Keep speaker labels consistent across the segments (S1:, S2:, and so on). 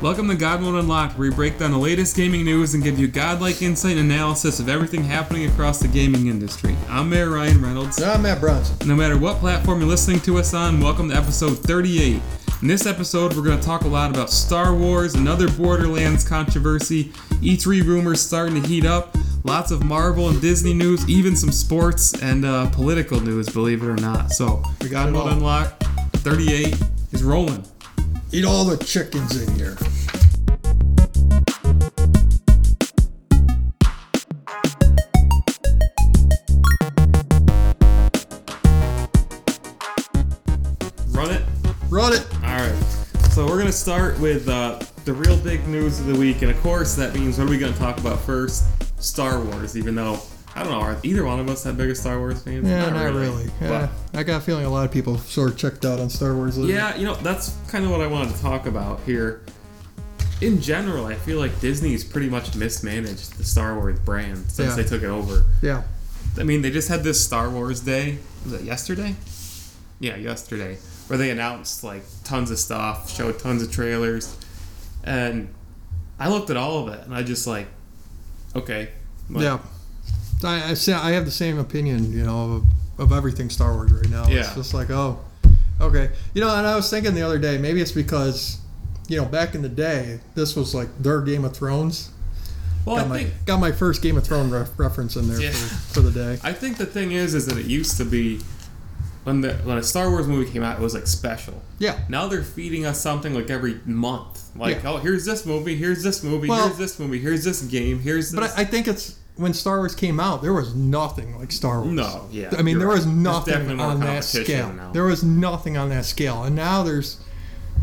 S1: Welcome to God Mode Unlocked, where we break down the latest gaming news and give you godlike insight and analysis of everything happening across the gaming industry. I'm Mayor Ryan Reynolds.
S2: And I'm Matt Bronson.
S1: No matter what platform you're listening to us on, welcome to episode 38. In this episode, we're going to talk a lot about Star Wars, another Borderlands controversy, E3 rumors starting to heat up, lots of Marvel and Disney news, even some sports and uh, political news, believe it or not. So,
S2: We got
S1: God
S2: it
S1: Mode
S2: all.
S1: Unlocked 38 is rolling.
S2: Eat all the chickens in here.
S1: Run it.
S2: Run it.
S1: All right. So we're gonna start with uh, the real big news of the week, and of course that means what are we gonna talk about first? Star Wars. Even though I don't know, are either one of us that big a Star Wars fans?
S2: Yeah, not, really. Yeah, I got a feeling a lot of people sort of checked out on Star Wars.
S1: But,
S2: Lately.
S1: yeah, you know that's kind of what I wanted to talk about here. In general, I feel like Disney's pretty much mismanaged the Star Wars brand since
S2: Yeah.
S1: they took it over.
S2: Yeah.
S1: I mean, they just had this Star Wars Day. Was it yesterday? Yeah, yesterday, where they announced like tons of stuff, showed tons of trailers, and I looked at all of it and I just like, okay, like,
S2: yeah. I, I, say, I have the same opinion, you know, of, of everything Star Wars right now.
S1: Yeah.
S2: It's just like, oh, okay. You know, and I was thinking the other day, maybe it's because, you know, back in the day, this was like their Game of Thrones.
S1: Well,
S2: Got
S1: I
S2: my,
S1: think
S2: got my first Game of Thrones ref- reference in there
S1: Yeah.
S2: for, for the day.
S1: I think the thing is is that it used to be when the when a Star Wars movie came out, it was like special.
S2: Yeah.
S1: Now they're feeding us something like every month. Like,
S2: Yeah.
S1: oh, here's this movie, here's this movie,
S2: Well-
S1: here's this movie, here's this game, here's this.
S2: But I, I think it's when Star Wars came out, there was nothing like Star Wars.
S1: No, yeah,
S2: I mean,
S1: you're
S2: there
S1: right.
S2: was
S1: There's
S2: nothing
S1: definitely more
S2: on that
S1: competition
S2: scale.
S1: now.
S2: There was nothing on that scale, and now there's,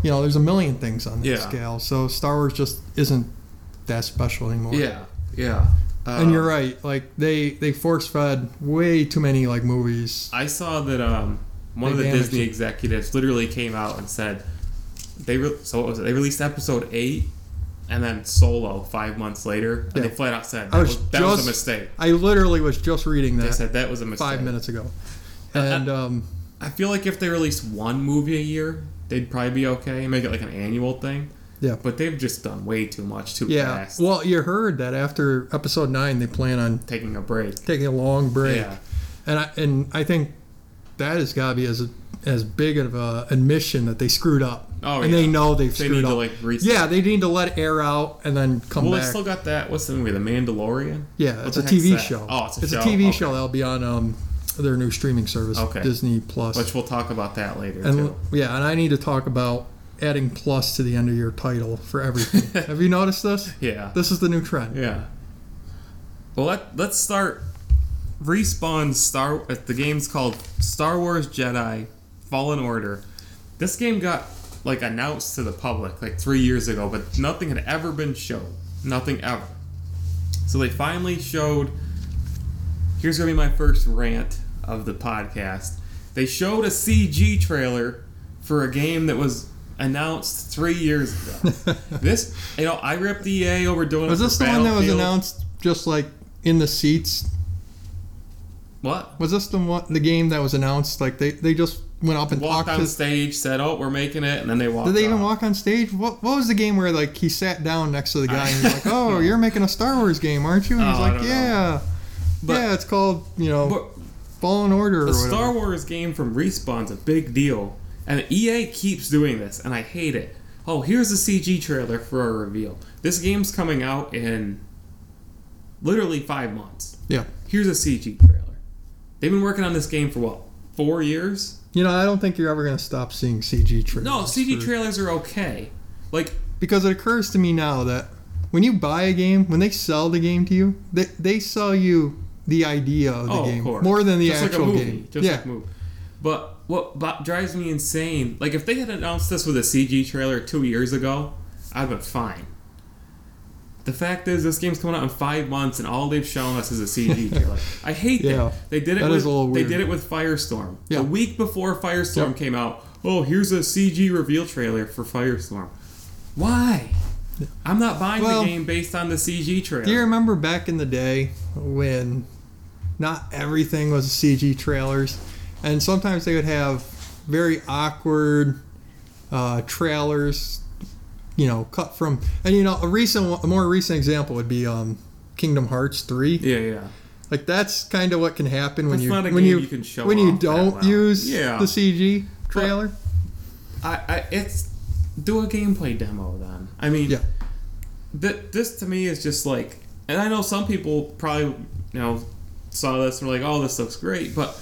S2: you know, there's a million things on that
S1: Yeah.
S2: scale. So Star Wars just isn't that special anymore.
S1: yeah, yeah. Uh,
S2: And you're right. Like they they force fed way too many like movies.
S1: I saw that um, one of the
S2: They managed
S1: Disney
S2: it.
S1: executives literally came out and said they re- so what was it? They released episode eight and then Solo five months later, and
S2: Yeah.
S1: they flat out said that,
S2: I
S1: was,
S2: was
S1: that was
S2: just-
S1: a mistake.
S2: I literally was just reading
S1: They
S2: that
S1: said that was a mistake.
S2: five minutes ago, and um,
S1: I feel like if they released one movie a year, they'd probably be okay and make it like an annual thing.
S2: yeah.
S1: But they've just done way too much too
S2: Yeah.
S1: fast.
S2: Well, you heard that after episode nine, they plan on
S1: Taking a break.
S2: taking a long break.
S1: Yeah.
S2: And I and I think that has got to be as as big of a admission that they screwed up.
S1: Oh,
S2: and
S1: yeah.
S2: they know they've
S1: They
S2: screwed
S1: need
S2: up.
S1: to like reset.
S2: yeah, they need to let air out and then come
S1: Well,
S2: back.
S1: they still got that. What's the movie? The Mandalorian.
S2: yeah,
S1: What
S2: it's
S1: the
S2: a
S1: heck's
S2: TV
S1: that?
S2: show.
S1: Oh, it's a show.
S2: TV
S1: Okay.
S2: show that'll be on um their new streaming service,
S1: Okay.
S2: Disney Plus.
S1: Which we'll talk about that later
S2: and
S1: too.
S2: yeah, and I need to talk about adding plus to the end of your title for everything. Have you noticed this?
S1: Yeah.
S2: This is the new trend.
S1: Yeah. Well, let, let's start. Respawn Star. uh, The game's called Star Wars Jedi Fallen Order. This game got like announced to the public like three years ago, but nothing had ever been shown. Nothing ever. So they finally showed. Here's gonna be my first rant of the podcast. They showed a CG trailer for a game that was announced three years ago. this, you know, I ripped EA over doing.
S2: Was
S1: it
S2: this
S1: for
S2: the one that was
S1: Battlefield.
S2: announced just like in the seats
S1: What?
S2: Was this the one, the game that was announced? Like they, they just went up and
S1: walked
S2: talked
S1: on
S2: to.
S1: stage, said, "Oh, we're making it," and then they walked.
S2: Did they even
S1: off.
S2: walk on stage? What What was the game where like he sat down next to the guy and he's like, "Oh, you're making a Star Wars game, aren't you?" And he's
S1: Oh, I
S2: like,
S1: don't know.
S2: "Yeah,
S1: But-
S2: yeah, it's called you know
S1: But
S2: Fallen Order
S1: the
S2: or whatever."
S1: Star Wars game from Respawn's a big deal, and EA keeps doing this, and I hate it. Oh, here's a CG trailer for a reveal. This game's coming out in literally five months.
S2: yeah,
S1: Here's a CG trailer. They've been working on this game for what, four years?
S2: you know I don't think you're ever gonna stop seeing CG trailers.
S1: No, CG
S2: for-
S1: trailers are okay. Like,
S2: because it occurs to me now that when you buy a game, when they sell the game to you, they they sell you the idea of the
S1: oh,
S2: game
S1: of course.
S2: more than the
S1: Just
S2: actual
S1: like a movie.
S2: game.
S1: Just
S2: yeah,
S1: like movie. But what bo- drives me insane, like if they had announced this with a CG trailer two years ago, I'd been fine. The fact is, this game's coming out in five months, and all they've shown us is a CG trailer. I hate
S2: Yeah.
S1: that. They did it.
S2: That
S1: with,
S2: is a little
S1: They
S2: weird.
S1: did it with Firestorm.
S2: Yeah.
S1: The week before Firestorm
S2: Yep.
S1: came out, oh, here's a CG reveal trailer for Firestorm. Why? I'm not buying
S2: Well,
S1: the game based on the CG trailer.
S2: Do you remember back in the day when not everything was CG trailers, and sometimes they would have very awkward uh, trailers you know, cut from. And you know, a recent, a more recent example would be um, Kingdom Hearts three.
S1: Yeah, yeah.
S2: Like that's kind of what can happen when
S1: That's
S2: you
S1: not a game
S2: when you,
S1: you can show
S2: when you
S1: off that
S2: don't
S1: loud.
S2: use
S1: Yeah.
S2: the CG trailer.
S1: I, I it's do a gameplay demo then. I mean,
S2: Yeah.
S1: Th- this to me is just like, and I know some people probably you know saw this and were like, "Oh, this looks great," but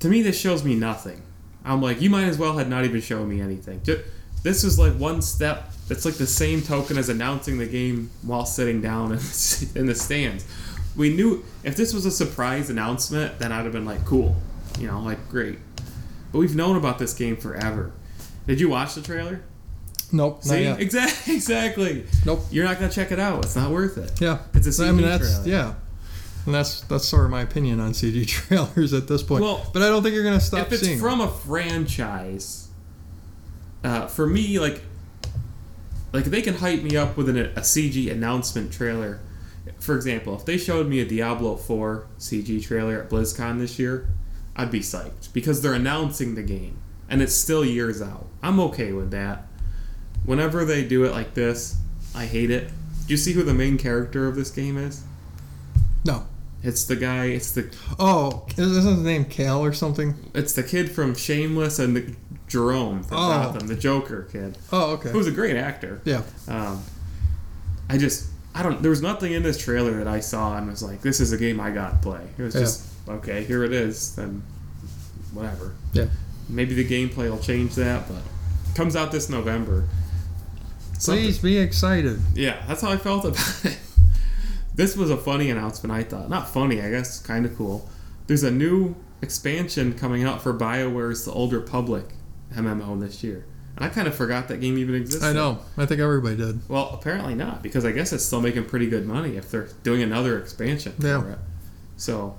S1: to me, this shows me nothing. I'm like, you might as well had not even shown me anything. Ju- This was like one step. That's like the same token as announcing the game while sitting down in the, in the stands. We knew if this was a surprise announcement, then I'd have been like, cool, you know, like great. But we've known about this game forever. Did you watch the trailer?
S2: Nope.
S1: See,
S2: Not yet.
S1: exactly, exactly.
S2: Nope.
S1: You're not gonna check it out. It's not worth it.
S2: Yeah.
S1: It's a CG
S2: I mean, that's
S1: trailer.
S2: yeah. And that's that's sort of my opinion on CG trailers at this point.
S1: Well,
S2: but I don't think you're gonna stop
S1: if it's
S2: seeing.
S1: from a franchise, uh, for me, like, like they can hype me up with an, a CG announcement trailer. For example, if they showed me a Diablo Four CG trailer at BlizzCon this year, I'd be psyched because they're announcing the game and it's still years out. I'm okay with that. Whenever they do it like this, I hate it. Do you see who the main character of this game is?
S2: no.
S1: It's the guy. It's the
S2: Oh, isn't his name Cal or something?
S1: It's the kid from Shameless and the Jerome from
S2: Oh.
S1: Gotham, the Joker kid,
S2: Oh, okay.
S1: who's a great actor.
S2: yeah.
S1: Um, I just I don't. There was nothing in this trailer that I saw and was like, "This is a game I got to play." It was
S2: Yeah.
S1: just okay. Here it is. Then whatever.
S2: Yeah.
S1: Maybe the gameplay will change that, but comes out this November. Something-
S2: Please be excited.
S1: yeah, that's how I felt about it. This was a funny announcement, I thought. Not funny, I guess, kind of cool. There's a new expansion coming out for BioWare's The Old Republic MMO this year. And I kind of forgot that game even existed.
S2: I know. I think everybody did.
S1: Well, apparently not, because I guess it's still making pretty good money if they're doing another expansion
S2: Yeah.
S1: for it. So,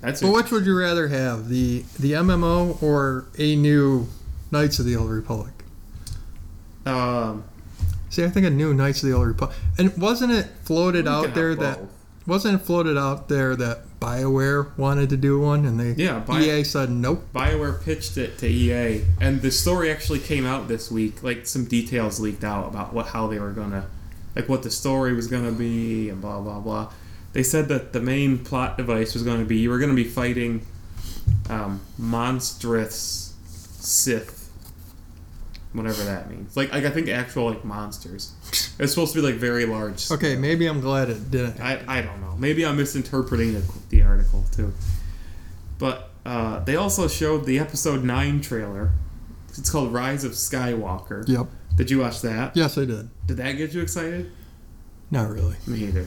S1: that's
S2: But which would you rather have, the the MMO or a new Knights of the Old Republic?
S1: um,
S2: See, I think a new Knights of the Old Republic. And wasn't it floated
S1: we can
S2: out there
S1: have
S2: that
S1: both.
S2: wasn't it floated out there that BioWare wanted to do one and they
S1: Yeah, Bio-
S2: EA said nope.
S1: BioWare pitched it to EA, and the story actually came out this week. Like some details leaked out about what how they were gonna, like what the story was gonna be, and blah blah blah. They said that the main plot device was gonna be you were gonna be fighting um, monstrous Sith, whatever that means. Like, like I think actual like monsters. It's supposed to be like very large.
S2: Okay, maybe I'm glad it didn't.
S1: I, I don't know. Maybe I'm misinterpreting the, the article too. But uh, they also showed the episode nine trailer. It's called Rise of Skywalker.
S2: Yep.
S1: Did you watch that?
S2: Yes, I did.
S1: Did that get you excited?
S2: Not really.
S1: Me either.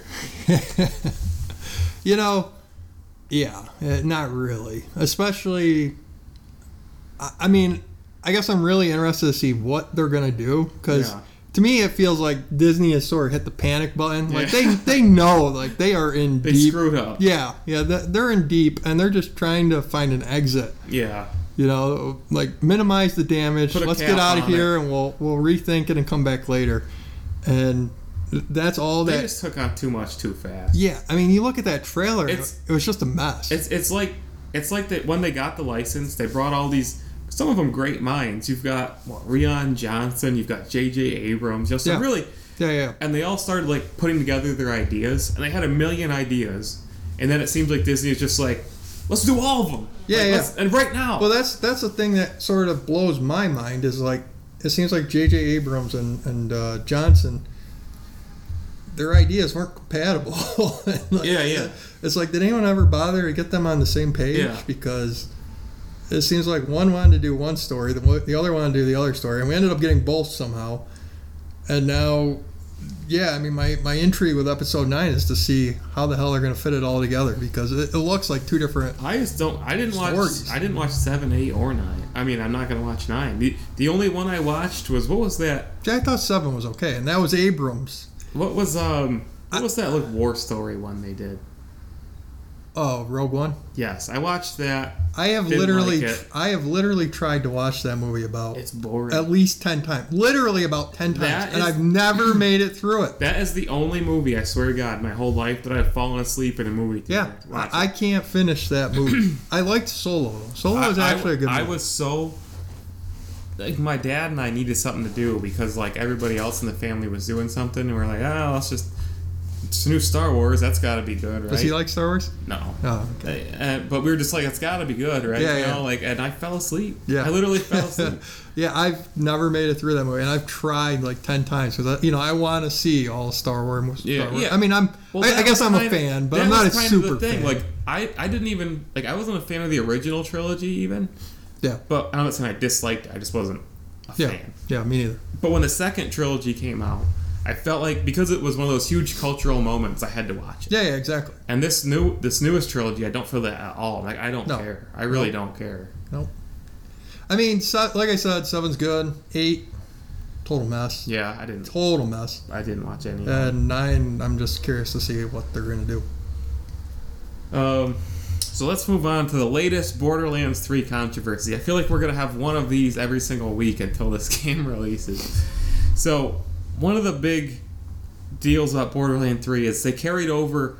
S2: you know, yeah, eh, not really. Especially, I I mean, I guess I'm really interested to see what they're gonna do because
S1: Yeah.
S2: to me it feels like Disney has sort of hit the panic button. Like
S1: Yeah.
S2: they they know like they are in
S1: They
S2: deep.
S1: screwed up.
S2: Yeah, yeah, they're- they're in deep and they're just trying to find an exit.
S1: Yeah.
S2: You know, like minimize the damage.
S1: Put a
S2: Let's
S1: cap
S2: get out of
S1: on
S2: here and we'll we'll rethink it and come back later. And that's all
S1: They
S2: that.
S1: just took on too much too fast.
S2: Yeah, I mean, you look at that trailer;
S1: It's-
S2: it was just a mess.
S1: It's it's like it's like that when they got the license, they brought all these some of them great minds. You've got what, Rion Johnson, you've got J.J. Abrams, just some
S2: Yeah.
S1: really
S2: yeah, yeah,
S1: and they all started like putting together their ideas and they had a million ideas and then it seems like disney is just like let's do all of them
S2: Yeah,
S1: Like,
S2: yeah.
S1: let's- and right now
S2: Well, that's that's the thing that sort of blows my mind is like it seems like J.J. Abrams and and uh, Johnson, their ideas weren't compatible. Like,
S1: Yeah, yeah.
S2: It's like did anyone ever bother to get them on the same page?
S1: Yeah.
S2: Because it seems like one wanted to do one story, the one- the other wanted to do the other story, and we ended up getting both somehow. And now, yeah, I mean, my my intrigue with episode nine is to see how the hell they're going to fit it all together because it, it looks like two different.
S1: i just don't i didn't watch
S2: Stories.
S1: i didn't watch seven eight or nine i mean i'm not gonna watch nine the, the only one i watched was what was that
S2: See, I thought seven was okay, and that was Abrams.
S1: what was um
S2: I-
S1: what was that like war story one they did
S2: Oh, Rogue One.
S1: yes i watched that
S2: I have
S1: Didn't
S2: literally,
S1: like it.
S2: I have literally tried to watch that movie about
S1: it's boring
S2: at least ten times, literally about ten times,
S1: That
S2: and
S1: is-
S2: I've never made it through it.
S1: that is the only movie i swear to god my whole life that i've fallen asleep in a movie
S2: Yeah,
S1: theater watching.
S2: I, I can't finish that movie. I liked Solo. Solo was
S1: I- I-
S2: actually a good
S1: I
S2: movie.
S1: was so like my dad and I needed something to do because like everybody else in the family was doing something, and we are like, oh, let's just it's new Star Wars. That's got to be good, right?
S2: Does he like Star Wars?
S1: no.
S2: Oh, okay.
S1: Uh, but we were just like, it's got to be good, right?
S2: Yeah,
S1: you
S2: yeah.
S1: know, like, and I fell asleep.
S2: Yeah.
S1: I literally fell asleep.
S2: yeah, I've never made it through that movie, and I've tried like ten times because you know I want to see all Star Wars.
S1: Yeah,
S2: Star Wars.
S1: yeah.
S2: I mean, I'm.
S1: Well,
S2: I, I
S1: that
S2: guess
S1: was
S2: I'm a
S1: kind of-
S2: fan, but
S1: that
S2: I'm not a
S1: was kind of
S2: super
S1: the thing.
S2: fan.
S1: Like, I, I didn't even like I wasn't a fan of the original trilogy even.
S2: yeah,
S1: But I'm not saying I disliked. it. I just wasn't a
S2: yeah,
S1: fan.
S2: yeah. Me neither.
S1: But when the second trilogy came out, I felt like because it was one of those huge cultural moments, I had to watch it.
S2: Yeah, yeah, exactly.
S1: And this new this newest trilogy, I don't feel that at all. Like I don't
S2: No.
S1: care. I really don't care.
S2: Nope. I mean, se- like I said, seven's good. Eight, total mess.
S1: Yeah, I didn't.
S2: Total mess.
S1: I didn't watch any. of them.
S2: And nine, I'm just curious to see what they're gonna do.
S1: Um, so let's move on to the latest Borderlands 3 controversy. I feel like we're going to have one of these every single week until this game releases. So, one of the big deals about Borderlands 3 is they carried over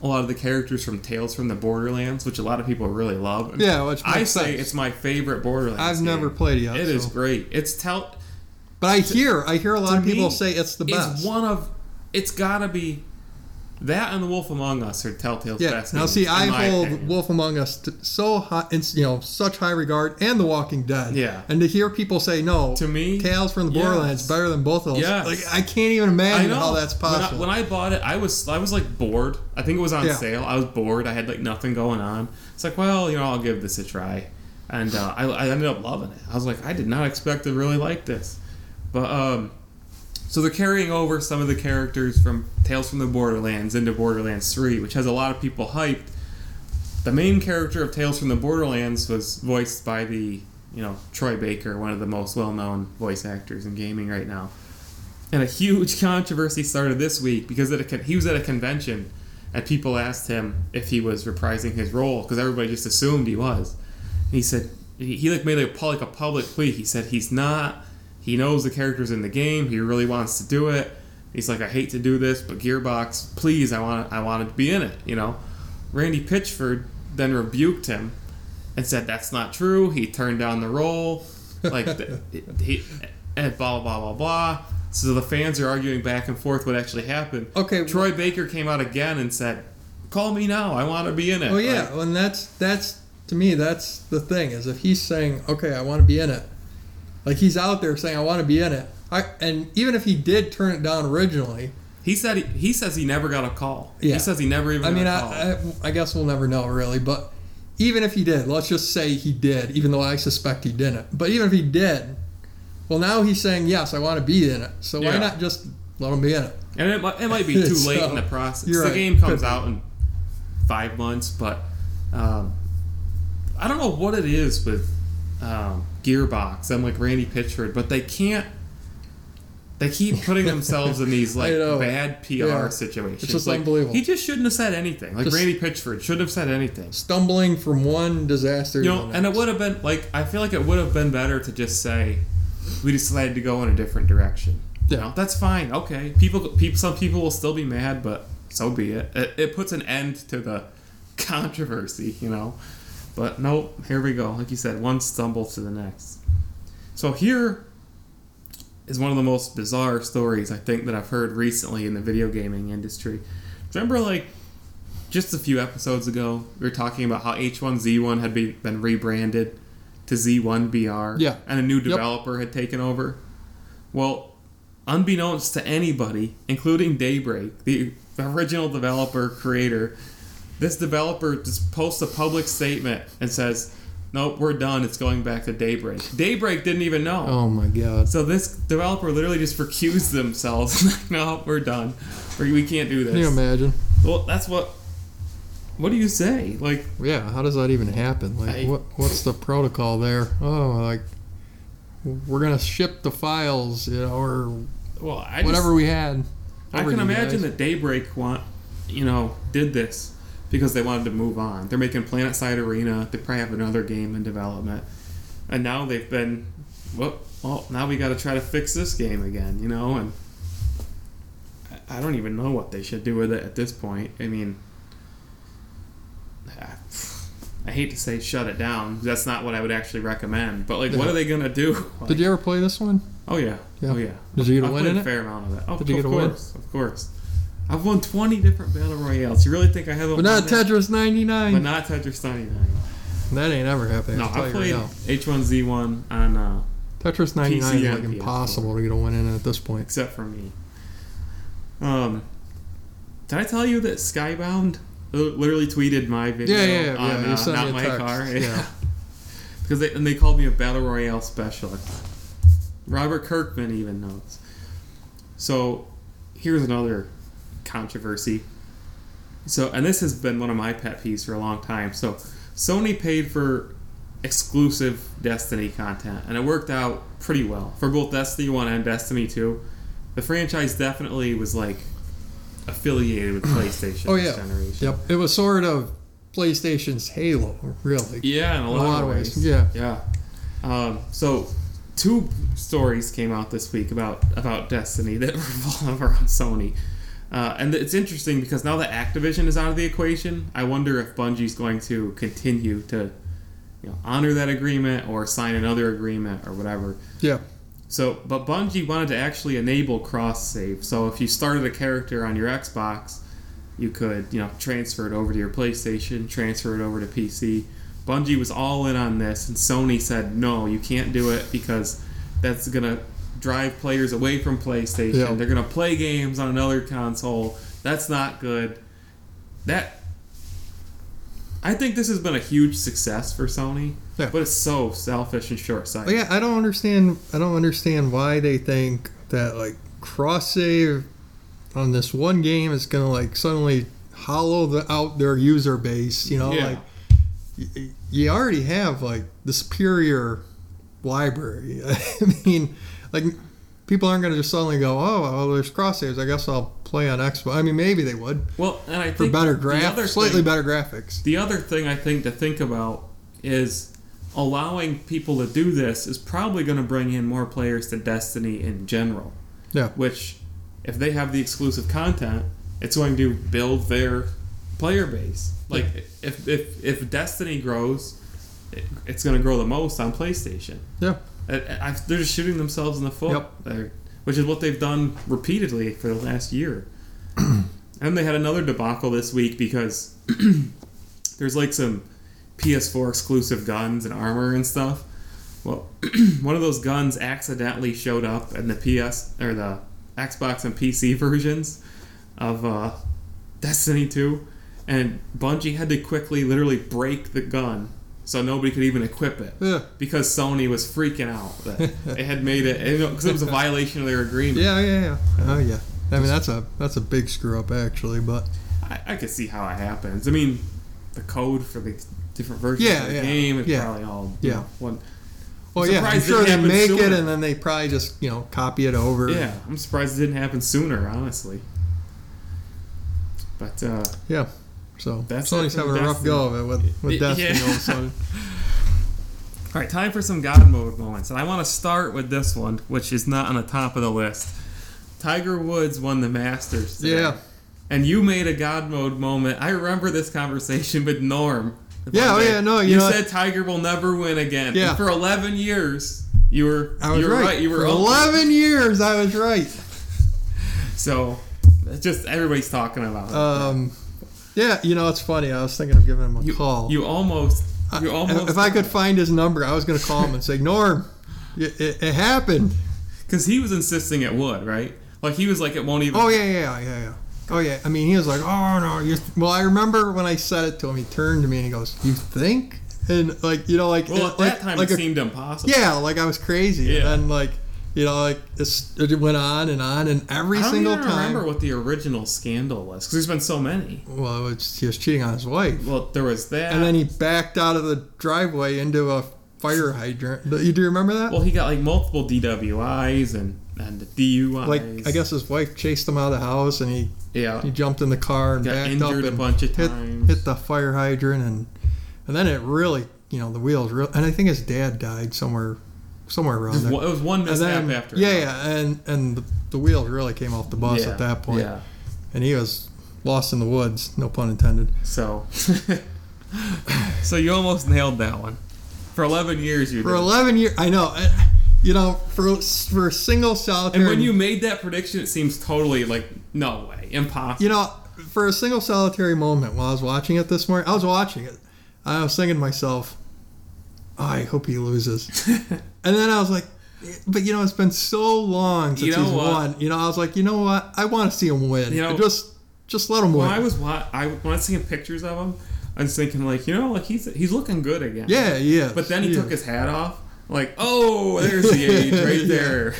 S1: a lot of the characters from Tales from the Borderlands, which a lot of people really love. And
S2: Yeah, which
S1: I
S2: makes
S1: say
S2: sense.
S1: it's my favorite Borderlands.
S2: I've
S1: game.
S2: never played it yet,
S1: It is
S2: so-
S1: great. It's tell
S2: But I hear, I hear a lot
S1: to
S2: of people
S1: me,
S2: say it's the best.
S1: It's one of it's got to be that and The Wolf Among Us are Telltale's
S2: yeah.
S1: best.
S2: now,
S1: games,
S2: see,
S1: in
S2: I
S1: my
S2: hold
S1: opinion.
S2: Wolf Among Us to so high, in, you know, such high regard, and The Walking Dead.
S1: Yeah.
S2: And to hear people say no
S1: To me,
S2: Tales from the
S1: yes.
S2: Borderlands is better than both of those.
S1: Yes.
S2: Like I can't even imagine how that's
S1: When I-
S2: possible.
S1: When I, bought it, I was I was like bored. I think it was on
S2: Yeah.
S1: sale. I was bored. I had like nothing going on. It's like, well, you know, I'll give this a try, and uh, I, I ended up loving it. I was like, I did not expect to really like this, but um, so they're carrying over some of the characters from Tales from the Borderlands into Borderlands Three, which has a lot of people hyped. The main character of Tales from the Borderlands was voiced by the you know Troy Baker, one of the most well-known voice actors in gaming right now and a huge controversy started this week because at a con- he was at a convention and people asked him if he was reprising his role because everybody just assumed he was. And he said he, he like made a pu- like a public plea. He said he's not. He knows the characters in the game. He really wants to do it. He's like, I hate to do this, but Gearbox, please, I want I want to be in it. You know, Randy Pitchford then rebuked him and said that's not true. He turned down the role, like the, he and blah blah blah blah. So the fans are arguing back and forth what actually happened.
S2: Okay.
S1: Troy Baker came out again and said, "Call me now. I want to be in it."
S2: Oh yeah,
S1: Like,
S2: and that's that's to me that's the thing is if he's saying okay I want to be in it, like he's out there saying I want to be in it. I and even if he did turn it down originally,
S1: he said he, he says he never got a call.
S2: Yeah.
S1: He says he never even.
S2: I mean
S1: got a call.
S2: I, I I guess we'll never know really, but even if he did, let's just say he did, even though I suspect he didn't. But even if he did, well now he's saying yes I want to be in it. So why
S1: Yeah.
S2: not just let him be in it?
S1: And it, mi- it might be too
S2: So,
S1: late in the process.
S2: you're
S1: the
S2: right.
S1: game comes
S2: Could be.
S1: out in five months, but um, I don't know what it is with um, Gearbox and like Randy Pitchford, but they can't. They keep putting themselves in these like
S2: know.
S1: bad PR
S2: Yeah.
S1: situations.
S2: It's just
S1: like,
S2: unbelievable.
S1: He just shouldn't have said anything. Like
S2: Just-
S1: Randy Pitchford shouldn't have said anything.
S2: Stumbling from one disaster.
S1: You
S2: to
S1: know,
S2: the
S1: and it
S2: next.
S1: would have been like I feel like it would have been better to just say we decided to go in a different direction. You
S2: Yeah.
S1: know, that's fine. Okay, people, people, some people will still be mad, but so be it. It, it puts an end to the controversy, you know. But nope, here we go. Like you said, one stumble to the next. So here is one of the most bizarre stories I think that I've heard recently in the video gaming industry. Remember, like just a few episodes ago, we were talking about how H1Z1 had be, been rebranded to Z1BR.
S2: Yeah.
S1: And a new developer had taken over. Well, unbeknownst to anybody, including Daybreak, the original developer creator, this developer just posts a public statement and says, Nope, we're done. It's going back to Daybreak. Daybreak didn't even know.
S2: Oh my god.
S1: So this developer literally just recused themselves. like, no, we're done. We we can't do this.
S2: Can you imagine?
S1: Well, that's what. What do you say? Like,
S2: Yeah, how does that even happen? Like,
S1: I-
S2: what what's the protocol there? Oh, like we're gonna ship the files, you know, or
S1: well, I
S2: whatever
S1: Just,
S2: we had.
S1: I
S2: over
S1: can
S2: to you
S1: imagine
S2: guys.
S1: that Daybreak want, you know, did this because they wanted to move on. They're making Planet Side Arena. They probably have another game in development, and now they've been, well, well now we got to try to fix this game again, you know, and I- I don't even know what they should do with it at this point. I mean, I- I hate to say shut it down. That's not what I would actually recommend. But like,
S2: Yeah.
S1: what are they gonna do?
S2: Did you ever play this one?
S1: Oh yeah.
S2: Yeah.
S1: Oh yeah.
S2: Did you get a
S1: I've
S2: win
S1: played
S2: in
S1: a
S2: it?
S1: fair amount of it. Oh,
S2: Did you
S1: of
S2: get a win?
S1: course, of course. I've won twenty different battle royales. You really think I haven't?
S2: But not
S1: won that?
S2: Tetris 99.
S1: But not Tetris 99.
S2: that ain't ever happening.
S1: No,
S2: I'll tell
S1: I
S2: you
S1: played
S2: right
S1: H1Z1 on uh,
S2: now. Tetris 99
S1: PC and
S2: is like
S1: PS4.
S2: impossible to get a win in at this point.
S1: except for me. Um, did I tell you that Skybound li- literally tweeted my video
S2: Yeah, yeah, yeah.
S1: on
S2: yeah.
S1: uh,
S2: You sent
S1: not
S2: me a
S1: my
S2: text.
S1: car?
S2: Yeah.
S1: because they and they called me a battle royale specialist. Robert Kirkman even knows. So here's another controversy. So and this has been one of my pet peeves for a long time. So Sony paid for exclusive Destiny content and it worked out pretty well for both Destiny 1 and Destiny 2. The franchise definitely was like affiliated with PlayStation
S2: Oh,
S1: this
S2: yeah.
S1: generation.
S2: Yep. It was sort of PlayStation's Halo, really.
S1: Yeah, in a lot, of ways.
S2: Yeah.
S1: yeah. Um, so, two stories came out this week about about Destiny that revolve around Sony, uh, and it's interesting because now that Activision is out of the equation, I wonder if Bungie's going to continue to, you know, honor that agreement or sign another agreement or whatever.
S2: Yeah.
S1: So, but Bungie wanted to actually enable cross save. So, if you started a character on your Xbox, you could, you know, transfer it over to your PlayStation, transfer it over to PC. Bungie was all in on this, and Sony said, no, you can't do it because that's going to drive players away from PlayStation.
S2: Yeah.
S1: They're going to play games on another console. That's not good. That. I think this has been a huge success for Sony,
S2: Yeah.
S1: but it's so selfish and short sighted.
S2: But yeah, I don't understand. I don't understand why they think that like cross save on this one game is gonna like suddenly hollow the, out their user base. You know,
S1: Yeah.
S2: like y- y- you already have like the superior library. I mean, like people aren't gonna just suddenly go, oh, well, there's cross saves. I guess I'll play on Xbox. I mean, maybe they would
S1: Well, and I
S2: for
S1: think
S2: better
S1: the other
S2: graphics, slightly
S1: thing,
S2: better graphics.
S1: The other thing I think to think about is allowing people to do this is probably going to bring in more players to Destiny in general.
S2: Yeah.
S1: Which, if they have the exclusive content, it's going to build their player base. Like if if if Destiny grows, it, it's going to grow the most on PlayStation.
S2: Yeah.
S1: I, I, Uh, they're just shooting themselves in the foot
S2: Yep.
S1: there, which is what they've done repeatedly for the last year. and they had another debacle this week because there's like some PS4 exclusive guns and armor and stuff. Well, one of those guns accidentally showed up in the PS or the Xbox and PC versions of uh, Destiny 2, and Bungie had to quickly, literally break the gun so nobody could even equip it
S2: Yeah.
S1: because Sony was freaking out that it had made it because you know, 'cause it was a violation of their agreement.
S2: Yeah, yeah, yeah. Oh, yeah. I mean, that's a that's a big screw up actually, but
S1: I, I could see how it happens. I mean, the code for the different versions
S2: Yeah,
S1: of the
S2: yeah,
S1: game is
S2: yeah.
S1: probably all you
S2: Yeah.
S1: know, one.
S2: well,
S1: I'm
S2: yeah, I'm
S1: surprised
S2: sure
S1: it
S2: they
S1: happened
S2: make it
S1: sooner.
S2: and then they probably just you know copy it over.
S1: Yeah, I'm surprised it didn't happen sooner, honestly. But uh,
S2: yeah. So
S1: That's
S2: Sony's
S1: it for
S2: having a rough
S1: Destiny.
S2: go of it with with
S1: Yeah.
S2: Destiny all of a sudden.
S1: All right, time for some God mode moments, and I want to start with this one, which is not on the top of the list. Tiger Woods won the Masters. Today,
S2: Yeah.
S1: and you made a God mode moment. I remember this conversation with Norm.
S2: Yeah, oh yeah, no, you know-
S1: said Tiger will never win again.
S2: Yeah.
S1: and for eleven years, you were
S2: I was
S1: you were
S2: right.
S1: right. You were
S2: For
S1: open.
S2: eleven years. I was right.
S1: So it's just everybody's talking about it.
S2: Um, yeah, you know it's funny. I was thinking of giving him a
S1: you,
S2: call.
S1: You almost. You
S2: I-
S1: almost.
S2: if I could find his number, I was going to call him and say, Norm, it, it, it happened.
S1: because he was insisting it would, right? Like he was like, it won't even.
S2: Oh yeah, yeah, yeah, yeah. Oh yeah. I mean, he was like, "Oh no." You well, I remember when I said it to him. He turned to me and he goes, "You think?" And like, you know, like,
S1: Well,
S2: it-
S1: at
S2: like,
S1: that time
S2: like
S1: it
S2: a-
S1: seemed impossible.
S2: yeah, like I was crazy.
S1: Yeah.
S2: And then like, you know, like it's, it went on and on, and every
S1: I don't
S2: single
S1: even
S2: time.
S1: remember what the original scandal was because there's been so many.
S2: Well, it was, he was cheating on his wife,
S1: Well, there was that.
S2: and then he backed out of the driveway into a fire hydrant. Do you do you remember that?
S1: well, he got like multiple DWIs and and DUIs.
S2: like, I guess his wife chased him out of the house, and he
S1: Yeah.
S2: He jumped in the car and
S1: Got
S2: backed up
S1: injured a
S2: and
S1: bunch of
S2: hit,
S1: times.
S2: hit the fire hydrant and and then it really you know the wheels really and I think his dad died somewhere somewhere around
S1: It
S2: there.
S1: was one
S2: And
S1: mishap
S2: then,
S1: after.
S2: yeah,
S1: another.
S2: yeah, and and the, the wheels really came off the bus
S1: Yeah,
S2: at that point,
S1: Yeah.
S2: and he was lost in the woods, no pun intended.
S1: So, So you almost nailed that one. For 11 years, you
S2: For
S1: did.
S2: 11 years, I know. I- You know, for for a single solitary.
S1: and when you made that prediction, it seems totally like, no way, impossible.
S2: you know, for a single solitary moment while I was watching it this morning, I was watching it. I was thinking to myself, "Oh, I hope he loses. and then I was like, but you know, it's been so long since
S1: You know
S2: he's
S1: what?
S2: won. You know, I was like, you know what? I want to see him win.
S1: You know-
S2: just just let him win.
S1: When I was wa- I, when I was seeing pictures of him, I was thinking, like, you know, like he's he's looking good again.
S2: yeah, yeah.
S1: But then he
S2: yeah.
S1: took his hat off. Like, oh, there's the age right
S2: Yeah.
S1: there.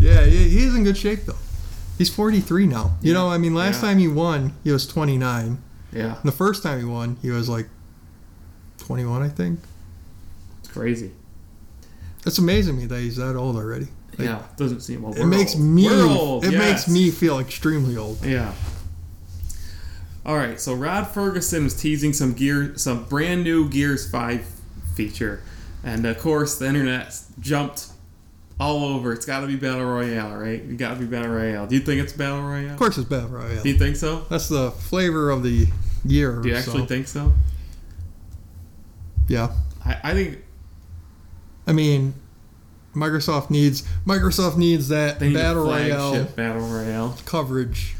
S2: Yeah, yeah, he is in good shape though. He's 43 now. You know, I mean, last
S1: Yeah.
S2: time he won, he was 29. And
S1: Yeah,
S2: the first time he won, he was like 21, I think.
S1: it's crazy.
S2: It's amazing to me that he's that old already. Like,
S1: yeah, doesn't seem old.
S2: It
S1: We're
S2: makes
S1: old.
S2: me
S1: We're old,
S2: it
S1: yes.
S2: makes me feel extremely old.
S1: Yeah. All right, so Rod Ferguson was teasing some gear, some brand new Gears Five feature, and of course the internet jumped all over. It's got to be battle royale, right? You got to be battle royale. Do you think it's battle royale?
S2: Of course, it's Battle Royale.
S1: Do you think so?
S2: That's the flavor of the year.
S1: Do you
S2: so-
S1: actually think so?
S2: Yeah,
S1: I, I think
S2: I mean, Microsoft needs Microsoft needs that
S1: they need
S2: Battle
S1: a
S2: Royale
S1: flagship battle royale.
S2: coverage.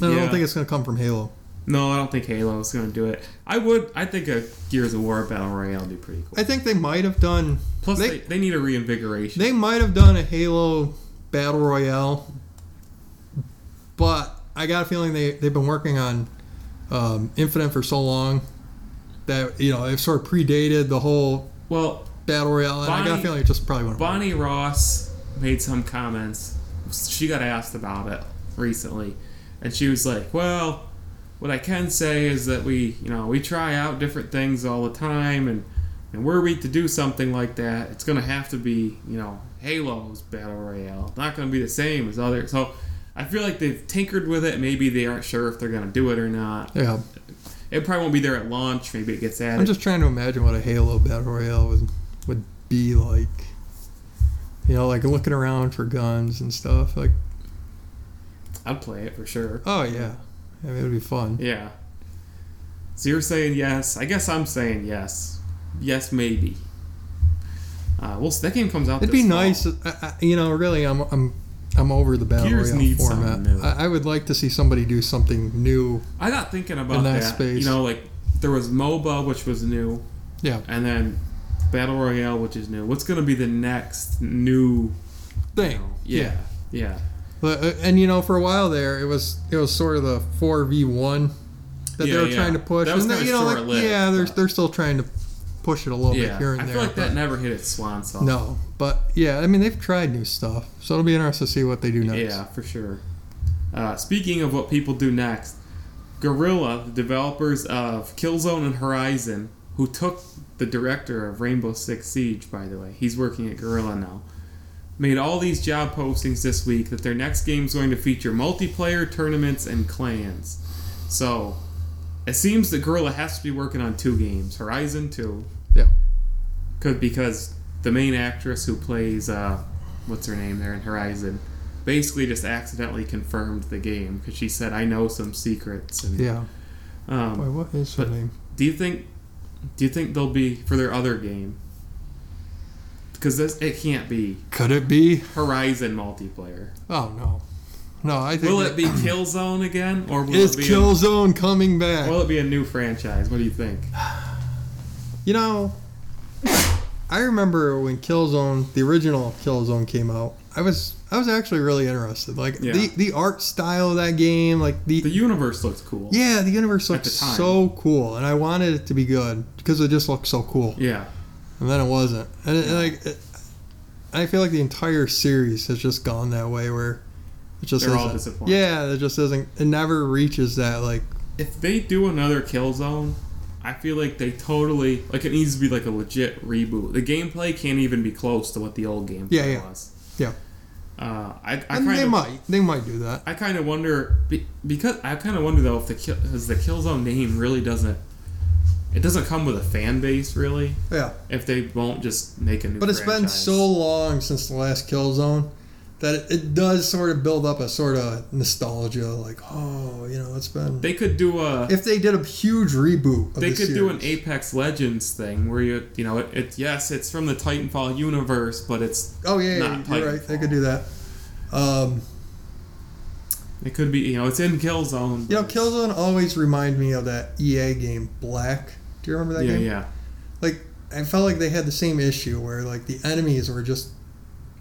S2: And I
S1: Yeah.
S2: don't think it's going to come from Halo.
S1: No, I don't think Halo is going to do it. I would. I think a Gears of War battle royale would be pretty cool.
S2: I think they might have done.
S1: Plus,
S2: they-
S1: they, they need a reinvigoration.
S2: They might have done a Halo Battle Royale, but I got a feeling they, they've been working on um, Infinite for so long that, you know, it sort of predated the whole
S1: well,
S2: Battle Royale, and I got
S1: Bonnie-
S2: a feeling it just probably went away.
S1: Bonnie Ross made some comments. She got asked about it recently, and she was like, "Well, what I can say is that we, you know, we try out different things all the time, and and were we to do something like that, it's gonna have to be, you know, Halo's battle royale. It's not gonna be the same as other." So, I feel like they've tinkered with it. Maybe they aren't sure if they're gonna do it or not.
S2: Yeah.
S1: It probably won't be there at launch. Maybe it gets added.
S2: I'm just trying to imagine what a Halo Battle Royale would, would be like. You know, like looking around for guns and stuff. Like,
S1: I'd play it for sure.
S2: oh, yeah. I mean, it would be fun.
S1: Yeah. So you're saying yes. I guess I'm saying yes. Yes, maybe. Uh, well, that game comes out.
S2: It'd
S1: this
S2: be nice,
S1: fall.
S2: I, I, you know. Really, I'm I'm I'm over the battle
S1: Gears
S2: royale
S1: needs something
S2: format.
S1: new.
S2: I, I would like to see somebody do something new.
S1: I got thinking about
S2: In that
S1: that.
S2: space.
S1: You know, like there was MOBA, which was new,
S2: Yeah,
S1: and then Battle Royale, which is new. What's going to be the next new
S2: thing.
S1: Yeah, yeah.
S2: But, uh, and you know, for a while there, it was it was sort of the four v one that
S1: Yeah,
S2: they were
S1: yeah.
S2: trying to push.
S1: That was
S2: and they-
S1: kinda
S2: you know, like,
S1: short-lived,
S2: yeah, they're
S1: but-
S2: they're still trying to push it a little
S1: yeah.
S2: bit here and
S1: I
S2: there.
S1: feel like
S2: but
S1: that never hit its swan song.
S2: no, but yeah, I mean, they've tried new stuff, so it'll be interesting to see what they do next.
S1: Yeah, for sure. Uh, speaking of what people do next, Gorilla, the developers of Killzone and Horizon, who took the director of Rainbow Six Siege, by the way, he's working at Gorilla now, made all these job postings this week that their next game's going to feature multiplayer tournaments and clans. So, it seems that Gorilla has to be working on two games Horizon 2,
S2: Yeah.
S1: could because the main actress who plays uh, what's her name there in Horizon basically just accidentally confirmed the game because she said I know some secrets and
S2: Yeah. Boy,
S1: um,
S2: what is her
S1: But-
S2: name?
S1: do you think do you think they'll be for their other game because this it can't be
S2: Could it be?
S1: Horizon multiplayer
S2: Oh no, no. I think
S1: will it be Killzone again or will
S2: Is
S1: it be
S2: Killzone coming back?
S1: a, will it be a new franchise what do you think
S2: you know, I remember when Killzone, the original Killzone came out. I was I was actually really interested. Like
S1: Yeah.
S2: the the art style of that game, like the,
S1: the universe looks cool
S2: yeah, the universe
S1: At
S2: looked
S1: the time.
S2: so cool, and I wanted it to be good because it just looked so cool.
S1: yeah
S2: And then it wasn't, and, it, and like it, I feel like the entire series has just gone that way where it just
S1: They're all
S2: isn't.
S1: disappointed.
S2: yeah, it just isn't. It never reaches that like
S1: if they do another kill zone i feel like they totally like it needs to be like a legit reboot the gameplay can't even be close to what the old gameplay
S2: Yeah, yeah.
S1: was
S2: yeah.
S1: uh, I, I
S2: and
S1: kind
S2: they
S1: of
S2: might they might do that.
S1: I kind of wonder be- because I kind of wonder though if the kill, because the Killzone name really doesn't it doesn't come with a fan base really
S2: Yeah.
S1: if they won't just make a new
S2: But it's been
S1: franchise.
S2: so long since the last Killzone that it, it does sort of build up a sort of nostalgia, like oh, you know, it's been.
S1: They could do a
S2: if they did a huge reboot, of
S1: they
S2: the
S1: could do an
S2: series.
S1: Apex Legends thing where you you know it, it yes it's from the Titanfall universe but it's
S2: Oh yeah, yeah,
S1: not
S2: you're right. They
S1: Titanfall.
S2: could do that. Um,
S1: it could be you know it's in Killzone.
S2: you know,
S1: but-
S2: Killzone always remind me of that EA game Black. Do you remember that
S1: Yeah,
S2: game?
S1: yeah,
S2: Like I felt like they had the same issue where like the enemies were just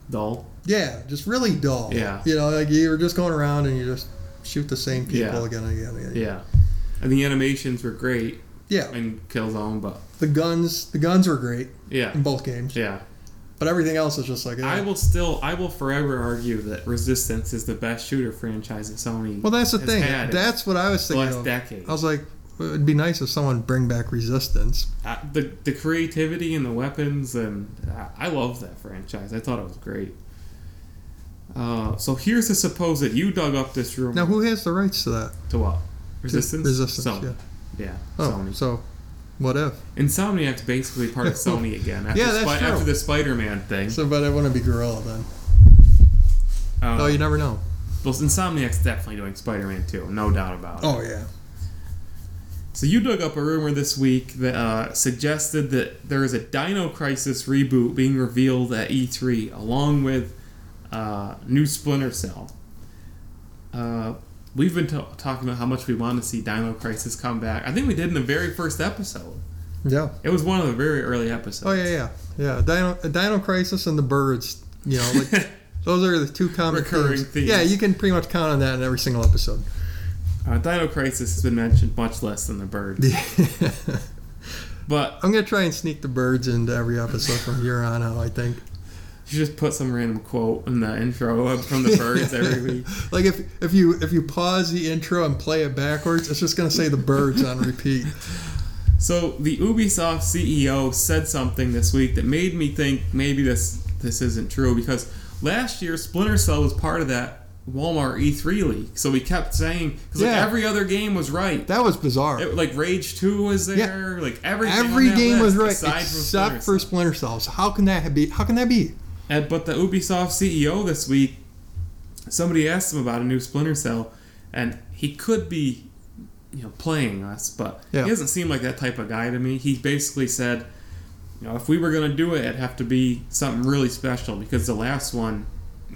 S1: dull.
S2: yeah, just really dull.
S1: Yeah.
S2: You know, like you were just going around and you just shoot the same people
S1: Yeah.
S2: again and again. And again.
S1: Yeah, and the animations were great
S2: Yeah.
S1: in Killzone, but
S2: The guns, the guns were great
S1: yeah,
S2: in both games,
S1: yeah.
S2: but everything else is just like. eh.
S1: I will still, I will forever argue that Resistance is the best shooter franchise that Sony.
S2: well, Oh. that's the
S1: has
S2: thing.
S1: had in
S2: That's what I was
S1: the
S2: thinking.
S1: last
S2: of.
S1: decade.
S2: I was like, it'd be nice if someone bring back Resistance.
S1: Uh, the the creativity and the weapons, and I, I love that franchise. I thought it was great. Uh, so here's the suppose that you dug up this room.
S2: Now, who has the rights to that?
S1: to what? Resistance.
S2: Resistance.
S1: Sony.
S2: Yeah.
S1: Yeah,
S2: Oh,
S1: Sony.
S2: so what if?
S1: Insomniac's basically part of Sony again. After
S2: Yeah, that's
S1: Spi-
S2: true.
S1: After the Spider-Man thing.
S2: So, but I want to be Gorilla then.
S1: Uh,
S2: oh, you never know.
S1: Well, Insomniac's definitely doing Spider-Man 2, no doubt about it.
S2: Oh yeah.
S1: So you dug up a rumor this week that uh, suggested that there is a Dino Crisis reboot being revealed at E3, along with uh, new Splinter Cell. Uh, we've been t- talking about how much we want to see Dino Crisis come back. I think we did in the very first episode.
S2: Yeah.
S1: It was one of the very early episodes.
S2: Oh yeah, yeah, yeah. Dino, Dino Crisis and the Birds. You know, like those are the two common
S1: Recurring themes.
S2: Yeah, you can pretty much count on that in every single episode.
S1: Uh, Dino Crisis has been mentioned much less than the bird, but
S2: I'm gonna try and sneak the birds into every episode from here on out. I think.
S1: you just put some random quote in the intro of- from the birds every week.
S2: Like if if you if you pause the intro and play it backwards, it's just gonna say the birds on repeat.
S1: So the Ubisoft CEO said something this week that made me think maybe this this isn't true because last year Splinter Cell was part of that Walmart E3 leak. So we kept saying because like
S2: Yeah.
S1: every other game was right.
S2: That was bizarre.
S1: It- like Rage Two was there. Like everything on
S2: Every
S1: that
S2: game was
S1: list
S2: right
S1: aside
S2: except
S1: from Splinter
S2: for
S1: Cell.
S2: Splinter Cells. How can that be? How can that be?
S1: And, but the Ubisoft CEO this week, somebody asked him about a new Splinter Cell, and he could be, you know, playing us, but
S2: Yeah.
S1: he doesn't seem like that type of guy to me. He basically said, you know, if we were gonna do it, it'd have to be something really special because the last one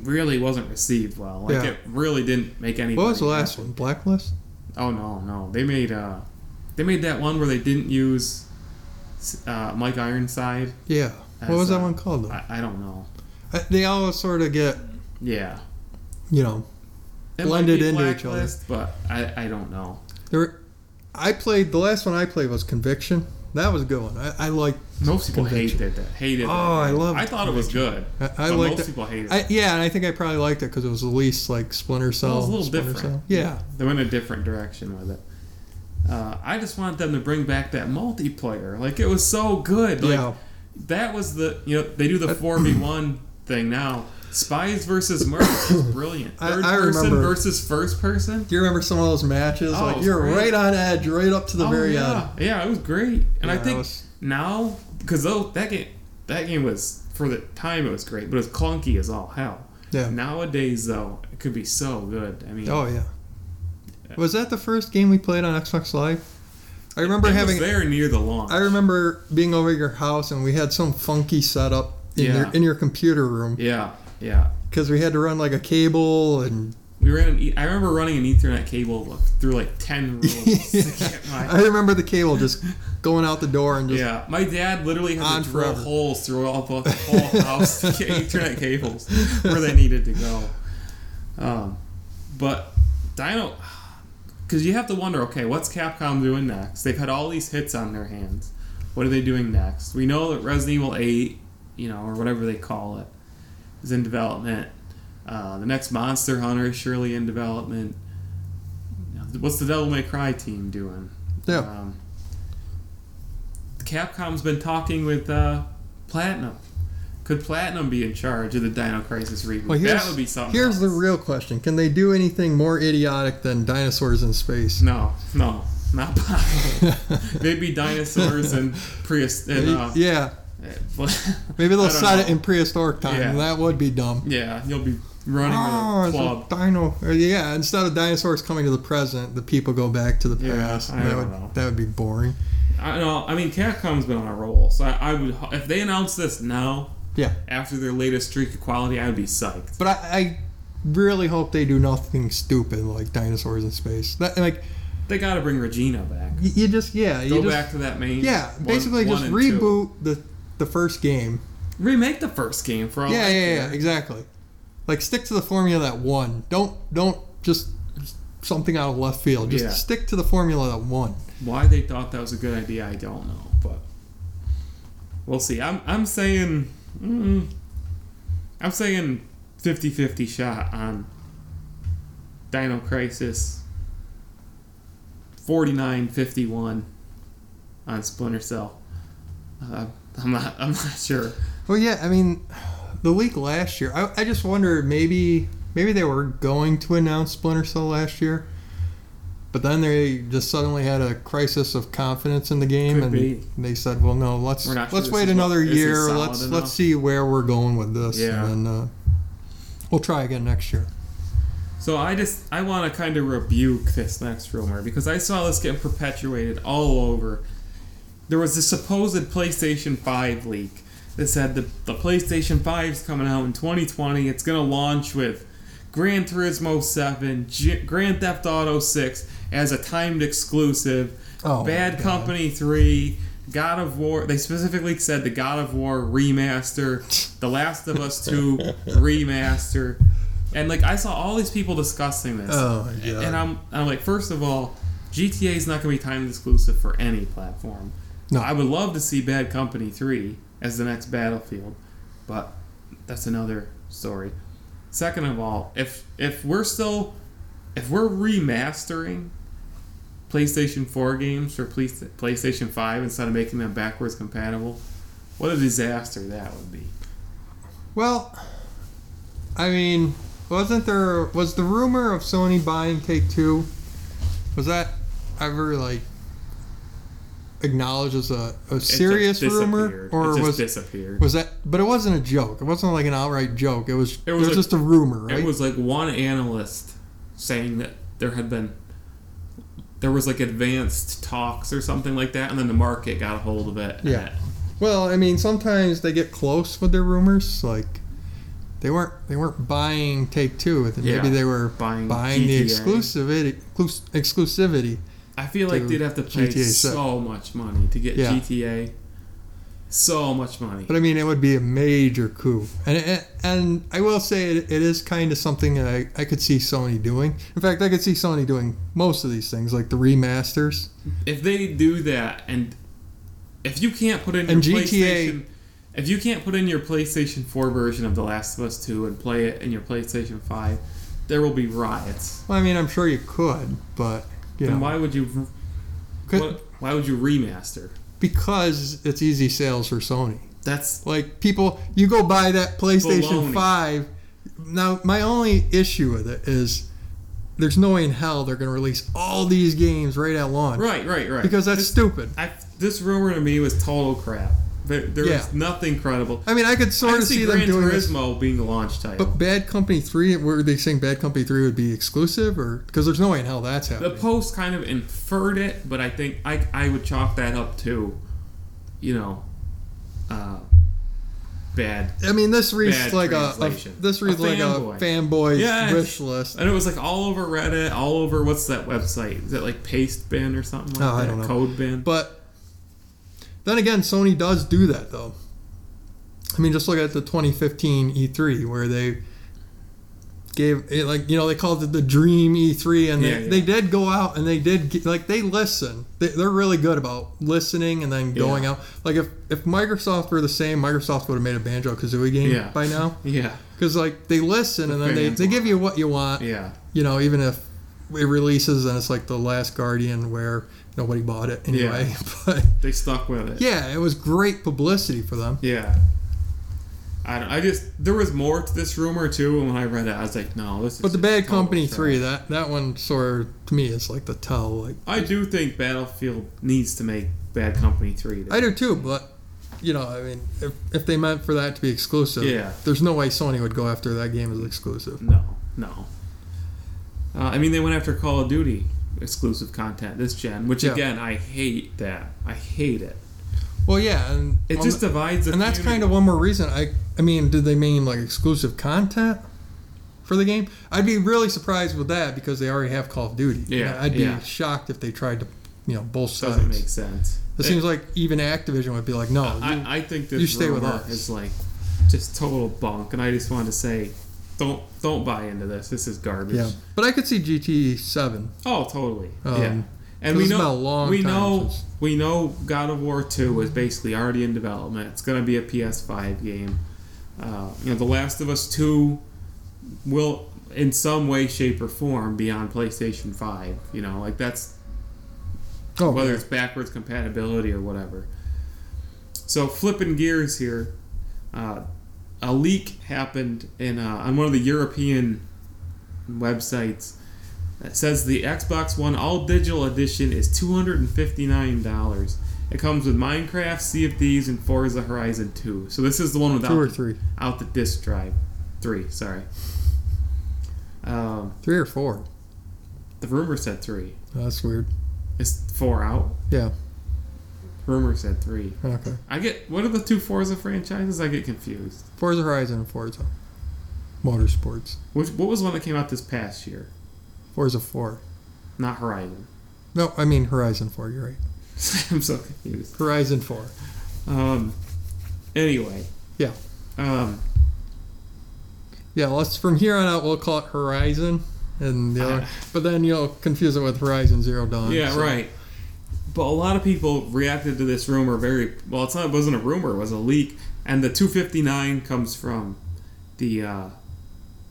S1: really wasn't received well. Like
S2: Yeah.
S1: it really didn't make any.
S2: What was the last one? Blacklist.
S1: Oh no, no, they made uh, they made that one where they didn't use, uh, Mike Ironside.
S2: Yeah. What
S1: as,
S2: was that
S1: uh,
S2: one called though?
S1: I, I don't know.
S2: Uh, They all sort of get
S1: Yeah.
S2: you know
S1: It might
S2: blended
S1: be
S2: into each other.
S1: Blacklist, But I, I don't know.
S2: There, I played the last one I played was Conviction. That was a good one. I, I liked.
S1: Most people
S2: Convention.
S1: hated that. Hated. that.
S2: Oh, I love
S1: I thought it was good.
S2: I, I
S1: but
S2: liked.
S1: most
S2: it.
S1: people hated.
S2: I, yeah, and I think I probably liked it because it was the least like Splinter Cell.
S1: Well, it was a little
S2: Splinter
S1: different.
S2: Cell. Yeah.
S1: They went a different direction with it. Uh, I just want them to bring back that multiplayer. Like it was so good. Like,
S2: Yeah.
S1: That was the you know they do the four v one thing now. Spies versus mercs is brilliant.
S2: I-
S1: Third
S2: I
S1: person
S2: remember.
S1: versus first person.
S2: Do you remember some of those matches?
S1: Oh, it
S2: like
S1: was
S2: you're
S1: great.
S2: right on edge, right up to the
S1: Oh,
S2: very
S1: yeah.
S2: end.
S1: Yeah, it was great. And I
S2: Yeah, it
S1: think
S2: was-
S1: now because though that game that game was for the time it was great, but it was clunky as all hell.
S2: Yeah.
S1: Nowadays though, it could be so good. I mean,
S2: Oh yeah. Was that the first game we played on Xbox Live? I remember
S1: it was
S2: having.
S1: there near the launch.
S2: I remember being over at your house and we had some funky setup in
S1: Yeah.
S2: your in your computer room
S1: Yeah, yeah.
S2: because we had to run like a cable and
S1: We ran. An e- I remember running an Ethernet cable through like ten rooms. to get my-
S2: I remember the cable just going out the door and just
S1: yeah, my dad literally had
S2: On
S1: to drill
S2: forever.
S1: holes throughout the the whole house to get Ethernet cables where they needed to go. Um, but Dino, because you have to wonder, okay, what's Capcom doing next? They've had all these hits on their hands. What are they doing next? We know that Resident Evil Eight, you know, or whatever they call it, is in development. Uh, the next Monster Hunter is surely in development. Now, What's the Devil May Cry team doing?
S2: Yeah.
S1: Um, Capcom's been talking with uh, Platinum. Could Platinum be in charge of the Dino Crisis reboot?
S2: Well, here's,
S1: that would be something.
S2: Here's the
S1: else.
S2: real question: Can they do anything more idiotic than dinosaurs in space?
S1: No, no, not possible. Maybe dinosaurs and priest and uh,
S2: yeah,
S1: eh, well,
S2: maybe
S1: I
S2: they'll
S1: don't
S2: set it
S1: know.
S2: in prehistoric time.
S1: Yeah.
S2: That would be dumb.
S1: Yeah, you'll be running
S2: Oh,
S1: with a club.
S2: it's a dino. or, Yeah, instead of dinosaurs coming to the present, the people go back to the
S1: Yeah,
S2: past.
S1: I
S2: and that
S1: don't
S2: would
S1: know.
S2: that would be boring.
S1: I don't know. I mean, Capcom's been on a roll, so I, I would if they announced this now
S2: Yeah,
S1: after their latest streak of quality, I would be psyched.
S2: but I, I really hope they do nothing stupid like dinosaurs in space. That like
S1: They got to bring Regina back.
S2: y- you just yeah
S1: Go
S2: you just
S1: back to that main.
S2: yeah
S1: one-
S2: basically
S1: one
S2: just
S1: and two.
S2: reboot the the first game.
S1: remake the first game for all.
S2: yeah,
S1: I
S2: yeah,
S1: care.
S2: yeah, exactly. Like stick to the formula that won. Don't don't just something out of left field. Just
S1: Yeah.
S2: stick to the formula that won.
S1: Why they thought that was a good idea, I don't know, but we'll see. I'm I'm saying, mm, I'm saying 50-50 shot on Dino Crisis. 49-51 on Splinter Cell. Uh, I'm not. I'm not sure.
S2: Well, yeah, I mean, the leak last year. I, I just wonder maybe maybe they were going to announce Splinter Cell last year, but then they just suddenly had a crisis of confidence in the game,
S1: Could
S2: and
S1: be.
S2: they said, "Well, no, let's
S1: We're not
S2: let's
S1: sure this
S2: wait
S1: is what-
S2: another
S1: this is
S2: year.
S1: solid
S2: Let's
S1: enough."
S2: let's see where we're going with this,
S1: Yeah.
S2: and then uh, we'll try again next year."
S1: So I just I want to kind of rebuke this next rumor because I saw this getting perpetuated all over. There was this supposed PlayStation 5 leak that said the, the PlayStation 5's coming out in 2020. It's going to launch with Gran Turismo 7, G- Grand Theft Auto 6 as a timed exclusive,
S2: Oh,
S1: Bad
S2: God.
S1: Company 3, God of War. They specifically said the God of War remaster, The Last of Us 2 remaster. And like I saw all these people discussing this.
S2: Oh my god!
S1: And I'm, I'm like, first of all, GTA is not going to be timed exclusive for any platform.
S2: No.
S1: I would love to see Bad Company 3 as the next Battlefield, but that's another story. Second of all, if if we're still if we're remastering PlayStation 4 games for Play- PlayStation 5 instead of making them backwards compatible, what a disaster that would be.
S2: Well, I mean, wasn't there was the rumor of Sony buying Take Two? Was that ever like acknowledged as a, a
S1: It just
S2: serious rumor,
S1: disappeared.
S2: or
S1: it just
S2: was
S1: disappeared.
S2: was that? But it wasn't a joke. It wasn't like an outright joke. It was it was,
S1: was a-
S2: just a rumor, right?
S1: It was like one analyst saying that there had been there was like advanced talks or something like that, and then the market got a hold of it.
S2: Yeah. well, I mean, sometimes they get close with their rumors, like. They weren't. They weren't buying Take Two. Maybe
S1: Yeah.
S2: they were
S1: Buying
S2: buying the
S1: GTA.
S2: exclusivity. exclus- Exclusivity.
S1: I feel like
S2: To
S1: they'd have to pay
S2: GTA six.
S1: so much money to get
S2: Yeah.
S1: GTA. So much money.
S2: But I mean, it would be a major coup, and it, and I will say it, it is kind of something that I, I could see Sony doing. In fact, I could see Sony doing most of these things, like the remasters.
S1: If they do that, and if you can't put in your
S2: And GTA
S1: PlayStation, if you can't put in your PlayStation Four version of The Last of Us Two and play it in your PlayStation Five, there will be riots.
S2: Well, I mean, I'm sure you could, but you
S1: Then
S2: know,
S1: why would you?
S2: could-
S1: what- why would you remaster?
S2: because it's easy sales for Sony.
S1: That's
S2: Like people, you go buy that PlayStation
S1: Baloney.
S2: Five. Now, my only issue with it is there's no way in hell they're going to release all these games right at launch
S1: right, right, right.
S2: because that's
S1: this,
S2: stupid.
S1: I, this rumor to me was total crap. There, there
S2: Yeah.
S1: was nothing credible.
S2: I mean, I could
S1: I
S2: sort
S1: can
S2: of see,
S1: see
S2: them
S1: Gran
S2: doing this.
S1: Turismo being the launch title.
S2: But Bad Company Three, were they saying Bad Company Three would be exclusive, or because there's no way in hell that's
S1: the
S2: happening?
S1: post kind of inferred it, but I think I, I would chalk that up to, you know, uh, bad.
S2: I mean, this reads
S1: Bad
S2: like a, a
S1: translation.
S2: this
S1: A
S2: reads like a fanboy
S1: Yes.
S2: wish list.
S1: And it was like all over Reddit, all over what's that website? Is it like Paste Bin or something like
S2: Oh, I
S1: that?
S2: don't know.
S1: Code Bin.
S2: But then again, Sony does do that though. I mean, just look at the 2015 E3 where they gave it like you know they called it the Dream E3, and they,
S1: Yeah, yeah.
S2: they did go out and they did get, like they listen. They, they're really good about listening and then going
S1: Yeah.
S2: out. Like if if Microsoft were the same, Microsoft would have made a Banjo Kazooie game
S1: Yeah.
S2: by now
S1: yeah,
S2: because like they listen and then they,
S1: fans
S2: they
S1: want
S2: give you what you want.
S1: yeah,
S2: You know, even if it releases and it's like the Last Guardian where nobody bought it anyway, but.
S1: they stuck with it.
S2: Yeah, it was great publicity for them.
S1: Yeah. I don't, I just there was more to this rumor too, and when I read it, I was like, no, this is.
S2: But the
S1: just
S2: Bad
S1: total
S2: Company
S1: trash.
S2: three, that that one sort of to me is like the tell. Like
S1: I do think Battlefield needs to make Bad Company three. though.
S2: I do too, but you know, I mean, if, if they meant for that to be exclusive,
S1: Yeah.
S2: there's no way Sony would go after that game as exclusive.
S1: No, no. Uh, I mean, they went after Call of Duty exclusive content this gen, which
S2: Yeah.
S1: again, I hate that. I hate it.
S2: Well, yeah, and
S1: It
S2: well,
S1: just divides. The
S2: and that's kind of one more reason. I I mean, did they mean like exclusive content for the game? I'd be really surprised with that because they already have Call of Duty.
S1: Yeah,
S2: I'd be
S1: yeah.
S2: shocked if they tried to, you know, both sides.
S1: doesn't make sense.
S2: It seems like even Activision would be like, no, you-
S1: I, I think this
S2: you stay with
S1: rumor
S2: us.
S1: is like just total bunk, and I just wanted to say, don't don't buy into this. This is garbage.
S2: yeah. But I could see GT Seven.
S1: Oh, totally.
S2: Um,
S1: yeah. And
S2: 'cause
S1: we
S2: it's
S1: know
S2: been a long
S1: we
S2: time
S1: know
S2: since-
S1: we know God of War Two was basically already in development. It's going to be a PS5 game. Uh, you know, The Last of Us Two will, in some way, shape, or form, be on PlayStation Five. You know, like that's
S2: Oh,
S1: whether
S2: yeah.
S1: it's backwards compatibility or whatever. So flipping gears here, uh, a leak happened in uh, on one of the European websites that says the Xbox One All Digital Edition is two hundred and fifty nine dollars. It comes with Minecraft, Sea of Thieves, and Forza Horizon Two. So this is the one without
S2: two or three,
S1: out the disc drive, three. Sorry. Um,
S2: three or four. Oh,
S1: the rumor said three.
S2: That's weird.
S1: It's four out.
S2: Yeah.
S1: Rumor said three.
S2: Okay.
S1: I get what are the two Forza franchises? I get confused.
S2: Forza Horizon and Forza Motorsports.
S1: Which what was one that came out this past year?
S2: Forza Four.
S1: Not Horizon.
S2: No, I mean Horizon Four. You're right.
S1: I'm so confused.
S2: Horizon Four.
S1: Um. Anyway.
S2: Yeah.
S1: Um.
S2: Yeah, let's from here on out we'll call it Horizon and the other, but then you'll confuse it with Horizon Zero Dawn.
S1: Yeah.
S2: so-
S1: Right. But a lot of people reacted to this rumor very well. It's not. It wasn't a rumor. It was a leak. And the 259 comes from the, uh,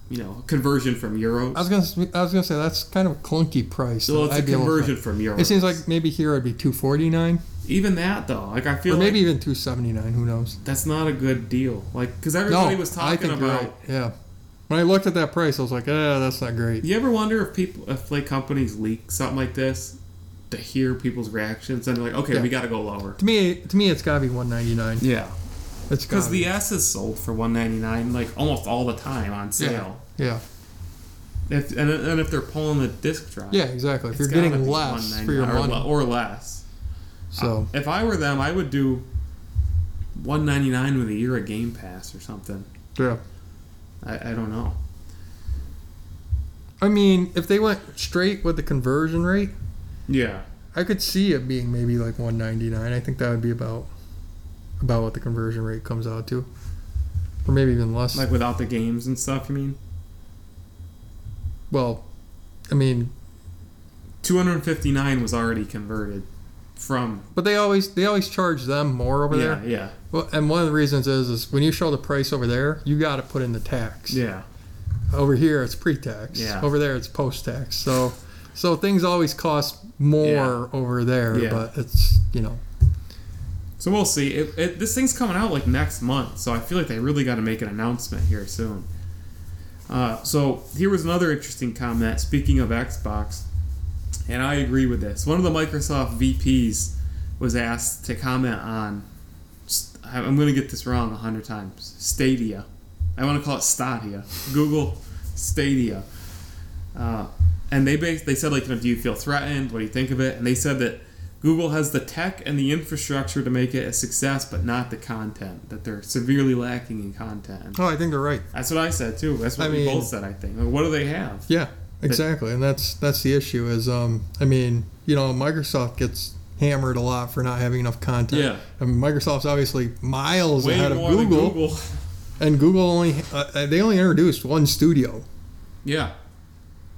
S1: you know, conversion from euros.
S2: I was gonna s- I was gonna say that's kind of a clunky price.
S1: so it's a
S2: able to-
S1: conversion from euros.
S2: It seems like maybe here it'd be two forty nine
S1: even that though. Like I feel
S2: or maybe
S1: like
S2: even two seventy nine. Who knows?
S1: that's not a good deal. Like because
S2: No,
S1: everybody was
S2: I
S1: talking
S2: think you're
S1: about.
S2: right. Yeah, when I looked at that price, I was like, eh, that's not great.
S1: You ever wonder if people, if like companies leak something like this to hear people's reactions and they're like, okay,
S2: Yeah.
S1: we got to go lower.
S2: To me, to me, it's gotta be one ninety nine.
S1: Yeah,
S2: It's
S1: because
S2: gotta
S1: the
S2: be.
S1: S is sold for one ninety nine like almost all the time on sale.
S2: yeah
S1: If and, and if they're pulling the disc drive,
S2: yeah exactly. If
S1: it's
S2: you're
S1: gotta
S2: getting
S1: be
S2: less for your
S1: $1.99 or
S2: money,
S1: le- or less. Uh,
S2: so
S1: If I were them, I would do one ninety nine with a year of Game Pass or something.
S2: yeah.
S1: I, I don't know.
S2: I mean, if they went straight with the conversion rate.
S1: Yeah,
S2: I could see it being maybe like 199. I think that would be about about what the conversion rate comes out to, or maybe even less.
S1: like without the games and stuff. You mean
S2: well, I mean,
S1: two hundred fifty nine was already converted from.
S2: but they always they always charge them more over
S1: Yeah,
S2: there.
S1: yeah,
S2: Well, and one of the reasons is is when you show the price over there, you got to put in the tax.
S1: yeah.
S2: Over here, it's pre-tax.
S1: Yeah.
S2: Over there, it's post-tax. So, so things always cost more
S1: Yeah.
S2: over there,
S1: Yeah.
S2: but it's you know,
S1: So we'll see. It, it, this thing's coming out like next month, so I feel like they really got to make an announcement here soon. Uh, so here was another interesting comment. Speaking of Xbox, and I agree with this. One of the Microsoft VPs was asked to comment on. st- I- I'm going to get this wrong a hundred times. Stadia. I want to call it Stadia. Google Stadia. Uh, and they bas they said like, you know, do you feel threatened? What do you think of it? And they said that Google has the tech and the infrastructure to make it a success, but not the content. That they're severely lacking in content.
S2: oh, I think they're right.
S1: That's what I said too. That's what
S2: I
S1: we
S2: mean-
S1: both said. I think. Like, what do they have?
S2: Yeah, exactly, and that's that's the issue. Is um, I mean, you know, Microsoft gets hammered a lot for not having enough content.
S1: Yeah.
S2: I mean, Microsoft's obviously miles
S1: Way
S2: ahead of
S1: more
S2: Google,
S1: than Google.
S2: and Google only uh, they only introduced one studio,
S1: Yeah,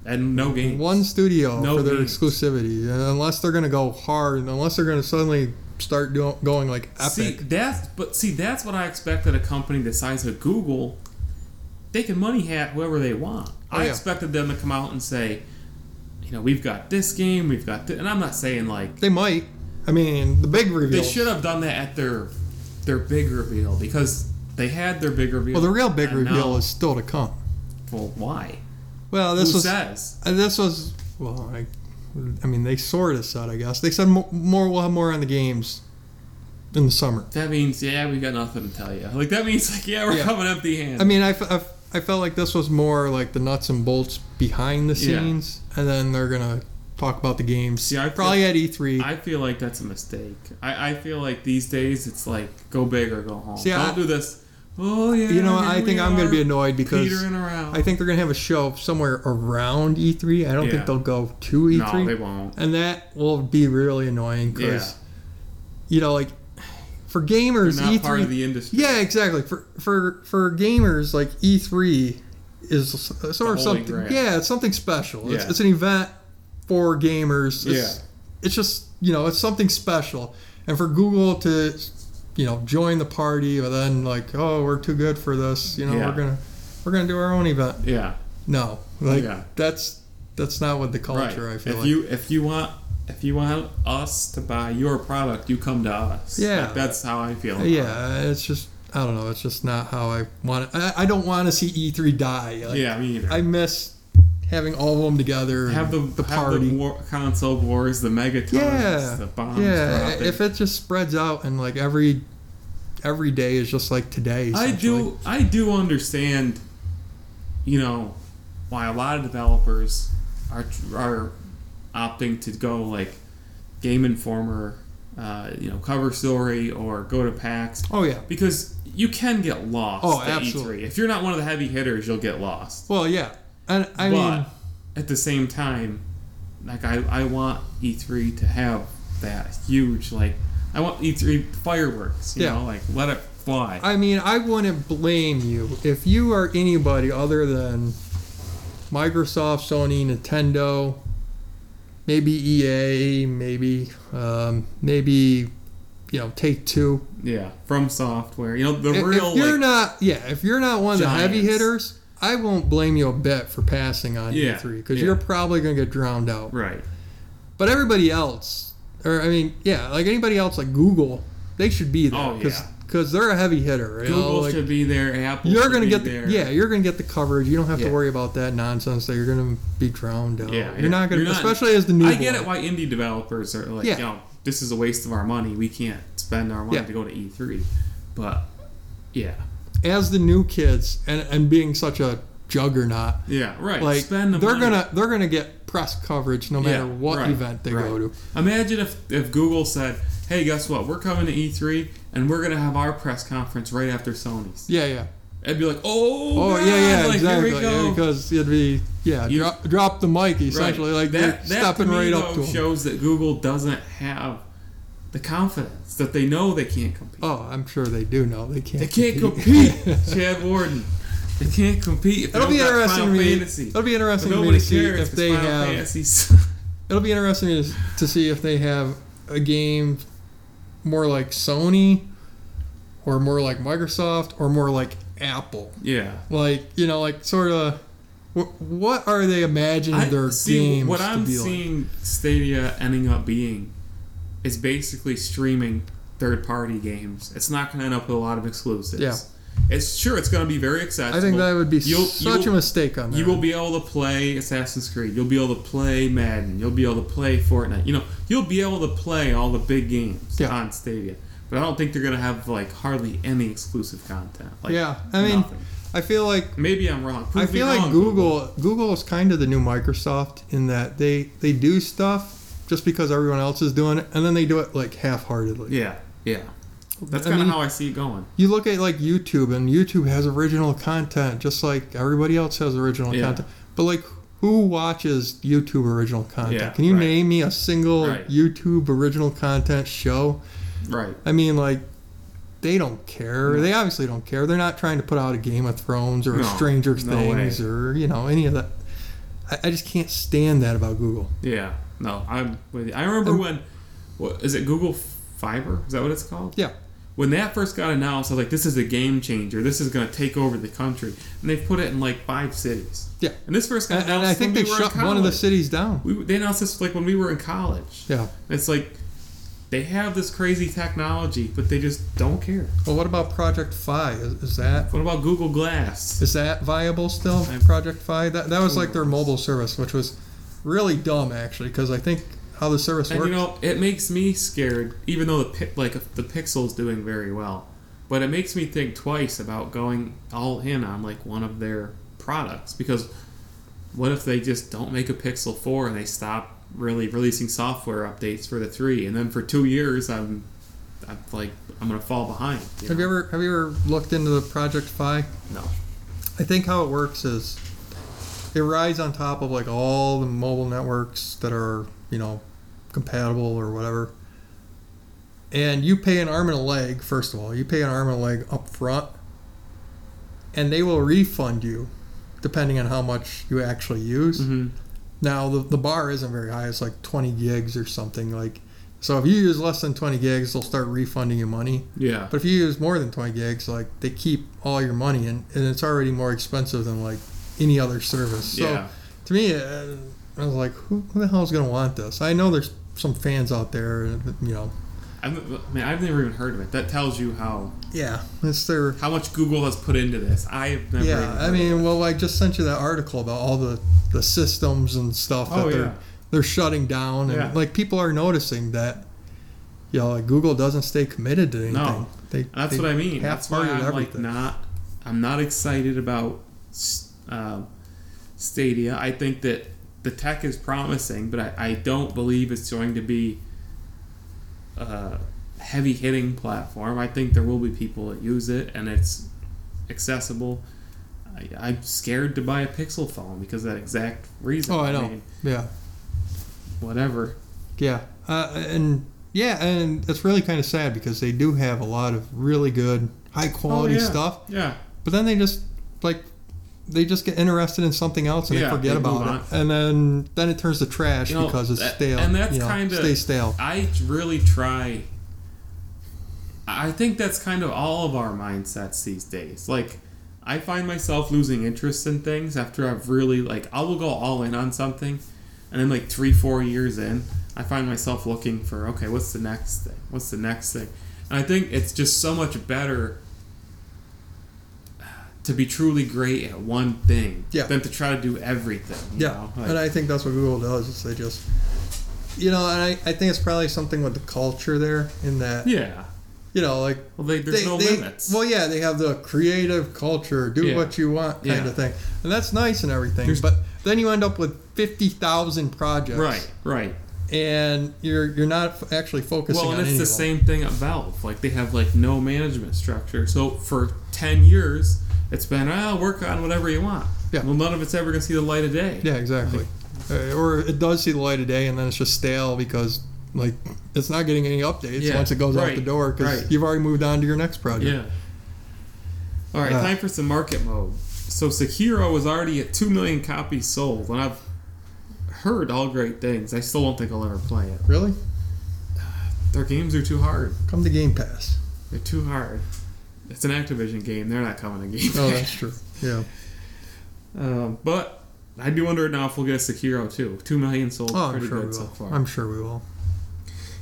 S1: and no games.
S2: one studio
S1: No
S2: for their
S1: games.
S2: exclusivity. And unless they're going to go hard, and unless they're going to suddenly start do- going like epic.
S1: See that's but see that's what I expected. A company the size of Google, they can money hat whoever they want. I
S2: Oh, yeah.
S1: expected them to come out and say, you know, we've got this game, we've got this, and I'm not saying like
S2: they might. I mean, the big reveal.
S1: they should have done that at their their big reveal because they had their big reveal.
S2: Well, the real big
S1: and
S2: reveal
S1: now-
S2: is still to come.
S1: well, why?
S2: Well, this
S1: Who
S2: was
S1: says?
S2: Uh, this was well, I, I mean, they sort of said, I guess they said mo- more. We'll have more on the games in the summer.
S1: That means yeah, we got nothing to tell you. Like that means like yeah, we're
S2: Yeah.
S1: coming empty handed.
S2: I mean, I, f- I f- I felt like this was more like the nuts and bolts behind the
S1: Yeah.
S2: scenes, and then they're gonna talk about the games.
S1: See, I feel-
S2: probably at E E3.
S1: I feel like that's a mistake. I, I feel like these days it's like go big or go home.
S2: See,
S1: Don't
S2: I-
S1: do this. Oh yeah.
S2: you know,
S1: here
S2: I
S1: we
S2: think I'm gonna
S1: are,
S2: be annoyed because
S1: petering around.
S2: I think they're gonna have a show somewhere around E3. I don't
S1: Yeah.
S2: think they'll go to E3.
S1: no, they won't.
S2: and that will be really annoying because you know like for
S1: They're
S2: gamers E
S1: not
S2: e3
S1: part of the industry.
S2: yeah exactly for for for gamers like e3 is uh, sort of
S1: holy
S2: something
S1: grail.
S2: yeah it's something special it's,
S1: Yeah.
S2: it's an event for gamers it's,
S1: Yeah.
S2: it's just you know it's something special and for google to you know join the party but then like oh we're too good for this you know
S1: Yeah.
S2: we're gonna we're gonna do our own event
S1: Yeah.
S2: no like
S1: Yeah.
S2: that's that's not what the culture
S1: right.
S2: i feel
S1: if
S2: like
S1: you if you want if you want us to buy your product, you come to us.
S2: Yeah.
S1: Like, that's how I feel. about it.
S2: Yeah, it's just I don't know. It's just not how I want it. I, I don't want to see E3 die. Like,
S1: yeah. Me either.
S2: I miss having all of them together. and
S1: have the,
S2: the
S1: have
S2: party.
S1: the war, console wars, the megatons,
S2: yeah,
S1: the bombs.
S2: yeah.
S1: dropping.
S2: If it just spreads out and like every every day is just like today.
S1: I
S2: essentially.
S1: do I do understand, you know, why a lot of developers are are opting to go like Game Informer, uh, you know, cover story or go to PAX
S2: Oh yeah.
S1: because you can get lost.
S2: Oh,
S1: at
S2: absolutely.
S1: E3. If you're not one of the heavy hitters, you'll get lost.
S2: Well, yeah. And I
S1: but
S2: mean,
S1: at the same time, like I, I want E3 to have that huge like I want E3 fireworks. You
S2: Yeah.
S1: know, like let it fly.
S2: I mean, I wouldn't blame you if you are anybody other than Microsoft, Sony, Nintendo, maybe EA, maybe um, maybe you know Take Two.
S1: Yeah, from software. You know the
S2: If, if
S1: real
S2: you're
S1: like,
S2: not, yeah, if you're not one of the heavy
S1: giants.
S2: hitters, I won't blame you a bit for passing on
S1: Yeah,
S2: E3 because
S1: yeah.
S2: you're probably gonna get drowned out.
S1: right.
S2: But everybody else, or I mean, yeah, like anybody else, like Google, they should be there
S1: Oh,
S2: because
S1: yeah.
S2: they're a heavy hitter. you know,
S1: Google
S2: like-
S1: should be there. Apple.
S2: you're
S1: should
S2: gonna
S1: be
S2: get the
S1: there.
S2: yeah you're gonna get the coverage you don't have
S1: Yeah.
S2: to worry about that nonsense that you're gonna be drowned out
S1: Yeah,
S2: you're
S1: yeah.
S2: not gonna
S1: You're not-
S2: especially as the new
S1: I get it. Why indie developers are like,
S2: Yeah.
S1: yo, this is a waste of our money. We can't spend our money
S2: Yeah.
S1: to go to E3. But yeah,
S2: as the new kids and and being such a juggernaut
S1: yeah, right.
S2: like
S1: spend the
S2: they're
S1: money.
S2: gonna they're gonna get press coverage no matter what
S1: right,
S2: event they
S1: right.
S2: go to
S1: Imagine if if Google said, hey, guess what? We're coming to E3 and we're gonna have our press conference right after Sony's.
S2: yeah yeah
S1: I'd be like, oh,
S2: oh
S1: God,
S2: yeah yeah
S1: like,
S2: exactly
S1: Here we
S2: yeah,
S1: go.
S2: because it'd be yeah
S1: You-
S2: drop, drop the mic essentially like they're
S1: that, that
S2: stepping
S1: to me,
S2: right up
S1: though,
S2: to 'em.
S1: shows that Google doesn't have the confidence that they know they can't compete.
S2: oh I'm sure they do know they can't
S1: They can't compete, Chad Warden. They can't compete. If
S2: It'll
S1: they
S2: be
S1: don't got
S2: interesting to
S1: Final
S2: me.
S1: Fantasy.
S2: It'll be
S1: But
S2: interesting to me
S1: nobody
S2: to see
S1: cares
S2: if
S1: 'cause
S2: they
S1: Final
S2: have
S1: Fantasy's-
S2: It'll be interesting to, to see if they have a game more like Sony or more like Microsoft or more like Apple.
S1: yeah.
S2: Like, you know, like sort of wh- what are they imagining their
S1: see,
S2: games
S1: what
S2: to
S1: I'm
S2: be like?
S1: seeing Stadia ending up being is basically streaming third-party games. It's not going to end up with a lot of exclusives.
S2: Yeah.
S1: It's sure it's going to be very accessible.
S2: I think that would be
S1: You'll-
S2: such
S1: you'll-
S2: a mistake on that.
S1: You will be able to play Assassin's Creed. You'll be able to play Madden. You'll be able to play Fortnite. You know, you'll be able to play all the big games
S2: Yeah.
S1: on Stadia. But I don't think they're gonna have like hardly any exclusive content. Like,
S2: Yeah, I mean,
S1: nothing.
S2: I feel like
S1: maybe I'm wrong. Prove
S2: I
S1: me
S2: feel like
S1: wrong,
S2: Google Google is kind of the new Microsoft in that they they do stuff just because everyone else is doing it and then they do it like half-heartedly.
S1: Yeah, yeah. That's
S2: I
S1: kind of
S2: mean-
S1: how I see it going.
S2: you look at like YouTube and YouTube has original content just like everybody else has original
S1: Yeah.
S2: content. But like who watches YouTube original content?
S1: Yeah,
S2: Can you
S1: right.
S2: name me a single
S1: Right.
S2: YouTube original content show?
S1: Right.
S2: I mean like they don't care. They obviously don't care. They're not trying to put out a Game of Thrones or
S1: No,
S2: a Stranger
S1: no
S2: Things
S1: way.
S2: or you know any of that. I, I just can't stand that about Google.
S1: Yeah. No, I'm with you. I
S2: Um,
S1: remember when, what is it? Google Fiber? Is that what it's called?
S2: Yeah.
S1: when that first got announced, I was like, this is a game changer. This is going to take over the country. And they've put it in like five cities.
S2: Yeah.
S1: And this first got
S2: And, and
S1: announced.
S2: I think
S1: when
S2: they
S1: we were
S2: shut
S1: in
S2: one of the
S1: college.
S2: cities down.
S1: We, they announced this like when we were in college.
S2: Yeah.
S1: It's like they have this crazy technology, but they just don't care.
S2: Well, what about Project Fi? Is, is that
S1: What about Google Glass?
S2: Is that viable still?
S1: I-
S2: Project Fi? That, that was like their mobile service, which was really dumb actually, because I think how the service
S1: And
S2: works.
S1: you know, it makes me scared, even though the pi- like the Pixel's doing very well, but it makes me think twice about going all in on like one of their products because what if they just don't make a Pixel Four and they stop really releasing software updates for the three, and then for two years I'm, I'm like I'm gonna fall behind. you
S2: have you ever have you ever looked into the Project Fi?
S1: know?
S2: I think how it works is it rides on top of like all the mobile networks that are, you know, compatible or whatever. And you pay an arm and a leg, first of all. You pay an arm and a leg up front. And they will refund you depending on how much you actually use.
S1: No. hmm
S2: Now the, the bar isn't very high. It's like 20 gigs or something like. So if you use less than 20 gigs, they'll start refunding you money.
S1: Yeah.
S2: But if you use more than 20 gigs, like they keep all your money and, and it's already more expensive than like any other service. So
S1: yeah.
S2: to me, uh, I was like, who, who the hell is going to want this? I know there's some fans out there, that, you know.
S1: I'm, man, I've never even heard of it. That tells you how
S2: Yeah. It's their.
S1: how much Google has put into this. I have never. even
S2: Yeah.
S1: heard
S2: I
S1: of it.
S2: mean, well, I just sent you that article about all the, the systems and stuff that
S1: Oh,
S2: they're,
S1: yeah.
S2: they're shutting down. And
S1: Yeah.
S2: like people are noticing that, you know, like Google doesn't stay committed to anything.
S1: No.
S2: They,
S1: That's
S2: they
S1: what I mean. That's why
S2: half-hearted
S1: I'm like
S2: everything.
S1: not. I'm not excited about s- um Stadia. I think that the tech is promising, but I, I don't believe it's going to be a heavy hitting platform. I think there will be people that use it, and it's accessible. I, I'm scared to buy a Pixel phone because of that exact reason.
S2: Oh, I know.
S1: mean,
S2: Yeah.
S1: whatever.
S2: Yeah, uh, and yeah, and it's really kind of sad because they do have a lot of really good, high quality
S1: Oh, yeah.
S2: stuff,
S1: Yeah.
S2: but then they just like they just get interested in something else and
S1: Yeah,
S2: they forget
S1: they
S2: about
S1: move on.
S2: it, and then then it turns to trash
S1: You know,
S2: because it's
S1: that-
S2: stale.
S1: and that's
S2: you know,
S1: kinda-
S2: stay stale.
S1: I really try. I think that's kind of all of our mindsets these days. Like, I find myself losing interest in things after I've really like I will go all in on something, and then like three, four years in, I find myself looking for okay, what's the next thing? What's the next thing? And I think it's just so much better to be truly great at one thing
S2: Yeah.
S1: than to try to do everything. you
S2: Yeah,
S1: know? Like,
S2: and I think that's what Google does is they just, you know, and I, I think it's probably something with the culture there in that
S1: yeah.
S2: you know like
S1: Well, they, there's
S2: they-
S1: no
S2: they-
S1: limits.
S2: Well, yeah, they have the creative culture, do
S1: Yeah.
S2: what you want kind
S1: Yeah.
S2: of thing, and that's nice and everything.
S1: There's-
S2: but then you end up with fifty thousand projects,
S1: right. Right.
S2: And you're you're not f- actually focusing.
S1: Well,
S2: on
S1: and it's
S2: any
S1: the
S2: of them.
S1: same thing at Valve. Like they have like no management structure. So for ten years, it's been ah, work on whatever you want.
S2: Yeah.
S1: Well, none of it's ever gonna see the light of day.
S2: Yeah, exactly. Uh, or it does see the light of day, and then it's just stale because like it's not getting any updates
S1: Yeah,
S2: once it goes out
S1: right,
S2: the door because
S1: right.
S2: you've already moved on to your next project.
S1: Yeah. All right,
S2: Uh.
S1: time for some market mode. So Sekiro is already at two million copies sold, and I've heard all great things. I still don't think I'll ever play it.
S2: Really?
S1: Their games are too hard.
S2: Come to Game Pass.
S1: They're too hard. It's an Activision game. They're not coming to Game Pass.
S2: Oh, that's true. Yeah.
S1: Um, but I do wonder now if we'll get a Sekiro too. Two million sold,
S2: Oh, I'm
S1: pretty
S2: sure we
S1: good so
S2: will.
S1: far.
S2: I'm sure we will.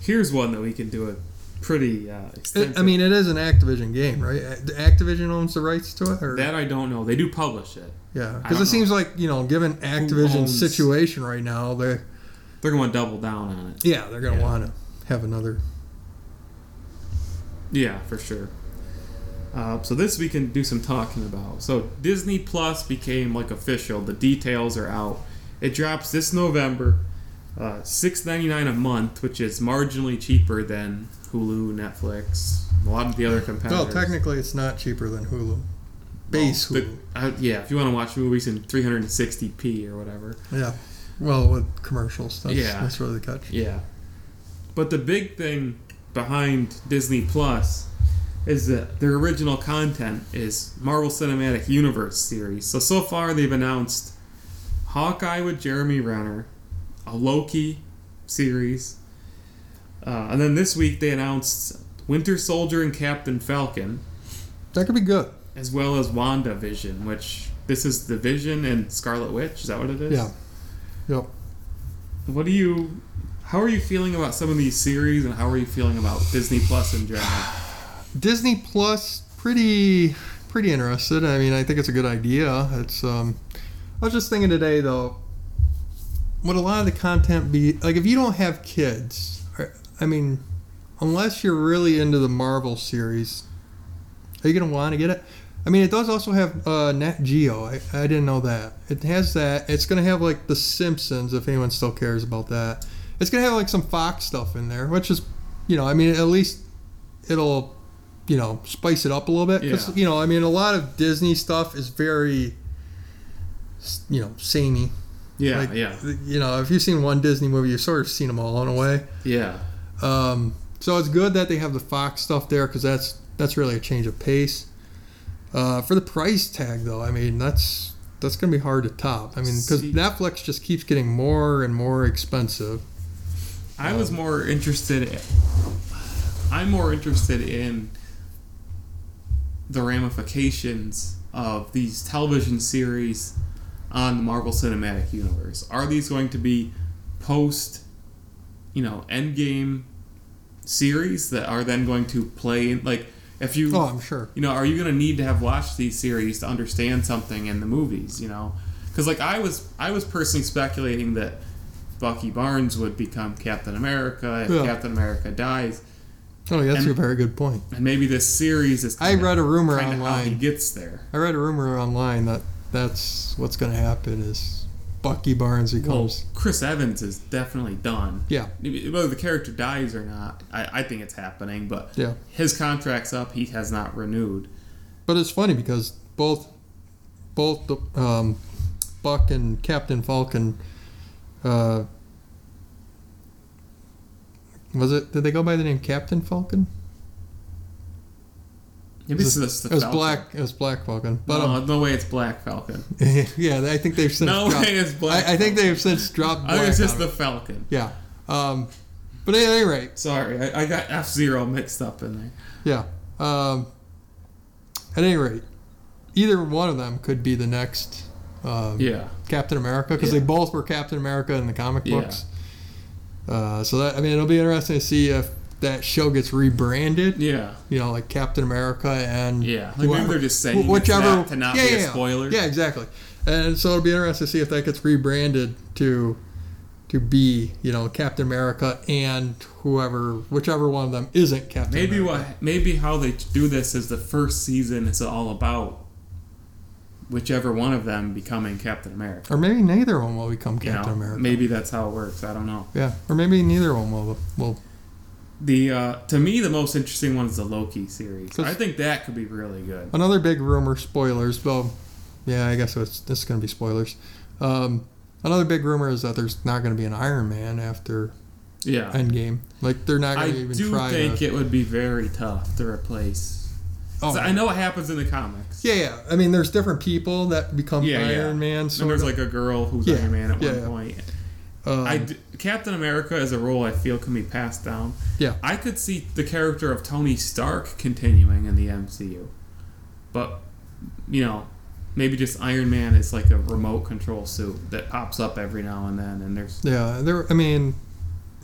S1: Here's one that we can do a pretty uh, extensive.
S2: It, I mean, it is an Activision game, right? Activision owns the rights to it, or
S1: that I don't know. They do publish it.
S2: yeah,
S1: I
S2: because
S1: don't
S2: it seems like you know, given Activision's
S1: owns-
S2: situation right now, they
S1: They're going to double down on it.
S2: yeah, they're gonna
S1: Yeah.
S2: want to have another.
S1: Yeah, for sure. Uh, so this we can do some talking about. So Disney Plus became like official. The details are out. It drops this November, uh, six ninety nine a month, which is marginally cheaper than Hulu, Netflix, a lot of the other competitors.
S2: Well, technically, it's not cheaper than Hulu, base
S1: Well,
S2: Hulu.
S1: the- uh, yeah, if you want to watch movies in 360p or whatever.
S2: yeah, well, with commercials, that's,
S1: Yeah.
S2: that's really the catch.
S1: Yeah. But the big thing behind Disney Plus is that their original content is Marvel Cinematic Universe series. So so far they've announced Hawkeye with Jeremy Renner, a Loki series, uh, and then this week they announced Winter Soldier and Captain Falcon,
S2: That could be good.
S1: as well as WandaVision, which this is the Vision and Scarlet Witch. Is that what it is?
S2: Yeah, yep.
S1: What do you? How are you feeling about some of these series, and how are you feeling about Disney Plus in general?
S2: Disney Plus, pretty pretty interested. I mean, I think it's a good idea. It's um, I was just thinking today though, would a lot of the content be like if you don't have kids? or- I mean, unless you're really into the Marvel series, are you gonna want to get it? I mean, it does also have uh, Nat Geo. I, I didn't know that. It has that. It's gonna have like The Simpsons, if anyone still cares about that. It's gonna have like some Fox stuff in there, which is, you know, I mean, at least it'll, you know, spice it up a little bit. 'Cause,
S1: Yeah.
S2: you know, I mean, a lot of Disney stuff is very, s- you know, samey.
S1: Yeah,
S2: Like,
S1: yeah,
S2: You know, if you've seen one Disney movie, you've sort of seen them all in a way.
S1: yeah,
S2: Um, so it's good that they have the Fox stuff there because that's that's really a change of pace. Uh, for the price tag, though, I mean that's that's gonna be hard to top. I mean, because
S1: See-
S2: Netflix just keeps getting more and more expensive.
S1: I
S2: um,
S1: was more interested. I'm more interested in the ramifications of these television series on the Marvel Cinematic Universe. Are these going to be post, you know, Endgame series that are then going to play in, like if you
S2: Oh, I'm sure.
S1: you know, are you going to need to have watched these series to understand something in the movies? You know, because like I was, I was personally speculating that Bucky Barnes would become Captain America if
S2: Yeah.
S1: Captain America dies,
S2: Oh, that's
S1: And-
S2: a very good point.
S1: and maybe this series is.
S2: I read a rumor
S1: kind of how he
S2: online.
S1: gets there.
S2: I read a rumor online that that's what's gonna happen is Bucky Barnes
S1: Well,
S2: becomes
S1: Chris Evans is definitely done.
S2: yeah
S1: Whether the character dies or not, I, I think it's happening. But
S2: yeah.
S1: his contract's up; he has not renewed.
S2: But it's funny because both both the um, Buck and Captain Falcon uh, was it? Did they go by the name Captain Falcon?
S1: Maybe it's just the
S2: It was
S1: Falcon.
S2: Black. It was Black Falcon. But
S1: No,
S2: um,
S1: no way, it's Black Falcon.
S2: yeah, I think they've since.
S1: No
S2: dropped,
S1: way, it's Black.
S2: I, I think they've since dropped.
S1: I think it's
S2: Black
S1: just
S2: out
S1: the
S2: of-
S1: Falcon.
S2: yeah. Um, but at any rate,
S1: Sorry, I, I got F Zero mixed up in there.
S2: Yeah. Um, at any rate, either one of them could be the next um,
S1: Yeah.
S2: Captain America because
S1: Yeah.
S2: they both were Captain America in the comic
S1: Yeah.
S2: books. Uh, so that I mean, it'll be interesting to see if that show gets rebranded.
S1: Yeah.
S2: You know, like Captain America and
S1: Yeah. Like maybe they're just saying
S2: wh-
S1: it's not- to not be a spoiler.
S2: Yeah, exactly. And so it'll be interesting to see if that gets rebranded to to be you know Captain America and whoever whichever one of them isn't Captain.
S1: Maybe
S2: America.
S1: what maybe how they do this is the first season is all about whichever one of them becoming Captain America.
S2: Or maybe neither one will become
S1: You know,
S2: Captain America.
S1: Maybe that's how it works. I don't know.
S2: Yeah, or maybe neither one will. will
S1: The uh, to me the most interesting one is the Loki series.
S2: 'Cause-
S1: I think that could be really good.
S2: another big rumor, spoilers. Well, yeah, I guess it's this is going to be spoilers. Um, another big rumor is that there's not going to be an Iron Man after
S1: Yeah.
S2: Endgame. Like they're not
S1: I
S2: going to even
S1: do
S2: try
S1: think
S2: to.
S1: it would be very tough to replace. 'Cause
S2: oh,
S1: I know it happens in the comics.
S2: yeah, yeah. I mean, there's different people that become
S1: Yeah, yeah.
S2: Iron Man.
S1: and
S2: So
S1: there's like a girl who's
S2: Yeah,
S1: Iron Man at
S2: yeah,
S1: one
S2: yeah.
S1: point.
S2: um,
S1: I d- Captain America is a role I feel can be passed down.
S2: Yeah.
S1: I could see the character of Tony Stark continuing in the MCU, but you know, maybe just Iron Man is like a remote control suit that pops up every now and then, and there's
S2: yeah, there. I mean,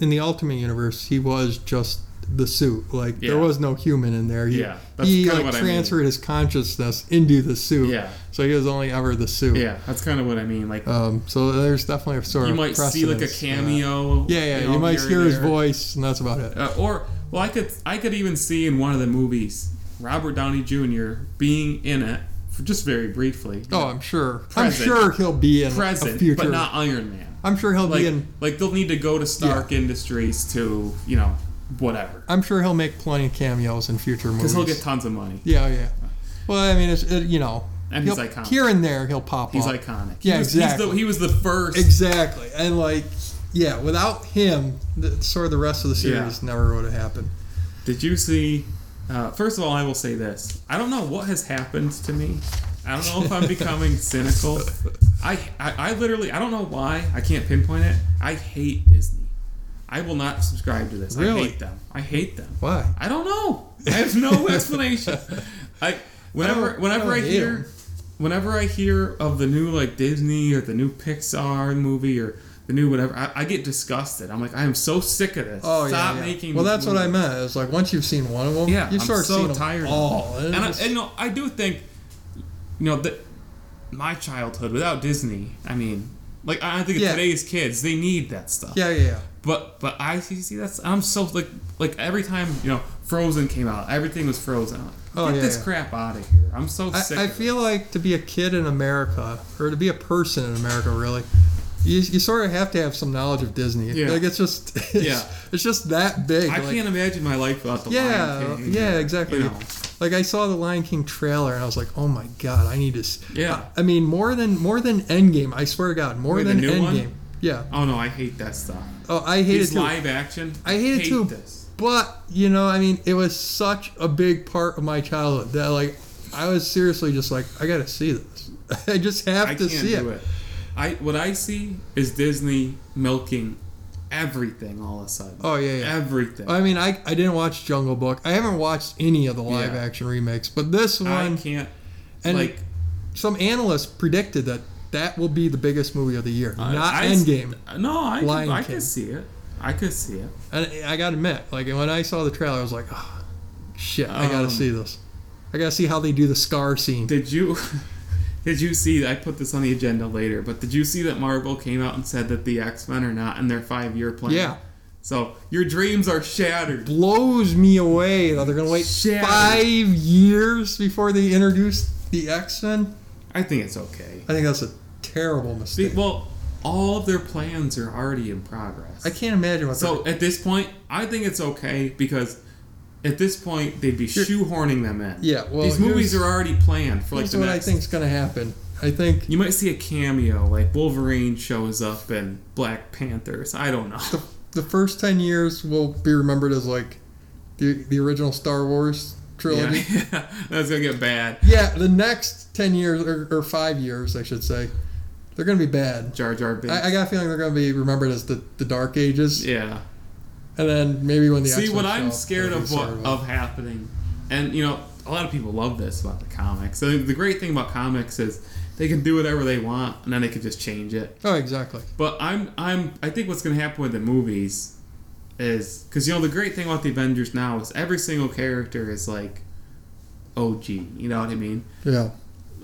S2: in the Ultimate Universe, he was just the suit. Like
S1: Yeah.
S2: there was no human in there. He,
S1: Yeah, that's
S2: he
S1: kinda
S2: like
S1: what I mean.
S2: transferred his consciousness into the suit.
S1: yeah,
S2: So he was only ever the suit.
S1: yeah. That's kind of what I mean. Like
S2: Um, so there's definitely a sort
S1: you
S2: of
S1: might see like a
S2: precedence for that.
S1: cameo.
S2: Yeah, yeah. You,
S1: know,
S2: might
S1: here
S2: hear
S1: and
S2: his
S1: there.
S2: voice, and that's about it.
S1: uh, or well, I could I could even see in one of the movies Robert Downey Jr. being in it for just very briefly.
S2: Oh, I'm sure.
S1: Present.
S2: I'm sure he'll be in a
S1: present,
S2: future.
S1: but not Iron Man.
S2: I'm sure he'll
S1: Like,
S2: be in.
S1: like they'll need to go to Stark Industries to you know whatever
S2: I'm sure he'll make plenty of cameos in future movies.
S1: because he'll get tons of money.
S2: yeah, yeah. Well, I mean, it's it, you know.
S1: And he's
S2: he'll-
S1: iconic.
S2: Here and there, he'll pop
S1: He's
S2: up.
S1: iconic.
S2: Yeah,
S1: he was, He's the,
S2: exactly.
S1: he was the first.
S2: exactly, and like, yeah. Without him, the, sort of the rest of the
S1: Yeah.
S2: series never would have happened.
S1: Did you see? Uh, first of all, I will say this: I don't know what has happened to me. I don't know if I'm becoming cynical. I, I I literally I don't know why I can't pinpoint it. I hate Disney. I will not subscribe to this. I
S2: Really?
S1: hate them. I hate them.
S2: Why?
S1: I don't know. I have no explanation. I whenever
S2: I don't-
S1: whenever
S2: I
S1: I,
S2: don't hate
S1: hear
S2: 'em.
S1: whenever I hear of the new like Disney or the new Pixar movie or the new whatever, I, I get disgusted. I'm like, I am so sick of this.
S2: Oh
S1: Stop
S2: yeah, yeah.
S1: making.
S2: Well,
S1: these
S2: that's what I
S1: movies."
S2: meant. It's like once you've seen one of them,
S1: Yeah,
S2: you've
S1: I'm
S2: sort of
S1: so
S2: seen
S1: tired.
S2: them all.
S1: of it. And, I,
S2: it's-
S1: and, you know, I do think, you know, that my childhood without Disney, I mean, Like I I think of
S2: Yeah.
S1: today's kids, they need that stuff.
S2: Yeah, yeah, yeah.
S1: But but I see, see that's I'm so like like every time you know Frozen came out, everything was Frozen. I'm like,
S2: Oh,
S1: Get
S2: yeah,
S1: this
S2: yeah.
S1: crap out of here. I'm so sick.
S2: I, I
S1: of it.
S2: feel like to be a kid in America, or to be a person in America, really, you, you sort of have to have some knowledge of Disney.
S1: Yeah.
S2: Like it's just, it's,
S1: Yeah.
S2: it's just that big.
S1: I
S2: like,
S1: can't imagine my life without the
S2: Yeah,
S1: Lion King.
S2: yeah, exactly.
S1: You know.
S2: Like I saw the Lion King trailer and I was like, oh my god, I need to. s-
S1: Yeah.
S2: I, I mean, more than more than Endgame. I swear to God, more
S1: Wait, the
S2: than
S1: new
S2: Endgame.
S1: one?
S2: Yeah.
S1: Oh no, I hate that stuff.
S2: Oh, I hate
S1: These
S2: it too.
S1: live action.
S2: I hate it too.
S1: This.
S2: But you know, I mean, it was such a big part of my childhood that like I was seriously just like, I gotta see this. I just have
S1: I
S2: to
S1: can't
S2: see
S1: do it. I what I see is Disney milking everything all of a sudden.
S2: Oh, yeah, yeah.
S1: everything.
S2: I mean, I, I didn't watch Jungle Book. I haven't watched any of the live
S1: Yeah.
S2: action remakes, but this
S1: I
S2: one,
S1: can't.
S2: and
S1: like
S2: some analysts predicted that that will be the biggest movie of the year, not
S1: I,
S2: Endgame.
S1: No, I
S2: Lion
S1: could, I
S2: King.
S1: could see it. I could see it.
S2: And I gotta admit, like when I saw the trailer, I was like, oh, shit, I gotta
S1: Um,
S2: see this. I gotta see how they do the scar scene.
S1: Did you did you see I put this on the agenda later, but did you see that Marvel came out and said that the X-Men are not in their 5-year plan?
S2: Yeah.
S1: So, your dreams are shattered.
S2: blows me away that they're gonna wait
S1: Shattered.
S2: five years before they introduce the X Men.
S1: I think it's okay.
S2: I think that's a terrible
S1: See,
S2: mistake.
S1: well, all of their plans are already in progress.
S2: I can't imagine what.
S1: so, at this point, I think it's okay because at this point they'd be shoehorning them in.
S2: Yeah, well,
S1: these movies
S2: here's-
S1: are already planned for
S2: they're,
S1: like
S2: here's
S1: the
S2: what
S1: next
S2: I think's gonna happen. I think
S1: You might see a cameo, like Wolverine shows up in Black Panthers. I don't know.
S2: the, the first ten years will be remembered as like the the original Star Wars trilogy.
S1: Yeah, that's gonna get bad.
S2: Yeah, the next ten years or, or five years, I should say, they're gonna be bad.
S1: Jar Jar Binks.
S2: I, I got a feeling they're gonna be remembered as the, the Dark Ages,
S1: yeah.
S2: and then maybe when the
S1: See,
S2: X-Men
S1: what
S2: show
S1: I'm
S2: up,
S1: scared
S2: they'll be
S1: of what
S2: sorry about it.
S1: of happening, and you know, a lot of people love this about the comics. So the great thing about comics is they can do whatever they want, and then they can just change it.
S2: oh exactly
S1: But I'm I'm I think what's gonna happen with the movies is because you know the great thing about the Avengers now is every single character is like OG. You know what I mean?
S2: yeah.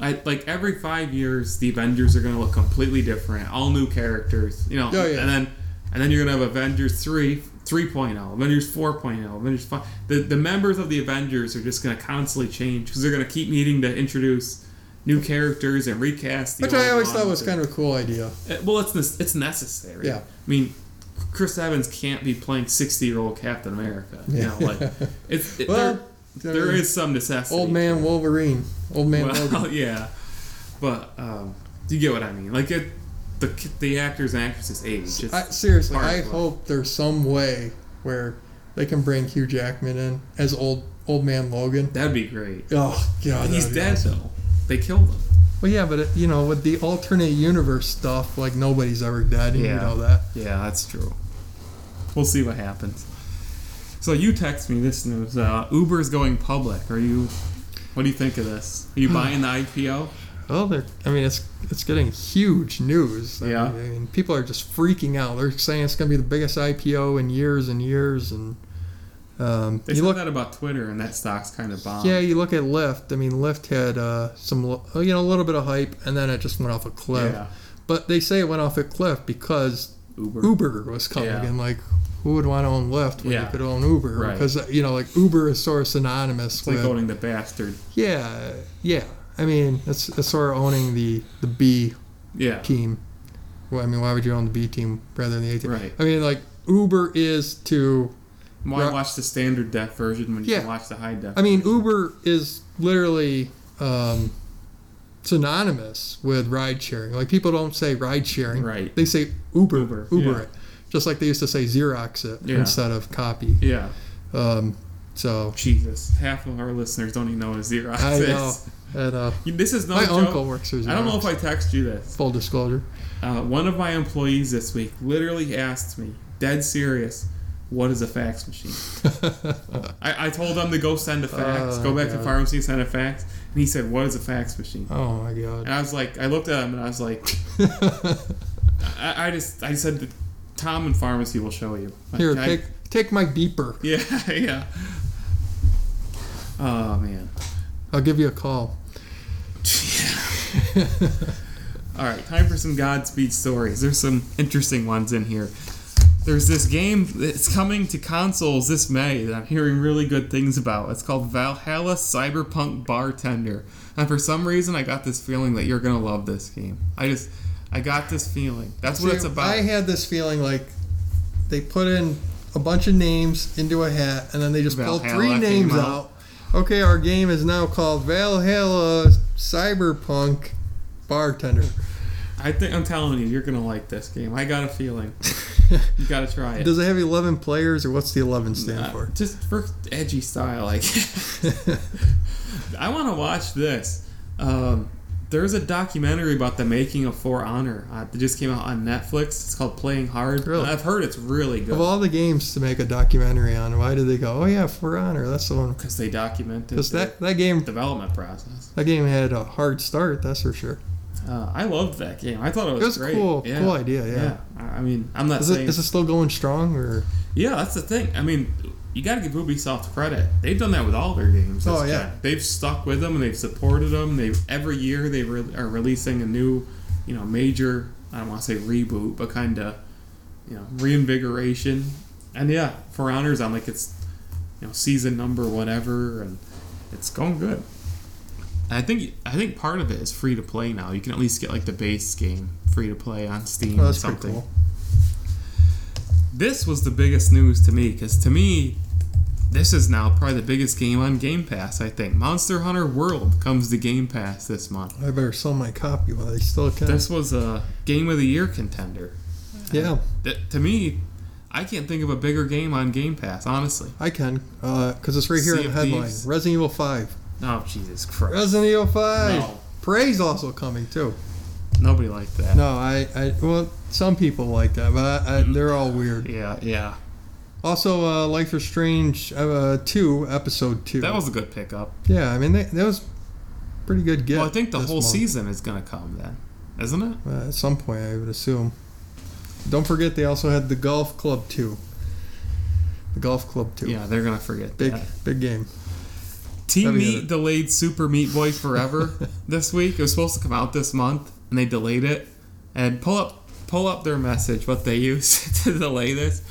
S1: I, like every five years, the Avengers are going to look completely different. All new characters, you know.
S2: Oh, yeah.
S1: And then, and then you're going to have Avengers three, 3.0, Avengers 4.0, Avengers five. The the members of the Avengers are just going to constantly change because they're going to keep needing to introduce new characters and recast. The
S2: Which I always thought was kind of a cool idea.
S1: of Eh, well, it's ne- it's necessary.
S2: Yeah.
S1: I mean, Chris Evans can't be playing sixty year old Captain America. You know,
S2: Yeah.
S1: like it's it,
S2: Well,
S1: there,
S2: I
S1: there
S2: mean,
S1: is some necessity.
S2: Old Man Wolverine. Old Man Logan.
S1: Well, yeah, but um, you get what I mean. Like it, the the actors and actresses age. It's,
S2: I, seriously,
S1: Hard
S2: I
S1: work.
S2: hope there's some way where they can bring Hugh Jackman in as old Old Man Logan.
S1: that'd be great.
S2: Oh god,
S1: And
S2: that
S1: he's
S2: would be
S1: dead
S2: awesome.
S1: though. They killed him.
S2: Well, yeah, but it, you know, with the alternate universe stuff, like nobody's ever dead, and you
S1: Yeah.
S2: know that.
S1: Yeah, that's true. We'll see what happens. So you text me this news. Uh, Uber's going public. Are you? What do you think of this? Are you buying the IPO?
S2: Oh, they're. I mean, it's it's getting huge news. I
S1: Yeah.
S2: mean, I mean, people are just freaking out. They're saying it's going to be the biggest IPO in years and years, and um,
S1: They
S2: you
S1: said
S2: look
S1: that about Twitter, and that stock's kind of bombed.
S2: Yeah, you look at Lyft. I mean, Lyft had uh, some, lo- oh, you know, a little bit of hype, and then it just went off a cliff.
S1: Yeah.
S2: But they say it went off a cliff because
S1: Uber.
S2: Uber was coming,
S1: Yeah.
S2: and like, who would want to own Lyft when you
S1: Yeah.
S2: could own Uber?
S1: Right.
S2: Because uh, you know, like Uber is sort of synonymous
S1: It's like
S2: with
S1: owning the bastard.
S2: yeah, yeah. I mean, it's, it's sort of owning the the B
S1: Yeah.
S2: team. Well, I mean, why would you own the B team rather than the A team?
S1: Right.
S2: I mean, like Uber is to
S1: Why
S2: Ro-
S1: watch the standard def version when you
S2: Yeah.
S1: can watch the high def?
S2: I mean, Uber is literally um, synonymous with ride sharing. Like people don't say ride sharing,
S1: Right.
S2: They say Uber, Uber,
S1: Uber, yeah.
S2: it. Just like they used to say Xerox it
S1: Yeah.
S2: instead of copy.
S1: Yeah.
S2: Um, so
S1: Jesus, half of our listeners don't even know what a Xerox
S2: I
S1: is.
S2: know, and, uh,
S1: You- This is no
S2: my
S1: joke.
S2: uncle works for Xerox.
S1: I don't know if I text you this.
S2: full disclosure.
S1: Uh, one of my employees this week literally asked me, dead serious, what is a fax machine? I, I told him to go send a fax,
S2: Oh,
S1: go back
S2: God.
S1: to pharmacy and send a fax, and he said, "What is a fax machine?"
S2: Oh my god.
S1: And I was like, I looked at him and I was like, I, I just, I said, Tom in pharmacy will show you.
S2: Here,
S1: I-
S2: take take my beeper.
S1: Yeah, yeah. Oh man.
S2: I'll give you a call.
S1: All right, time for some Godspeed stories. There's some interesting ones in here. There's this game that's coming to consoles this May that I'm hearing really good things about. It's called Valhalla Cyberpunk Bartender. And for some reason, I got this feeling that you're going to love this game. I just, I got this feeling. That's what
S2: See,
S1: it's about.
S2: I had this feeling like they put in a bunch of names into a hat, and then they just pulled
S1: Valhalla
S2: three
S1: came
S2: names
S1: out.
S2: out. Okay, our game is now called Valhalla Cyberpunk Bartender.
S1: I think I'm telling you, you're gonna like this game. I got a feeling. You gotta try it.
S2: Does it have 11 players, or what's the 11 stand
S1: Uh,
S2: for?
S1: just for edgy style, like. I want to watch this. Um, there's a documentary about the making of For Honor uh, that just came out on Netflix. It's called Playing Hard.
S2: Really?
S1: And I've heard it's really
S2: Of
S1: good
S2: all the games to make a documentary on, why did they go? Oh yeah, For Honor, that's the one.
S1: because they documented
S2: Because
S1: the
S2: that, that game
S1: development process.
S2: that game had a hard start, that's for sure.
S1: Uh, I loved that game. I thought it was,
S2: It was
S1: great.
S2: cool,
S1: Yeah.
S2: cool idea. Yeah.
S1: Yeah. I I mean, I'm not
S2: Is
S1: saying
S2: it is it still going strong or?
S1: Yeah, that's the thing. I mean, you got to give Ubisoft credit. They've done that with all their games.
S2: Oh,
S1: That's
S2: yeah.
S1: kinda- they've stuck with them and they've supported them. They every year they re- are releasing a new, you know, major. I don't want to say reboot, but kind of, you know, reinvigoration. And yeah, For Honor's on like it's, you know, season number whatever, and it's going good. And I think I think part of it is free to play now. You can at least get like the base game free to play on Steam
S2: Well,
S1: or
S2: Oh, that's pretty
S1: Mm, something
S2: cool.
S1: this was the biggest news to me because to me this is now probably the biggest game on game pass i think monster hunter world comes to game pass this month
S2: I better sell my copy while they still can.
S1: this was a game of the year contender
S2: yeah,
S1: Th- to me i can't think of a bigger game on game pass honestly
S2: I can, because it's right here
S1: Sea
S2: in the
S1: of
S2: headline.
S1: Thieves.
S2: Resident Evil Five.
S1: oh jesus christ
S2: Resident Evil Five.
S1: no,
S2: Praise also coming too.
S1: nobody liked that
S2: No, I, I well, some people like that, but I, I,
S1: Mm.
S2: they're all weird.
S1: yeah yeah
S2: Also, uh, Life is Strange uh, two, episode two.
S1: that was a good pickup
S2: yeah. I mean, that, that was pretty good. Get.
S1: well i think the
S2: this
S1: whole
S2: month.
S1: season is gonna come then isn't it
S2: Uh, at some point, I would assume. Don't forget, they also had the golf club two. The golf club two.
S1: yeah they're gonna forget
S2: Big,
S1: that
S2: big game.
S1: Team
S2: That'd be
S1: Meat
S2: good.
S1: delayed Super Meat Boy Forever this week. It was supposed to come out this month, and they delayed it. And pull up, pull up their message. What they used to delay this,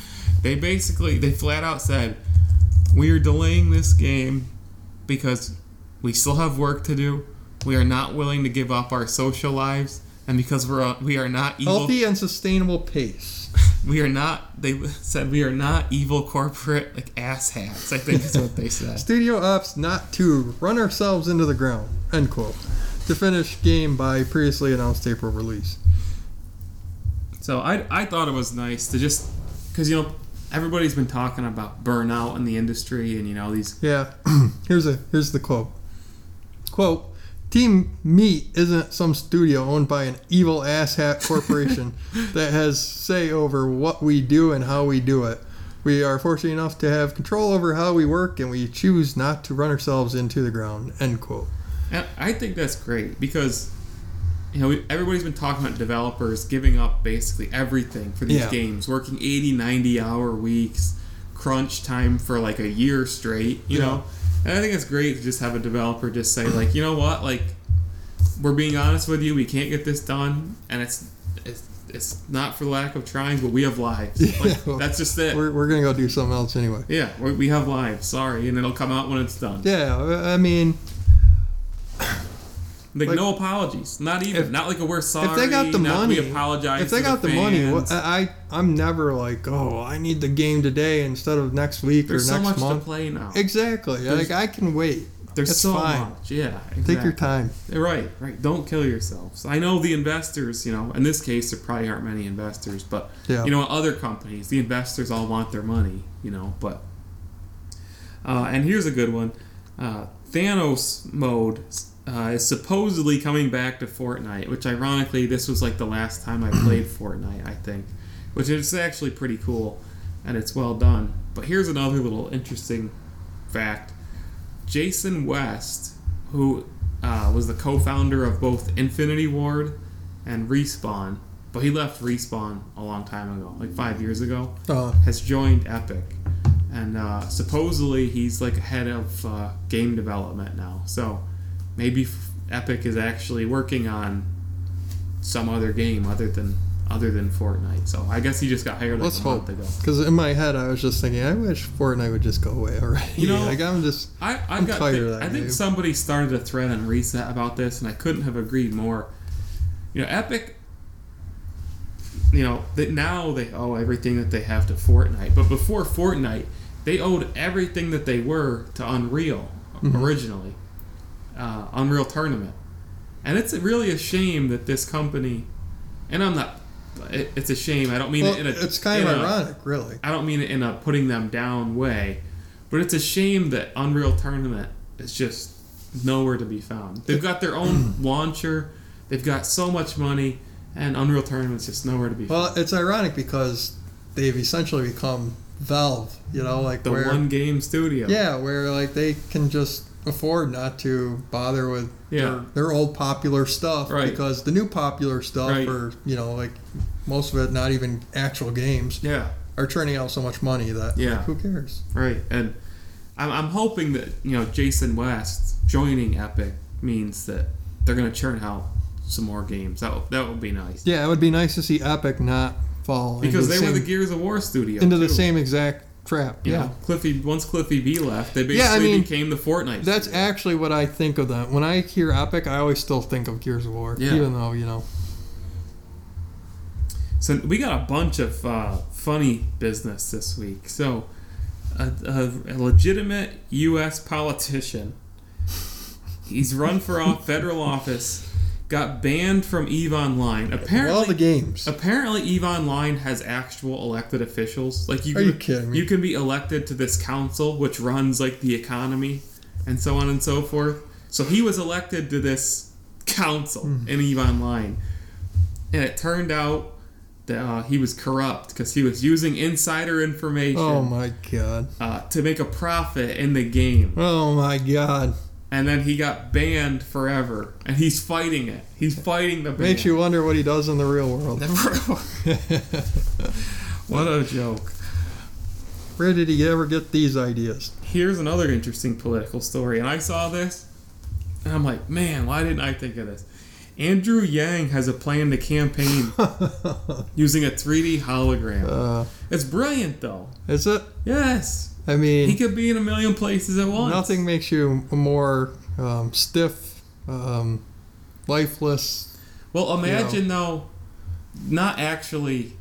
S1: they basically they flat out said, "We are delaying this game because we still have work to do. We are not willing to give up our social lives, and because we're uh, we are not evil
S2: Healthy and sustainable pace.
S1: we are not they said we are not evil corporate like asshats. I think is what they said.
S2: Studio ops not to run ourselves into the ground. End quote. To finish game by previously announced April release.
S1: So I, I thought it was nice to just because you know everybody's been talking about burnout in the industry and you know these
S2: Yeah. here's a here's the quote. Quote. Team Meat isn't some studio owned by an evil asshat corporation that has say over what we do and how we do it. We are fortunate enough to have control over how we work and we choose not to run ourselves into the ground. End quote.
S1: and I think that's great because you know everybody's been talking about developers giving up basically everything for these
S2: Yeah.
S1: games working 80 90 hour weeks crunch time for like a year straight you
S2: Yeah.
S1: know and I think it's great to just have a developer just say like you know what like we're being honest with you we can't get this done and it's it's it's not for lack of trying but we have lives
S2: Yeah.
S1: like, that's just it
S2: We're, we're going to go do something else anyway.
S1: Yeah, we we have lives. Sorry, and it'll come out when it's done.
S2: Yeah, I- I mean,
S1: Like,
S2: Like-
S1: no apologies, not even
S2: If-
S1: not like a we're sorry.
S2: if they got the
S1: not
S2: money,
S1: we apologize.
S2: if they
S1: to
S2: got the, money, uh, what,
S1: fans.
S2: I I- I'm never like, oh, I need the game today instead of next week
S1: there's so
S2: or next
S1: much
S2: month.
S1: to play now.
S2: Exactly.
S1: There's-
S2: Like I can wait.
S1: There's
S2: It's
S1: so
S2: fine.
S1: much. Yeah,
S2: Take
S1: exactly.
S2: your time.
S1: Right, right. Don't kill yourselves. I know the investors. You know, in this case, there probably aren't many investors, but
S2: Yeah.
S1: you know, other companies, the investors all want their money. You know, but uh, and here's a good one. Uh, Thanos mode uh, is supposedly coming back to Fortnite, which ironically, this was like the last time I played Fortnite, I think, which is actually pretty cool and it's well done. But here's another little interesting fact Jason West, who uh, was the co founder of both Infinity Ward and Respawn, but he left Respawn a long time ago, like five years ago
S2: Uh,
S1: has joined Epic, and uh, supposedly he's like head of uh, game development now. So maybe f- Epic is actually working on some other game other than other than Fortnite. So I guess he just got hired like
S2: Let's
S1: a
S2: hope.
S1: month ago.
S2: Because in my head, I was just thinking, I wish Fortnite would just go away already.
S1: You know-
S2: like I'm just
S1: I, I've
S2: I'm
S1: got
S2: tired
S1: thi-
S2: of that
S1: I think
S2: game.
S1: somebody started a thread on Reset about this, and I couldn't have agreed more. You know, Epic. You know that now they owe everything that they have to Fortnite, but before Fortnite, they owed everything that they were to Unreal
S2: Mm-hmm.
S1: originally, uh, Unreal Tournament, and it's really a shame that this company, and I'm not. It, it's a shame. I don't mean
S2: well,
S1: it in a.
S2: it's kind of
S1: in a-
S2: ironic, really.
S1: I don't mean it in a putting them down way, but it's a shame that Unreal Tournament is just nowhere to be found. They've got their own launcher, they've got so much money, and Unreal Tournament's just nowhere to be
S2: Well,
S1: found.
S2: it's ironic because they've essentially become Valve. You know, like
S1: The
S2: where
S1: one game studio.
S2: yeah, where like they can just afford not to bother with
S1: Yeah.
S2: their, their old popular stuff
S1: Right.
S2: because the new popular stuff
S1: Right.
S2: or you know like most of it not even actual games
S1: Yeah.
S2: are turning out so much money that
S1: Yeah.
S2: like, who cares
S1: Right. And I'm, I'm hoping that, you know, Jason West joining Epic means that they're going to churn out some more games. That, would- that would be nice.
S2: yeah it would be nice to see epic not fall
S1: Because
S2: into
S1: they
S2: the
S1: were
S2: same,
S1: the Gears of War studio.
S2: into the
S1: too.
S2: same exact trap
S1: You
S2: yeah
S1: know, Cliffy. Once Cliffy B left, they basically
S2: Yeah, I mean,
S1: became the Fortnite.
S2: That's
S1: studio.
S2: actually what I think of them. When I hear Epic, I always still think of Gears of War,
S1: Yeah.
S2: even though you know.
S1: so we got a bunch of uh, funny business this week. So, a, a, a legitimate U.S. politician, he's run for off federal office, got banned from Eve Online.
S2: of all
S1: Apparently,
S2: the games.
S1: apparently Eve Online has actual elected officials. Like you,
S2: Are you kidding me?
S1: You can be elected to this council, which runs like the economy, and so on and so forth. So he was elected to this council
S2: Hmm.
S1: in Eve Online, and it turned out that uh, he was corrupt because he was using insider information
S2: Oh my god.
S1: uh, to make a profit in the game
S2: Oh my god.
S1: and then he got banned forever and he's fighting it he's fighting the ban
S2: Makes you wonder what he does in the real world.
S1: what a joke
S2: Where did he ever get these ideas?
S1: here's another interesting political story. And I saw this, and I'm like, man, why didn't I think of this? Andrew Yang has a plan to campaign using a 3D hologram.
S2: Uh,
S1: It's brilliant, though.
S2: is it?
S1: Yes,
S2: I
S1: he
S2: mean,
S1: could be in a million places at once.
S2: nothing makes you a more um, stiff, um, lifeless.
S1: Well, imagine though, not actually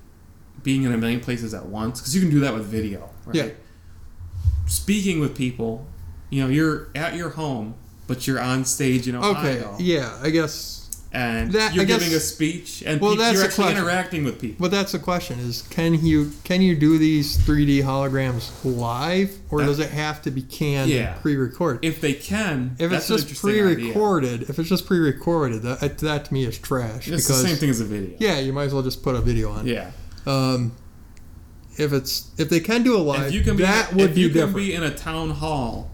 S1: being in a million places at once, because you can do that with video. Right?
S2: Yeah.
S1: Speaking with people, you know, you're at your home, but you're on stage in
S2: Okay,
S1: Ohio.
S2: yeah, I guess.
S1: and
S2: That-
S1: you're
S2: I guess-
S1: giving a speech and
S2: Well,
S1: peop-
S2: that's
S1: you're
S2: the
S1: actually
S2: question.
S1: interacting with people.
S2: But that's the question: is can you can you do these 3D holograms live, or
S1: That-
S2: does it have to be canned
S1: Yeah.
S2: and pre-recorded?
S1: If they can,
S2: If
S1: that's
S2: it's
S1: an
S2: just
S1: interesting
S2: pre-recorded, if it's just pre-recorded, that that to me is trash
S1: idea. it's the
S2: because
S1: same thing as a video.
S2: yeah, you might as well just put a video on. it.
S1: Yeah.
S2: Um, if it's if they can do a live,
S1: If you can be,
S2: that would
S1: if
S2: be
S1: you
S2: different.
S1: can be in a town hall,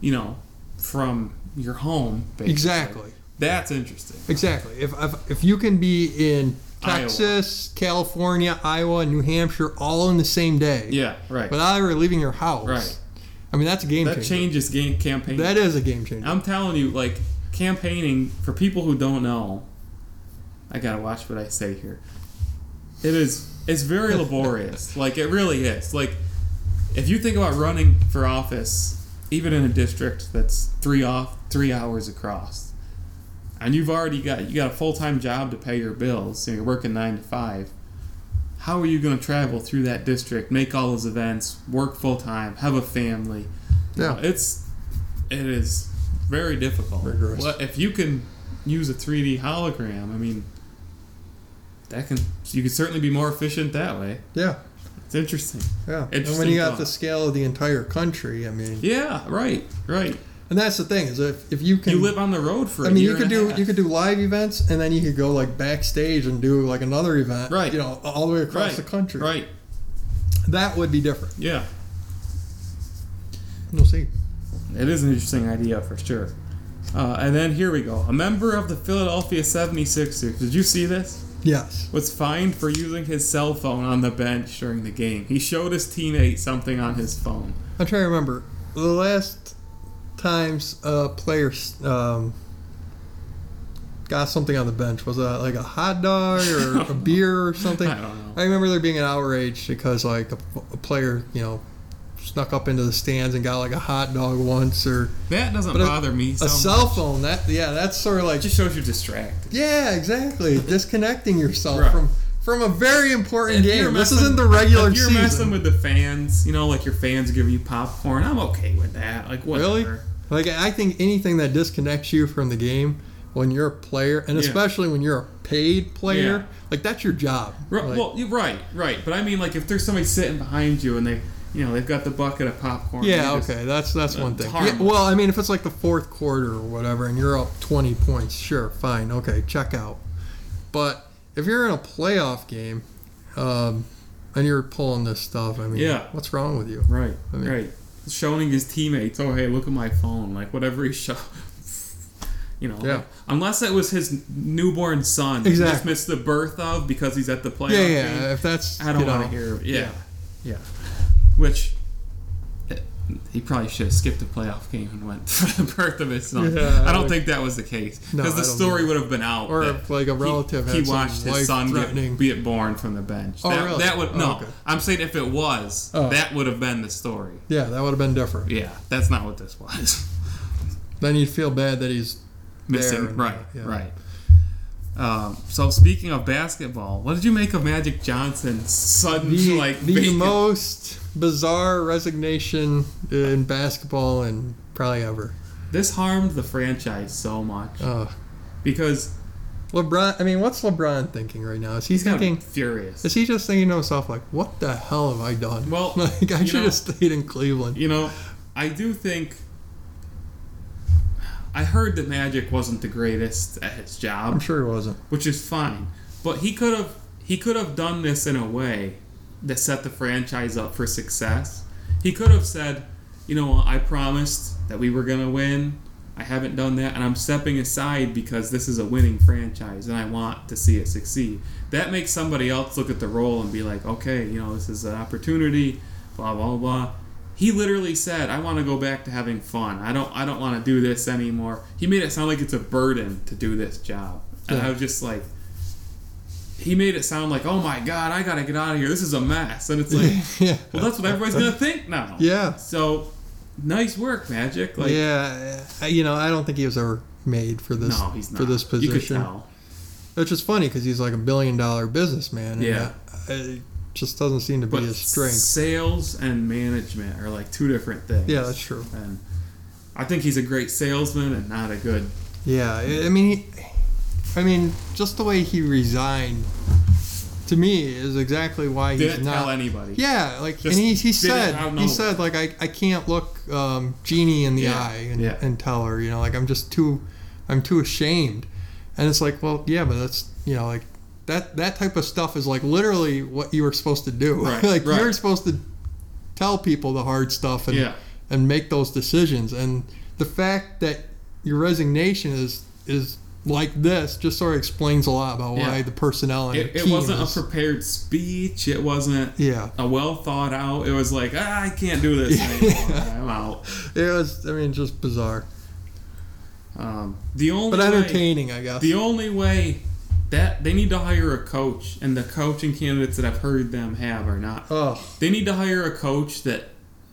S1: you know, from your home. Basically,
S2: exactly,
S1: That's interesting.
S2: exactly. If, if if you can be in
S1: Iowa.
S2: Texas, California, Iowa, and New Hampshire all in the same day,
S1: Yeah. Right.
S2: without ever leaving your house,
S1: Right.
S2: I mean that's a game
S1: that
S2: changer.
S1: changes game campaign.
S2: That is a game changer.
S1: I'm telling you, like campaigning for people who don't know. I gotta watch what I say here. It is. It's very laborious. like it really is. Like if you think about running for office, even in a district that's three off, three hours across, and you've already got you got a full time job to pay your bills, so you're working nine to five. How are you going to travel through that district, make all those events, work full time, have a family?
S2: Yeah.
S1: it's it is very difficult.
S2: Rigorous.
S1: Well, if you can use a 3D hologram, I mean, that can you can certainly be more efficient that way.
S2: yeah,
S1: It's interesting.
S2: yeah. And when
S1: Interesting
S2: you got
S1: thought.
S2: the scale of the entire country, I mean,
S1: Yeah, right, right.
S2: and that's the thing is if, if you can
S1: you live on the road for.
S2: I
S1: a
S2: mean,
S1: year
S2: you could
S1: and a
S2: do
S1: half.
S2: you could do live events, and then you could go like backstage and do like another event,
S1: Right.
S2: You know, all the way across
S1: right,
S2: the country.
S1: Right.
S2: That would be different.
S1: Yeah,
S2: We'll see.
S1: it is an interesting idea for sure. Uh, and then here we go. A member of the Philadelphia 76ers. Did you see this?
S2: Yes.
S1: Was fined for using his cell phone on the bench during the game. He showed his teammate something on his phone.
S2: I'm trying to remember the last times a player um, got something on the bench. Was that like a hot dog or a beer or something?
S1: I don't know.
S2: I remember there being an outrage because like a, a player, you know, snuck up into the stands and got like a hot dog once or
S1: That doesn't
S2: But a-
S1: bother me. So
S2: a cell
S1: much.
S2: phone. That yeah, that's sort of
S1: It
S2: like
S1: just shows you're distracted.
S2: yeah, exactly. Disconnecting yourself
S1: Right.
S2: from from a very important
S1: If you're
S2: game. This
S1: messing-
S2: isn't the regular
S1: If you're
S2: season.
S1: messing with the fans, you know, like your fans giving you popcorn, I'm okay with that. Like whatever.
S2: Really? Like I think anything that disconnects you from the game when you're a player, and
S1: Yeah.
S2: especially when you're a paid player,
S1: Yeah.
S2: like that's your job.
S1: Ri-
S2: Like,
S1: well, you're right, right. But I mean, like if there's somebody sitting behind you and they, you know, they've got the bucket of popcorn.
S2: yeah,
S1: you just-
S2: okay, that's that's one
S1: it's
S2: thing. Yeah,
S1: harmless.
S2: well, I mean, if it's like the fourth quarter or whatever, and you're up 20 points, sure, fine, okay, check out. But if you're in a playoff game, um, and you're pulling this stuff, I mean,
S1: Yeah.
S2: what's wrong with you?
S1: Right.
S2: I mean-
S1: right. Showing his teammates, oh hey, look at my phone, like whatever he show. You know,
S2: Yeah.
S1: unless it was his newborn son, he just
S2: Exactly.
S1: missed the birth of because he's at the playoff.
S2: Yeah, yeah.
S1: game.
S2: If that's
S1: I don't
S2: you know,
S1: want to hear. Yeah.
S2: Yeah.
S1: Which eh, he probably should have skipped a playoff game and went for the birth of his son.
S2: Yeah,
S1: I don't
S2: like-
S1: think that was the case because
S2: No, I
S1: the
S2: don't
S1: story would have been out.
S2: Or
S1: that
S2: if, like a
S1: he-
S2: relative
S1: he,
S2: had some
S1: watched his son
S2: life-threatening
S1: get, be it born from the bench.
S2: Oh,
S1: that,
S2: really?
S1: that would
S2: Oh,
S1: no.
S2: okay.
S1: I'm saying if it was,
S2: Oh.
S1: that would have been the story.
S2: Yeah, that would have been different.
S1: Yeah, that's not what this was.
S2: Then you'd feel bad that he's
S1: Missing
S2: There and
S1: right,
S2: there, yeah.
S1: right. Um, so speaking of basketball, what did you make of Magic Johnson's sudden
S2: the,
S1: like
S2: the
S1: vacant-
S2: most bizarre resignation in basketball and probably ever.
S1: This harmed the franchise so much
S2: Uh,
S1: because
S2: LeBron, I mean, what's LeBron thinking right now? Is he
S1: he's
S2: thinking?
S1: kind of furious.
S2: Is he just thinking to himself like, "What the hell have I done?
S1: Well,
S2: like I
S1: you
S2: should
S1: know-
S2: have stayed in Cleveland."
S1: You know, I do think I heard that Magic wasn't the greatest at his
S2: I'm
S1: job,
S2: sure he wasn't.
S1: which is fine. But he could have he could have done this in a way that set the franchise up for success. He could have said, you know, I promised that we were gonna win. I haven't done that, and I'm stepping aside because this is a winning franchise, and I want to see it succeed. That makes somebody else look at the role and be like, okay, you know, this is an opportunity. Blah blah blah. He literally said, "I want to go back to having fun. I don't. I don't want to do this anymore." He made it sound like it's a burden to do this job, and I
S2: Yeah.
S1: was just like, he made it sound like, oh my god, I gotta get out of here. This is a mess. And it's like,
S2: yeah.
S1: well, that's what everybody's gonna think now.
S2: Yeah.
S1: So, nice work, Magic. Like,
S2: yeah, I- you know, I don't think he was ever made for this
S1: no, he's not.
S2: for this position.
S1: You could tell.
S2: Which is funny because he's like a billion dollar businessman. And
S1: Yeah.
S2: that- It just doesn't seem to be
S1: But
S2: his strength.
S1: sales and management are like two different things.
S2: Yeah, that's true.
S1: And I think he's a great salesman and not a good.
S2: Yeah, I I mean, he, I mean, just the way he resigned to me is exactly why he's
S1: Didn't
S2: not.
S1: tell anybody.
S2: Yeah, like
S1: Just
S2: and he, he
S1: did it
S2: said
S1: out of
S2: he
S1: nowhere.
S2: said like I, I can't look um, Jeannie in the
S1: Yeah,
S2: eye and,
S1: yeah.
S2: and tell her you know like I'm just too I'm too ashamed, and it's like well yeah but that's you know like that that type of stuff is like literally what you were supposed to do
S1: Right,
S2: like
S1: right.
S2: you're supposed to tell people the hard stuff and
S1: Yeah.
S2: and make those decisions and the fact that your resignation is is like this just sort of explains a lot about
S1: Yeah.
S2: why the personnel and
S1: It,
S2: the
S1: it
S2: team
S1: wasn't a
S2: is-
S1: prepared speech. It wasn't
S2: yeah
S1: a well thought out. It was like, ah, I can't do this anymore. I'm out.
S2: it was I mean just bizarre.
S1: Um, the only
S2: but
S1: way-
S2: entertaining, I guess.
S1: The only way that they need to hire a coach, and the coaching candidates that I've heard them have are not.
S2: oh,
S1: They need to hire a coach that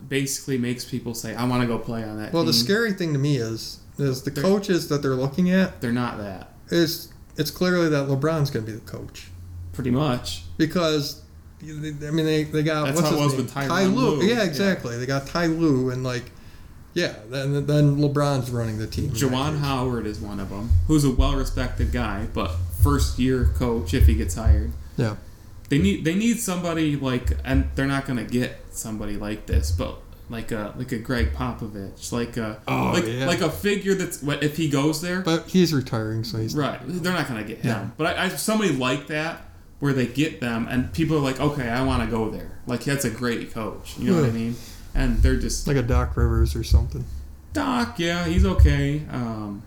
S1: basically makes people say, "I want to go play on that."
S2: well, the
S1: team."
S2: scary thing to me is is the
S1: They're-
S2: coaches that they're looking at
S1: they're not that.
S2: is it's clearly that LeBron's going to be the coach
S1: Pretty much,
S2: because you- they- I mean they, they got
S1: That's
S2: what's
S1: how it was
S2: his name?
S1: with Tyronn
S2: Ty Lue.
S1: Lue.
S2: Yeah, exactly. They got Ty Lue and like yeah, then then LeBron's running the team.
S1: Jawan Howard is one of them, who's a well-respected guy, but first-year coach if he gets hired.
S2: Yeah.
S1: They need they need somebody like, and they're not gonna get somebody like this, but like a like a Greg Popovich, like a
S2: Oh,
S1: like
S2: yeah.
S1: like a figure that's if he goes there,
S2: But he's retiring, so he's
S1: Right. They're not going to get him.
S2: No.
S1: But I, I, somebody like that, where they get them, and people are like, okay, I want to go there. Like, that's a great coach. You know what I
S2: Yeah.
S1: mean? And they're just like,
S2: like a Doc Rivers or something.
S1: Doc, yeah, he's okay. Um,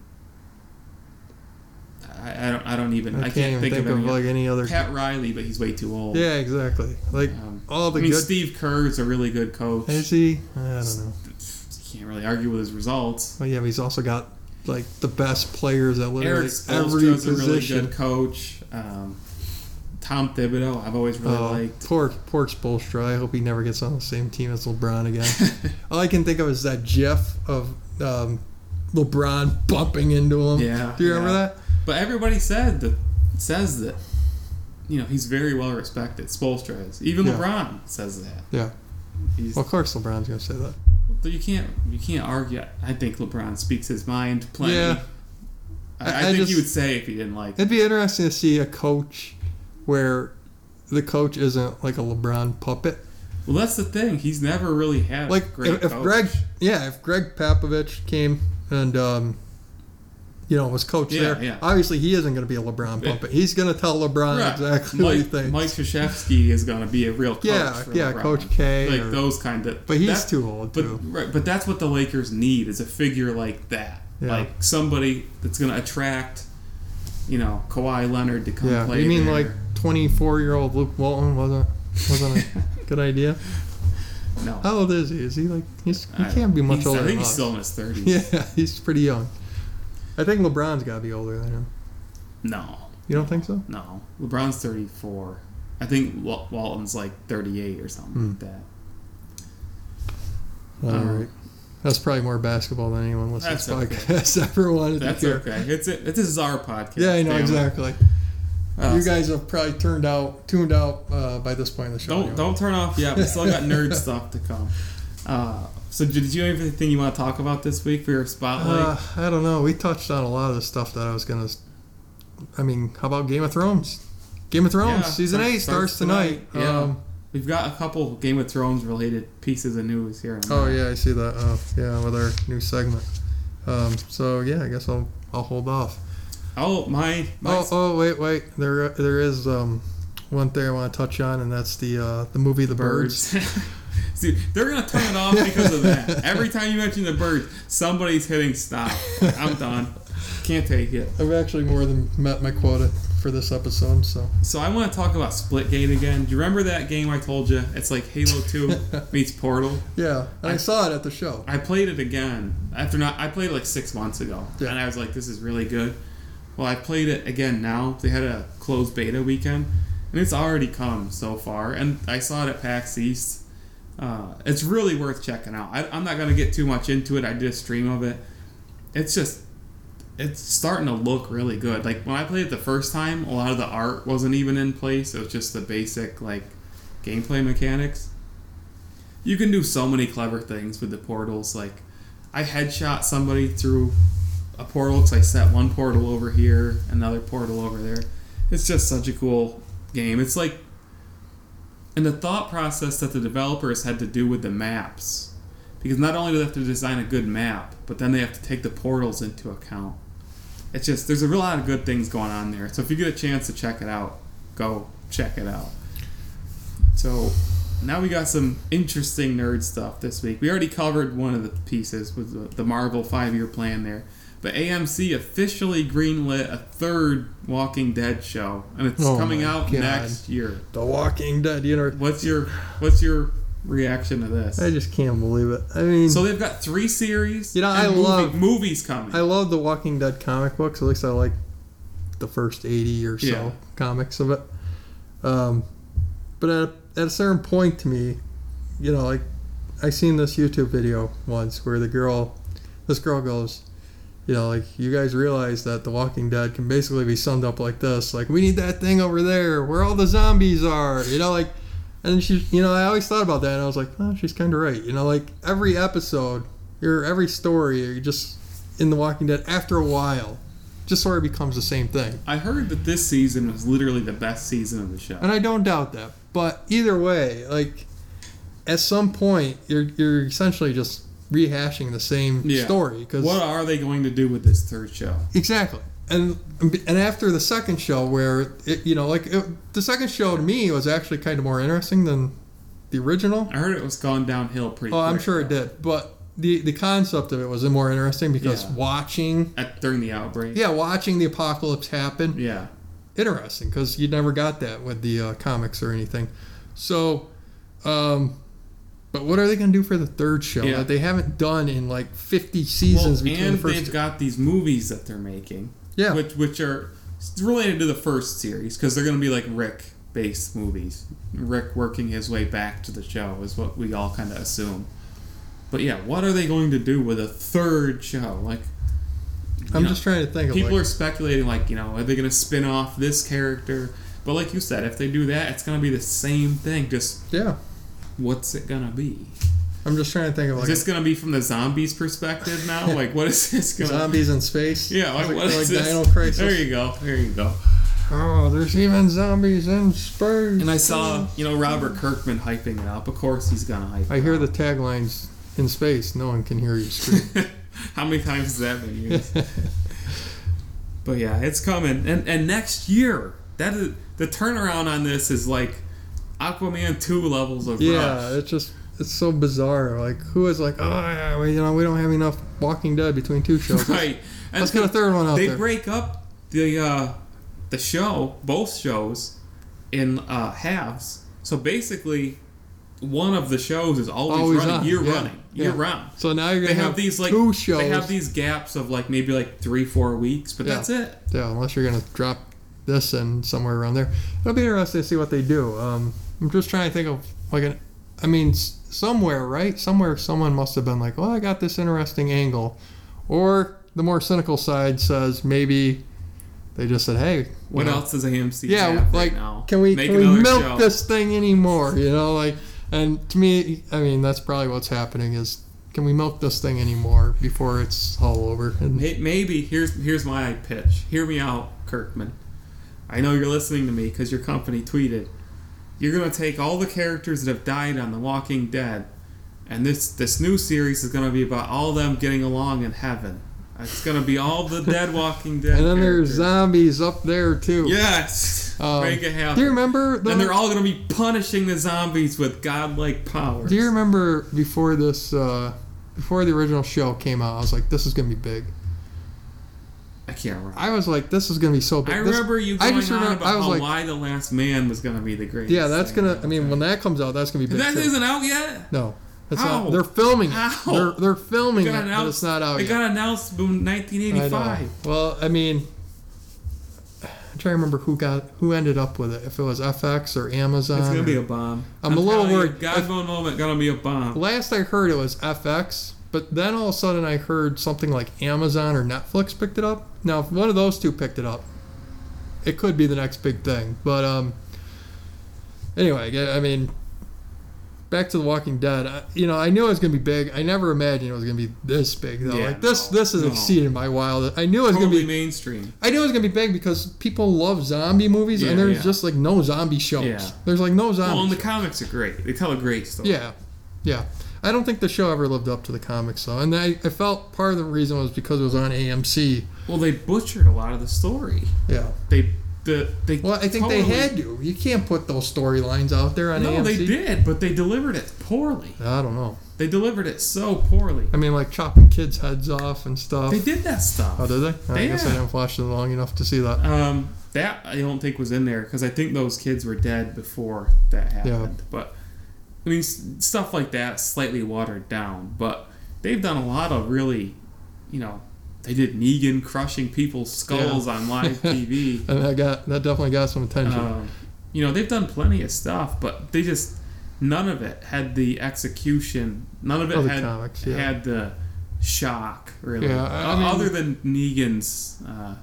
S1: I, I don't. I don't even. I,
S2: I,
S1: can't, think, of, any.
S2: like any other.
S1: Pat Riley, but he's way too old.
S2: yeah, exactly. Like
S1: Um,
S2: all
S1: I
S2: the
S1: mean,
S2: good.
S1: Steve Kerr's a really good coach.
S2: Is he? I don't know.
S1: Can't really argue with his results.
S2: Well, yeah, but he's also got like the best players at literally
S1: Eric
S2: every
S1: Spoelstra's a really
S2: position.
S1: good coach. Um, Tom Thibodeau, I've always really
S2: Oh,
S1: liked.
S2: poor, poor Spolstra. I hope he never gets on the same team as LeBron again. All I can think of is that GIF of um, LeBron bumping into him.
S1: Yeah,
S2: Do you remember
S1: yeah.
S2: that?
S1: But everybody said that says that you know he's very well respected. Spoelstra is. Even
S2: Yeah. Oh.
S1: LeBron says that.
S2: Yeah.
S1: He's,
S2: Well, of course LeBron's going to say that.
S1: so you can't you can't argue. I think LeBron speaks his mind plenty.
S2: Yeah.
S1: I, I,
S2: I- I
S1: think he
S2: just-
S1: would say if he didn't like.
S2: It'd be interesting to see a coach where the coach isn't like a LeBron puppet.
S1: Well, that's the thing. He's never really had
S2: Like
S1: a great
S2: if, if
S1: coach.
S2: Greg, yeah, if Greg Papovich came and um, you know was coach
S1: Yeah,
S2: there,
S1: yeah.
S2: obviously he isn't going to be a LeBron
S1: Yeah.
S2: puppet. He's going to tell LeBron
S1: Right.
S2: exactly
S1: Mike,
S2: what he thinks.
S1: Mike Krzyzewski is going to be a real coach.
S2: Yeah,
S1: for
S2: yeah,
S1: LeBron.
S2: Coach K
S1: Like
S2: or-
S1: those kind of.
S2: But he's
S1: that-
S2: too old
S1: But
S2: too.
S1: right, but that's what the Lakers need is a figure like that,
S2: Yeah.
S1: like somebody that's going to attract, you know, Kawhi Leonard to come
S2: Yeah,
S1: play.
S2: you mean
S1: there.
S2: like twenty-four-year-old Luke Walton wasn't wasn't a good idea?
S1: no?
S2: How old is he? Is he like he's, he
S1: I-
S2: can't be much
S1: he's-
S2: older?
S1: I
S2: than
S1: think he's
S2: us.
S1: still in his thirties.
S2: Yeah, he's pretty young. I think LeBron's got to be older than him.
S1: No,
S2: You don't think so?
S1: no. LeBron's thirty-four. I think Wa- Walton's like thirty-eight or something
S2: Hmm.
S1: like that.
S2: All right,
S1: Um,
S2: That's probably more basketball than anyone listening to
S1: That's
S2: this podcast ever wanted
S1: That's
S2: to hear.
S1: okay. It's it. This is our podcast.
S2: Yeah, I know
S1: damn it.
S2: exactly.
S1: Uh,
S2: you guys have probably turned out, tuned out uh, by this point in the show.
S1: Don't
S2: anyway.
S1: don't turn off yet. We still got nerd stuff to come. Uh, so did you have anything you want to talk about this week for your spotlight?
S2: Uh, I don't know. We touched on a lot of the stuff that I was gonna. s- I mean, how about Game of Thrones? Game of Thrones
S1: Yeah,
S2: season
S1: start-
S2: eight starts,
S1: starts
S2: tonight.
S1: tonight. Yeah.
S2: Um,
S1: We've got a couple Game of Thrones related pieces of news here. and
S2: oh
S1: there.
S2: yeah, I see that. Uh, yeah, with our new segment. Um, so yeah, I guess I'll I'll hold off.
S1: Oh my my
S2: Oh, oh wait wait there there is um, one thing I want to touch on and that's the uh, the movie The Birds.
S1: birds. See, they're gonna turn it off because of that. Every time you mention the birds, somebody's hitting stop. I'm done. Can't take it.
S2: I've actually more than met my quota for this episode. So
S1: So I want to talk about Splitgate again. Do you remember that game I told you? It's like Halo Two meets Portal.
S2: yeah, and I, saw it at the show.
S1: I played it again after not. I played it like six months ago,
S2: Yeah.
S1: and I was like, "This is really good." Well, I played it again now. They had a closed beta weekend, and it's already come so far. And I saw it at PAX East. Uh, it's really worth checking out. I, I'm not gonna get too much into it. I did a stream of it. It's just, it's starting to look really good. Like when I played it the first time, a lot of the art wasn't even in place. It was just the basic like gameplay mechanics you can do so many clever things with the portals. Like, I headshot somebody through a portal because I set one portal over here, another portal over there. It's just such a cool game. It's like, and the thought process that the developers had to do with the maps, because not only do they have to design a good map, but then they have to take the portals into account. It's just there's a real lot of good things going on there. So if you get a chance to check it out, go check it out. So now we got some interesting nerd stuff this week. We already covered one of the pieces with the- the Marvel five year plan there. But AMC officially greenlit a third Walking Dead show, and it's
S2: Oh
S1: coming
S2: my
S1: out
S2: God.
S1: next year.
S2: The Walking Dead. You know,
S1: What's your What's your reaction to this?
S2: I just can't believe it. I mean,
S1: So they've got three series.
S2: You know,
S1: and
S2: I
S1: movie-
S2: love-
S1: movies coming.
S2: I love the Walking Dead comic books. At least I like the first eighty or so
S1: Yeah.
S2: comics of it. Um, but at a, at a certain point, to me, you know, like I seen this YouTube video once where the girl, this girl goes, you know, like you guys realize that the Walking Dead can basically be summed up like this: like we need that thing over there where all the zombies are. You know, like. And she, you know, I always thought about that, and I was like, oh, she's kind of right. You know, like every episode or every story, you just in The Walking Dead after a while, just sort of becomes the same thing.
S1: I heard that this season was literally the best season of the show.
S2: And I don't doubt that. But either way, like at some point, you're you're essentially just rehashing the same
S1: Yeah.
S2: story because
S1: What are they going to do with this third show?
S2: Exactly. And and after the second show, where it, you know, like it, the second show to me was actually kind of more interesting than the original.
S1: I heard it was gone downhill pretty.
S2: Oh, I'm
S1: quick.
S2: sure it did, but the the concept of it was more interesting because
S1: Yeah.
S2: watching,
S1: At, during the outbreak.
S2: yeah, watching the apocalypse happen,
S1: Yeah.
S2: interesting because you never got that with the uh, comics or anything. So, um, But what are they going to do for the third show
S1: Yeah.
S2: that they haven't done in like 50
S1: Well,
S2: seasons between
S1: and
S2: the first
S1: they've
S2: two?
S1: got these movies that they're making,
S2: Yeah.
S1: which which are related to the first series because they're going to be like Rick based movies. Rick working his way back to the show is what we all kind of assume. But yeah, what are they going to do with a third show? Like, you
S2: I'm
S1: know,
S2: just trying to think of
S1: people
S2: like,
S1: are speculating, like you know, are they going to spin off this character? But like you said, if they do that, it's going to be the same thing. Just
S2: yeah.
S1: what's it going to be?
S2: I'm just trying to think of
S1: Is
S2: like
S1: this going to be from the zombies' perspective now? like, what is this going to?
S2: zombies in space.
S1: Yeah, like,
S2: like,
S1: what is
S2: like
S1: this?
S2: Dino Crisis.
S1: There you go. There you go.
S2: Oh, there's even zombies in space.
S1: And I saw, you know, Robert Kirkman hyping it up. Of course, he's gonna hype.
S2: I
S1: it
S2: hear
S1: up.
S2: the taglines in space. No one can hear you scream.
S1: How many times has that been used? but yeah, it's coming, and and next year that is the turnaround on this is like Aquaman two levels of
S2: yeah,
S1: rush.
S2: it's just it's so bizarre. Like who is like, oh, yeah, well, you know, we don't have enough Walking Dead between two shows.
S1: right. And
S2: Let's get a
S1: they-
S2: third one out
S1: They
S2: there.
S1: break up the uh, the show, both shows, in uh, halves. So basically, one of the shows is always,
S2: Always
S1: running
S2: on,
S1: year
S2: yeah,
S1: running year
S2: yeah.
S1: round.
S2: so now you're
S1: they
S2: gonna
S1: have, these like
S2: two shows.
S1: they have these gaps of like maybe like three four weeks but
S2: Yeah.
S1: that's it
S2: Yeah, unless you're gonna drop this in somewhere around there. It'll be interesting to see what they do. Um, I'm just trying to think of like an, I mean, s- somewhere right, somewhere someone must have been like, well, I got this interesting angle, or the more cynical side says maybe they just said, hey, you
S1: what
S2: know,
S1: else does AMC
S2: Yeah,
S1: have
S2: like
S1: right now?
S2: can we
S1: Make
S2: can we
S1: another
S2: milk
S1: show.
S2: this thing anymore? You know, like, and to me, I mean, that's probably what's happening is. Can we milk this thing anymore before it's all over? And
S1: May- maybe here's here's my pitch hear me out Kirkman I know you're listening to me because your company tweeted you're gonna take all the characters that have died on The Walking Dead and this this new series is gonna be about all them getting along in heaven it's gonna be all the dead Walking Dead
S2: And then there's
S1: characters.
S2: zombies up there too.
S1: yes
S2: Um,
S1: make it happen
S2: Do you remember? The,
S1: and they're all going to be punishing the zombies with godlike powers.
S2: do you remember before this? Uh, before the original show came out, I was like, "This is gonna be big."
S1: I can't remember. I,
S2: I was like, "This is gonna be so big." This-
S1: remember you
S2: I
S1: going
S2: just
S1: on
S2: remember-
S1: about
S2: I was
S1: how
S2: like-
S1: why the last man was going to be the greatest.
S2: Yeah, that's
S1: thing.
S2: gonna. I mean, when that comes out, that's gonna be big.
S1: that
S2: too.
S1: isn't out yet.
S2: no, it's
S1: How?
S2: not. They're filming it.
S1: How?
S2: They're they're filming
S1: It
S2: it,
S1: got
S2: but
S1: announced.
S2: it's not out
S1: it
S2: yet.
S1: got announced in
S2: I know.
S1: 1985.
S2: Well, I mean, I'm trying to remember who got who ended up with it. If it was FX or Amazon.
S1: It's going to be
S2: or-
S1: a bomb.
S2: I'm a little
S1: telling you,
S2: worried.
S1: God moment, moment, going to be a bomb.
S2: Last I heard, it was FX, but then all of a sudden I heard something like Amazon or Netflix picked it up. Now, if one of those two picked it up, it could be the next big thing. But um, anyway, yeah, I mean, back to The Walking Dead. I, you know, I knew it was gonna be big. I never imagined it was gonna be this big though.
S1: Yeah,
S2: like this,
S1: no,
S2: this has
S1: no.
S2: exceeded my wildest. I knew it was
S1: Totally
S2: gonna be.
S1: mainstream.
S2: I knew it was gonna be big because people love zombie movies,
S1: Yeah,
S2: and there's
S1: yeah.
S2: just like no zombie shows.
S1: Yeah.
S2: There's like no zombie.
S1: Well, and the
S2: shows.
S1: comics are great. They tell a great story.
S2: Yeah, yeah. I don't think the show ever lived up to the comics though, and I, I felt part of the reason was because it was on AMC.
S1: Well, they butchered a lot of the story.
S2: Yeah.
S1: They the they.
S2: Well, I think they
S1: totally-
S2: had to. You can't put those storylines out there on
S1: No,
S2: AMC.
S1: they did, but they delivered it poorly.
S2: I don't know.
S1: They delivered it so poorly.
S2: I mean, like chopping kids' heads off and stuff.
S1: They did that stuff.
S2: Oh, did they? I guess I
S1: Yeah.
S2: didn't watch it long enough to see that.
S1: Um, that I don't think was in there because I think those kids were dead before that happened. But I mean, s- stuff like that slightly watered down. But they've done a lot of really, you know, they did Negan crushing people's skulls on live TV.
S2: And that got that definitely got some attention.
S1: um, you know, they've done plenty of stuff, but they just none of it had the execution. None of it
S2: Oh, the
S1: had
S2: comics, yeah.
S1: had the shock really.
S2: Yeah, I- I
S1: O-
S2: mean-
S1: other than Negan's, uh,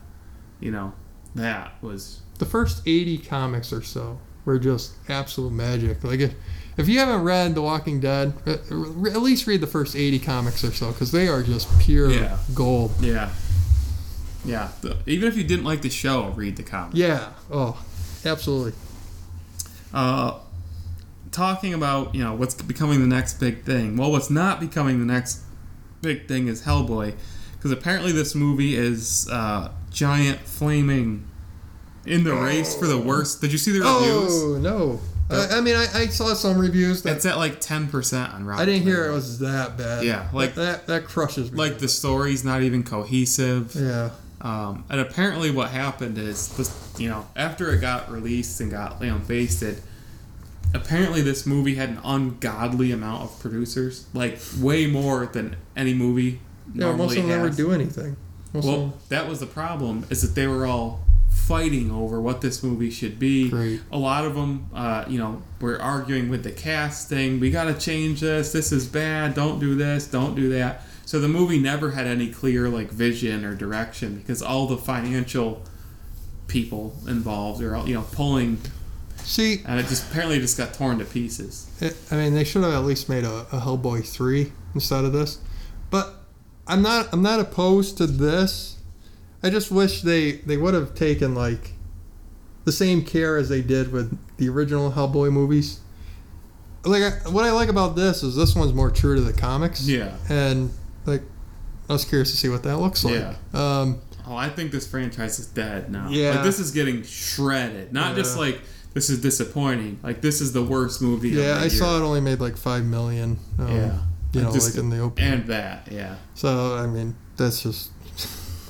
S1: you know, that was
S2: the first 80 comics or so were just absolute magic. Like if, if you haven't read The Walking Dead, re- re- at least read the first 80 comics or so because they are just pure
S1: Yeah.
S2: gold.
S1: yeah, yeah. The- even if you didn't like the show, read the comic.
S2: Yeah. Oh, absolutely.
S1: Uh, talking about you know what's becoming the next big thing. Well, what's not becoming the next big thing is Hellboy, because apparently this movie is uh, giant flaming in the race for the worst. Did you see the reviews?
S2: Oh no. I, I mean, I, I saw some reviews that
S1: It's at like ten percent on Rotten.
S2: I didn't hear it
S1: Tomatoes.
S2: was that bad.
S1: Yeah, like-
S2: that. That, that crushes me.
S1: Like the story's not even cohesive.
S2: Yeah.
S1: Um, and apparently, what happened is, this, you know, after it got released and got you know basted, apparently this movie had an ungodly amount of producers, like way more than any movie.
S2: Yeah, most
S1: normally
S2: of them never
S1: has.
S2: do anything. Most of
S1: Well, that was the problem is that they were all fighting over what this movie should be.
S2: Right.
S1: A lot of them, uh, you know, were arguing with the casting. We got to change this. This is bad. Don't do this. Don't do that. So the movie never had any clear like vision or direction because all the financial people involved are all you know pulling,
S2: see,
S1: and it just apparently just got torn to pieces.
S2: I I mean, they should have at least made a, a Hellboy three instead of this. But I'm not I'm not opposed to this. I just wish they they would have taken like the same care as they did with the original Hellboy movies. Like I, what I like about this is this one's more true to the comics.
S1: Yeah.
S2: And like, I was curious to see what that looks like.
S1: Yeah.
S2: Um,
S1: Oh, I think this franchise is dead now.
S2: Yeah.
S1: Like, this is getting shredded. Not just
S2: Yeah.
S1: like this is disappointing. Like this is the worst movie. of
S2: yeah,
S1: the
S2: I
S1: year.
S2: saw it only made like five million. Um,
S1: Yeah.
S2: You
S1: I
S2: know,
S1: just-
S2: like in the open.
S1: And that, yeah.
S2: So I mean, that's just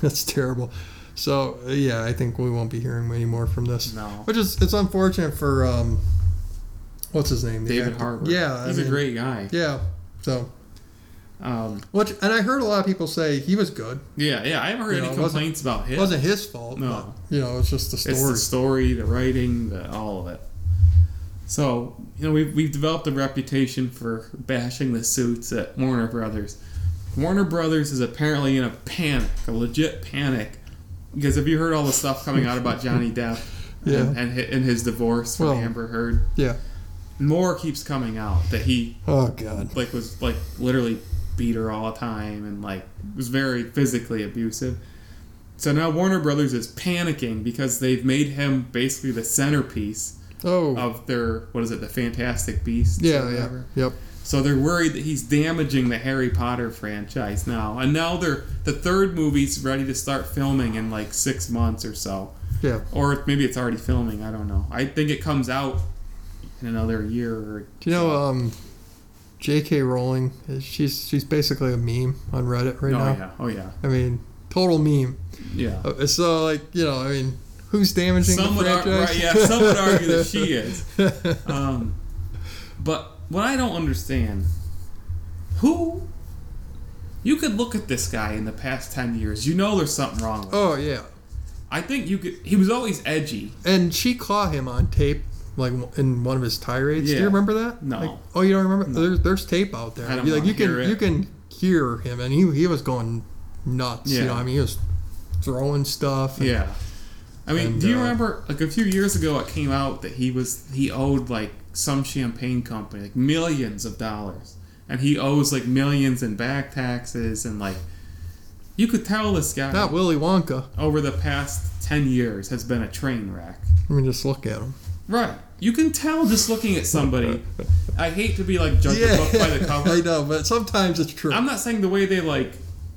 S2: that's terrible. So uh, yeah, I think we won't be hearing any more from this.
S1: No.
S2: Which is it's unfortunate for um, what's his name? The
S1: David
S2: actor.
S1: Harbour.
S2: Yeah, I
S1: He's a
S2: mean,
S1: great guy.
S2: Yeah. So
S1: Um,
S2: which and I heard a lot of people say he was good.
S1: yeah, yeah. I haven't heard
S2: You know,
S1: any
S2: it wasn't-
S1: complaints about him.
S2: It wasn't his fault.
S1: No.
S2: But, you know, it's just the
S1: it's
S2: story.
S1: the story, the writing, the, all of it. So, you know, we've, we've developed a reputation for bashing the suits at Warner Brothers. Warner Brothers is apparently in a panic, a legit panic. Because have you heard all the stuff coming out about Johnny Depp
S2: Yeah.
S1: and, and, hi- and his divorce from
S2: Well-
S1: Amber Heard?
S2: yeah.
S1: More keeps coming out that he
S2: Oh God.
S1: like was like literally beat her all the time and like was very physically abusive. So now Warner Brothers is panicking because they've made him basically the centerpiece
S2: Oh.
S1: of their what is it, the Fantastic Beasts? or
S2: yeah. Yeah.
S1: whatever.
S2: Yep.
S1: So they're worried that he's damaging the Harry Potter franchise now, and now they're the third movie's ready to start filming in like six months or so,
S2: Yeah.
S1: or maybe it's already filming. I don't know. I think it comes out in another year. or
S2: Do you know um, J.K. Rowling? She's she's basically a meme on Reddit right
S1: oh
S2: now.
S1: yeah, oh yeah,
S2: I mean, total meme.
S1: yeah.
S2: Uh, So, like, you know, I mean, who's damaging
S1: Some
S2: the
S1: would, ar-
S2: franchise?
S1: right, yeah, some would argue that she is. Um, but what I don't understand, who, you could look at this guy in the past ten years, you know there's something wrong. With him.
S2: oh, yeah.
S1: I think you could. He was always edgy.
S2: And she caught him on tape, like, in one of his tirades. Do
S1: Yeah.
S2: you remember that?
S1: No.
S2: Like, oh, you don't remember? There's, there's tape out there.
S1: I don't
S2: You- like,
S1: wanna
S2: you can
S1: hear it.
S2: you can hear him, and he, he was going nuts.
S1: Yeah.
S2: You know, I mean, he was throwing stuff. and-
S1: Yeah. I mean,
S2: And,
S1: do you
S2: uh,
S1: remember like a few years ago it came out that he was he owed like some champagne company like millions of dollars, and he owes like millions in back taxes and like. You could tell this guy
S2: Not Willy Wonka.
S1: over the past 10 years has been a train wreck.
S2: Let me just look at him.
S1: Right. You can tell just looking at somebody. I hate to be like judge a book by the
S2: I
S1: cover.
S2: know, but sometimes it's true.
S1: I'm not saying the way they like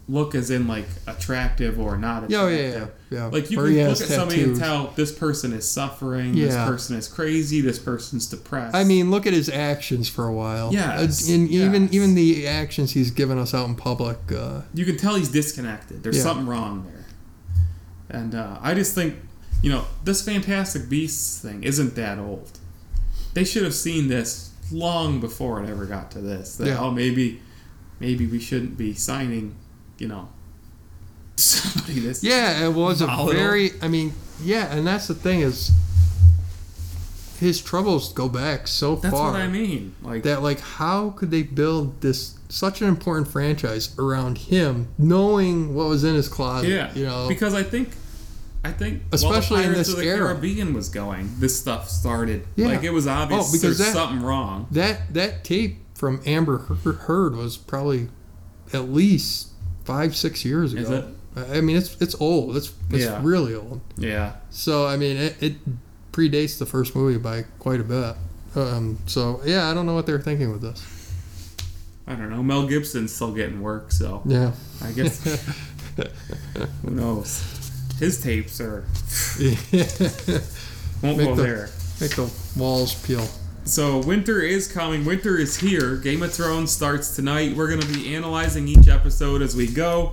S1: look as in like attractive or not
S2: Yeah, oh,
S1: attractive.
S2: yeah, yeah, yeah.
S1: Like you
S2: Or
S1: can
S2: he
S1: look at
S2: has
S1: somebody and
S2: tattoos.
S1: tell this person is suffering, this
S2: Yeah.
S1: person is crazy, this person's depressed.
S2: I mean, look at his actions for a while.
S1: Yes,
S2: Uh, and even
S1: yes.
S2: even the actions he's given us out in public. Uh,
S1: you can tell he's disconnected. There's
S2: Yeah.
S1: something wrong there. And uh, I just think, you know, this Fantastic Beasts thing isn't that old. They should have seen this long before it ever got to this. That
S2: Yeah.
S1: oh maybe, maybe we shouldn't be signing, you know, somebody this.
S2: yeah, it was a
S1: Volatile.
S2: very. I mean, yeah, and that's the thing is, his troubles go back so
S1: that's
S2: far
S1: what I mean. Like
S2: that like, how could they build this such an important franchise around him, knowing what was in his closet?
S1: yeah,
S2: you know,
S1: because I think. I think
S2: Especially
S1: while
S2: in
S1: the Pirates
S2: this
S1: of the
S2: era.
S1: Caribbean was going, this stuff started.
S2: Yeah.
S1: Like it was obvious
S2: Oh,
S1: there's
S2: because that-
S1: something wrong.
S2: that that tape from Amber Her- Heard was probably at least five six years ago.
S1: Is it?
S2: I I mean, it's it's old. It's it's
S1: Yeah.
S2: really old.
S1: Yeah.
S2: So I mean, it, it predates the first movie by quite a bit. Um, so yeah, I don't know what they're thinking with this.
S1: I don't know. Mel Gibson's still getting work, so
S2: Yeah,
S1: I guess who knows. His tapes are
S2: make
S1: won't
S2: Make
S1: go
S2: the-
S1: there.
S2: the walls peel.
S1: So winter is coming. Winter is here. Game of Thrones starts tonight. We're gonna be analyzing each episode as we go.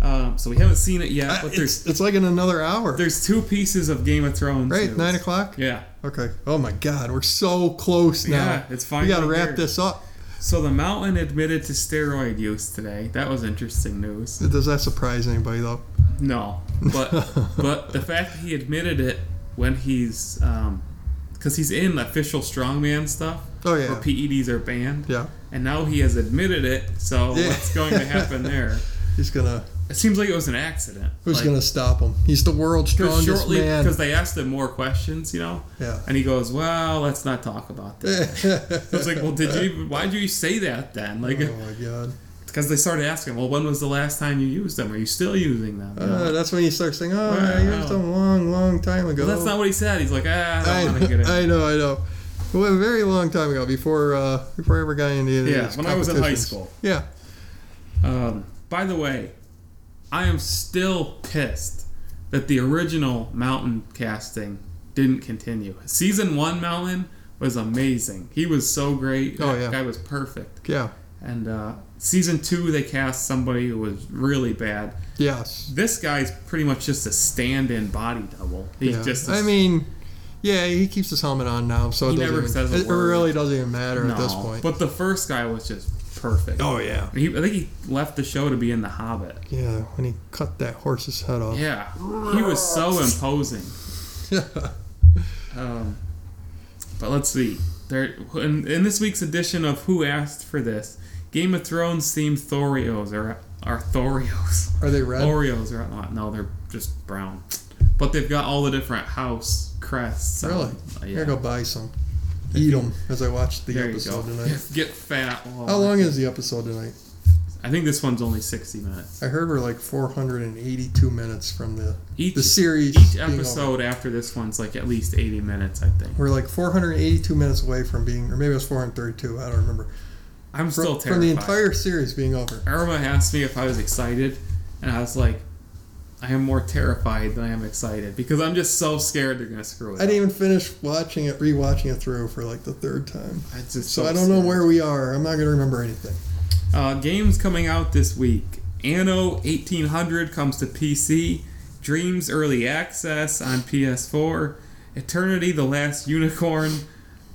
S1: Um, so we haven't seen it yet,
S2: I-
S1: but there's
S2: Uh, it's, it's like in another hour.
S1: there's two pieces of Game of Thrones.
S2: Right,
S1: news.
S2: nine o'clock.
S1: Yeah,
S2: Okay. Oh my God, we're so close now.
S1: yeah, it's fine.
S2: we got to wrap this up.
S1: So the mountain admitted to steroid use today. That was interesting news.
S2: Does that surprise anybody though?
S1: No, but but the fact that he admitted it when he's um, because he's in official strongman stuff.
S2: Oh, yeah.
S1: Where PEDs are banned.
S2: Yeah,
S1: And now he has admitted it. So
S2: Yeah.
S1: what's going to happen there?
S2: he's gonna.
S1: It seems like it was an accident.
S2: Who's
S1: Like,
S2: gonna stop him? He's the world's
S1: 'cause
S2: strongest
S1: shortly
S2: man.
S1: because they asked him more questions, you know,
S2: yeah.
S1: and he goes, "Well, let's not talk about that." So it's like, well, did you? even- Why'd you say that then? Like,
S2: oh my God.
S1: because they started asking, well, when was the last time you used them? Are you still using them? You know?
S2: Uh, that's when you start saying, "Oh, I
S1: Wow.
S2: used them a long, long time ago."
S1: well, that's not what he said. He's like, ah, I
S2: I,
S1: don't want to get it.
S2: I know, I know. Well, a very long time ago, before uh, before I ever got into any of
S1: Yeah,
S2: these
S1: when I was in high
S2: competitions.
S1: school.
S2: Yeah,
S1: Um, by the way, I am still pissed that the original mountain casting didn't continue. Season one mountain was amazing. He was so great.
S2: Oh,
S1: that
S2: yeah.
S1: guy was perfect.
S2: yeah,
S1: And uh, season two, they cast somebody who was really bad.
S2: yes.
S1: This guy's pretty much just a stand-in body double. He's
S2: yeah.
S1: just. a-
S2: I mean, yeah, he keeps his helmet on now, so it,
S1: He
S2: doesn't
S1: never
S2: even,
S1: says a
S2: it
S1: word.
S2: really doesn't even matter
S1: no,
S2: at this point.
S1: but the first guy was just perfect.
S2: oh yeah,
S1: He, I think he left the show to be in The Hobbit.
S2: yeah. When he cut that horse's head off.
S1: Yeah, he was so imposing. Um, but let's see. There, in, in this week's edition of Who Asked for This, Game of Thrones themed Thorios are are Thorios.
S2: Are they red?
S1: Oreos are not. No, they're just brown. But they've got all the different house crests. on
S2: really?
S1: them. Uh,
S2: Here,
S1: yeah.
S2: go buy some. Eat them as I watch the
S1: There you go.
S2: episode tonight.
S1: Get fat. while-
S2: How long is the episode tonight?
S1: I think this one's only sixty minutes.
S2: I heard we're like 482 minutes from the
S1: Each
S2: the series.
S1: each
S2: being over.
S1: episode after this one's like at least eighty minutes. I think.
S2: We're like 482 minutes away from being, or maybe it was 432. I don't remember.
S1: I'm
S2: From,
S1: still terrified.
S2: from the entire series being over.
S1: Irma asked me if I was excited, and I was like, I am more terrified than I am excited because I'm just so scared they're gonna screw it.
S2: I didn't even finish watching it, rewatching it through for like the third time.
S1: up. I just
S2: So I don't know where we are. I'm not going to remember anything.
S1: Uh, games coming out this week. Anno 1800 comes to PC. Dreams Early Access on PS4. Eternity The Last Unicorn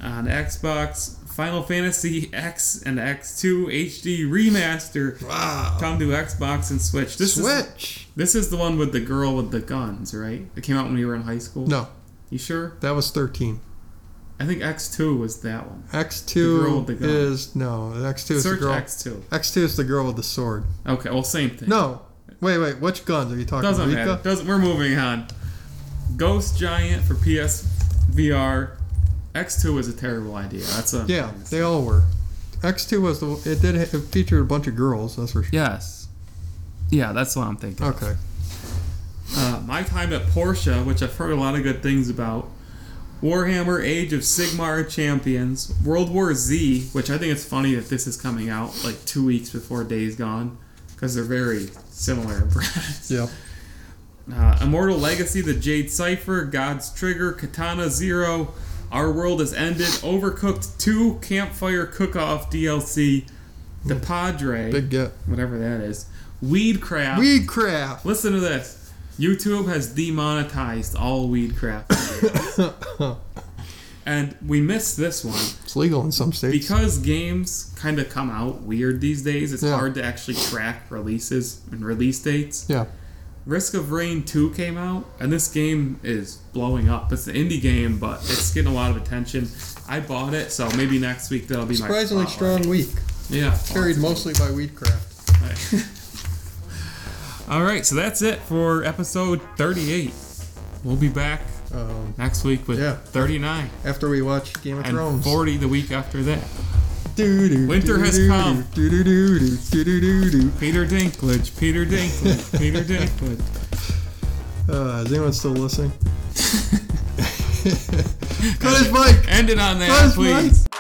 S1: on Xbox. Final Fantasy X and X2 HD Remaster
S2: Wow.
S1: come to Xbox and Switch. This is
S2: Switch.
S1: this is the one with the girl with the guns, right? It came out when we were in high school.
S2: No,
S1: You sure?
S2: that was 13.
S1: I think X2 was that one. The girl
S2: X2
S1: with the gun.
S2: is no. X2 is
S1: Search
S2: the girl.
S1: X2.
S2: X2 is the girl with the sword.
S1: Okay, well, same thing.
S2: No. Wait, wait. Which guns are you talking
S1: Doesn't
S2: about?
S1: matter. Doesn't. We're moving on. Ghost Giant for PSVR. X2 was a terrible idea. That's a
S2: Yeah, they all were. X2 was the. It did. It featured a bunch of girls. That's for sure.
S1: Yes. Yeah, that's what I'm thinking.
S2: Okay.
S1: Uh, my time at Porsche, which I've heard a lot of good things about. Warhammer Age of Sigmar Champions, World War Z, which I think it's funny that this is coming out like two weeks before Days Gone, because they're very similar brands.
S2: Yeah.
S1: Uh, Immortal Legacy, The Jade Cipher, God's Trigger, Katana Zero, Our World Is Ended, Overcooked 2, Campfire Cook Off DLC, The Padre,
S2: Big get.
S1: whatever that is, Weedcraft.
S2: Weedcraft.
S1: Listen to this. YouTube has demonetized all Weedcraft. videos. and we missed this one.
S2: It's legal in some states.
S1: Because games kind of come out weird these days, it's
S2: Yeah.
S1: hard to actually track releases and release dates.
S2: yeah.
S1: Risk of Rain 2 came out, and this game is blowing up. It's an indie game, but it's getting a lot of attention. I bought it, so maybe next week that'll be
S2: Surprisingly
S1: my
S2: strong week.
S1: Yeah.
S2: Carried mostly by Weedcraft.
S1: All right, so that's it for episode 38. We'll be back
S2: Um,
S1: next week with
S2: Yeah.
S1: 39
S2: after we watch Game of
S1: and
S2: Thrones.
S1: 40 the week after that.
S2: Doo-doo,
S1: Winter has
S2: doo-doo,
S1: come.
S2: doo-doo-doo-doo, doo-doo-doo-doo.
S1: Peter Dinklage, Peter Dinklage, Peter Dinklage.
S2: Uh, is anyone still listening? Cut his mic.
S1: End it on that,
S2: Guys,
S1: please.
S2: guys.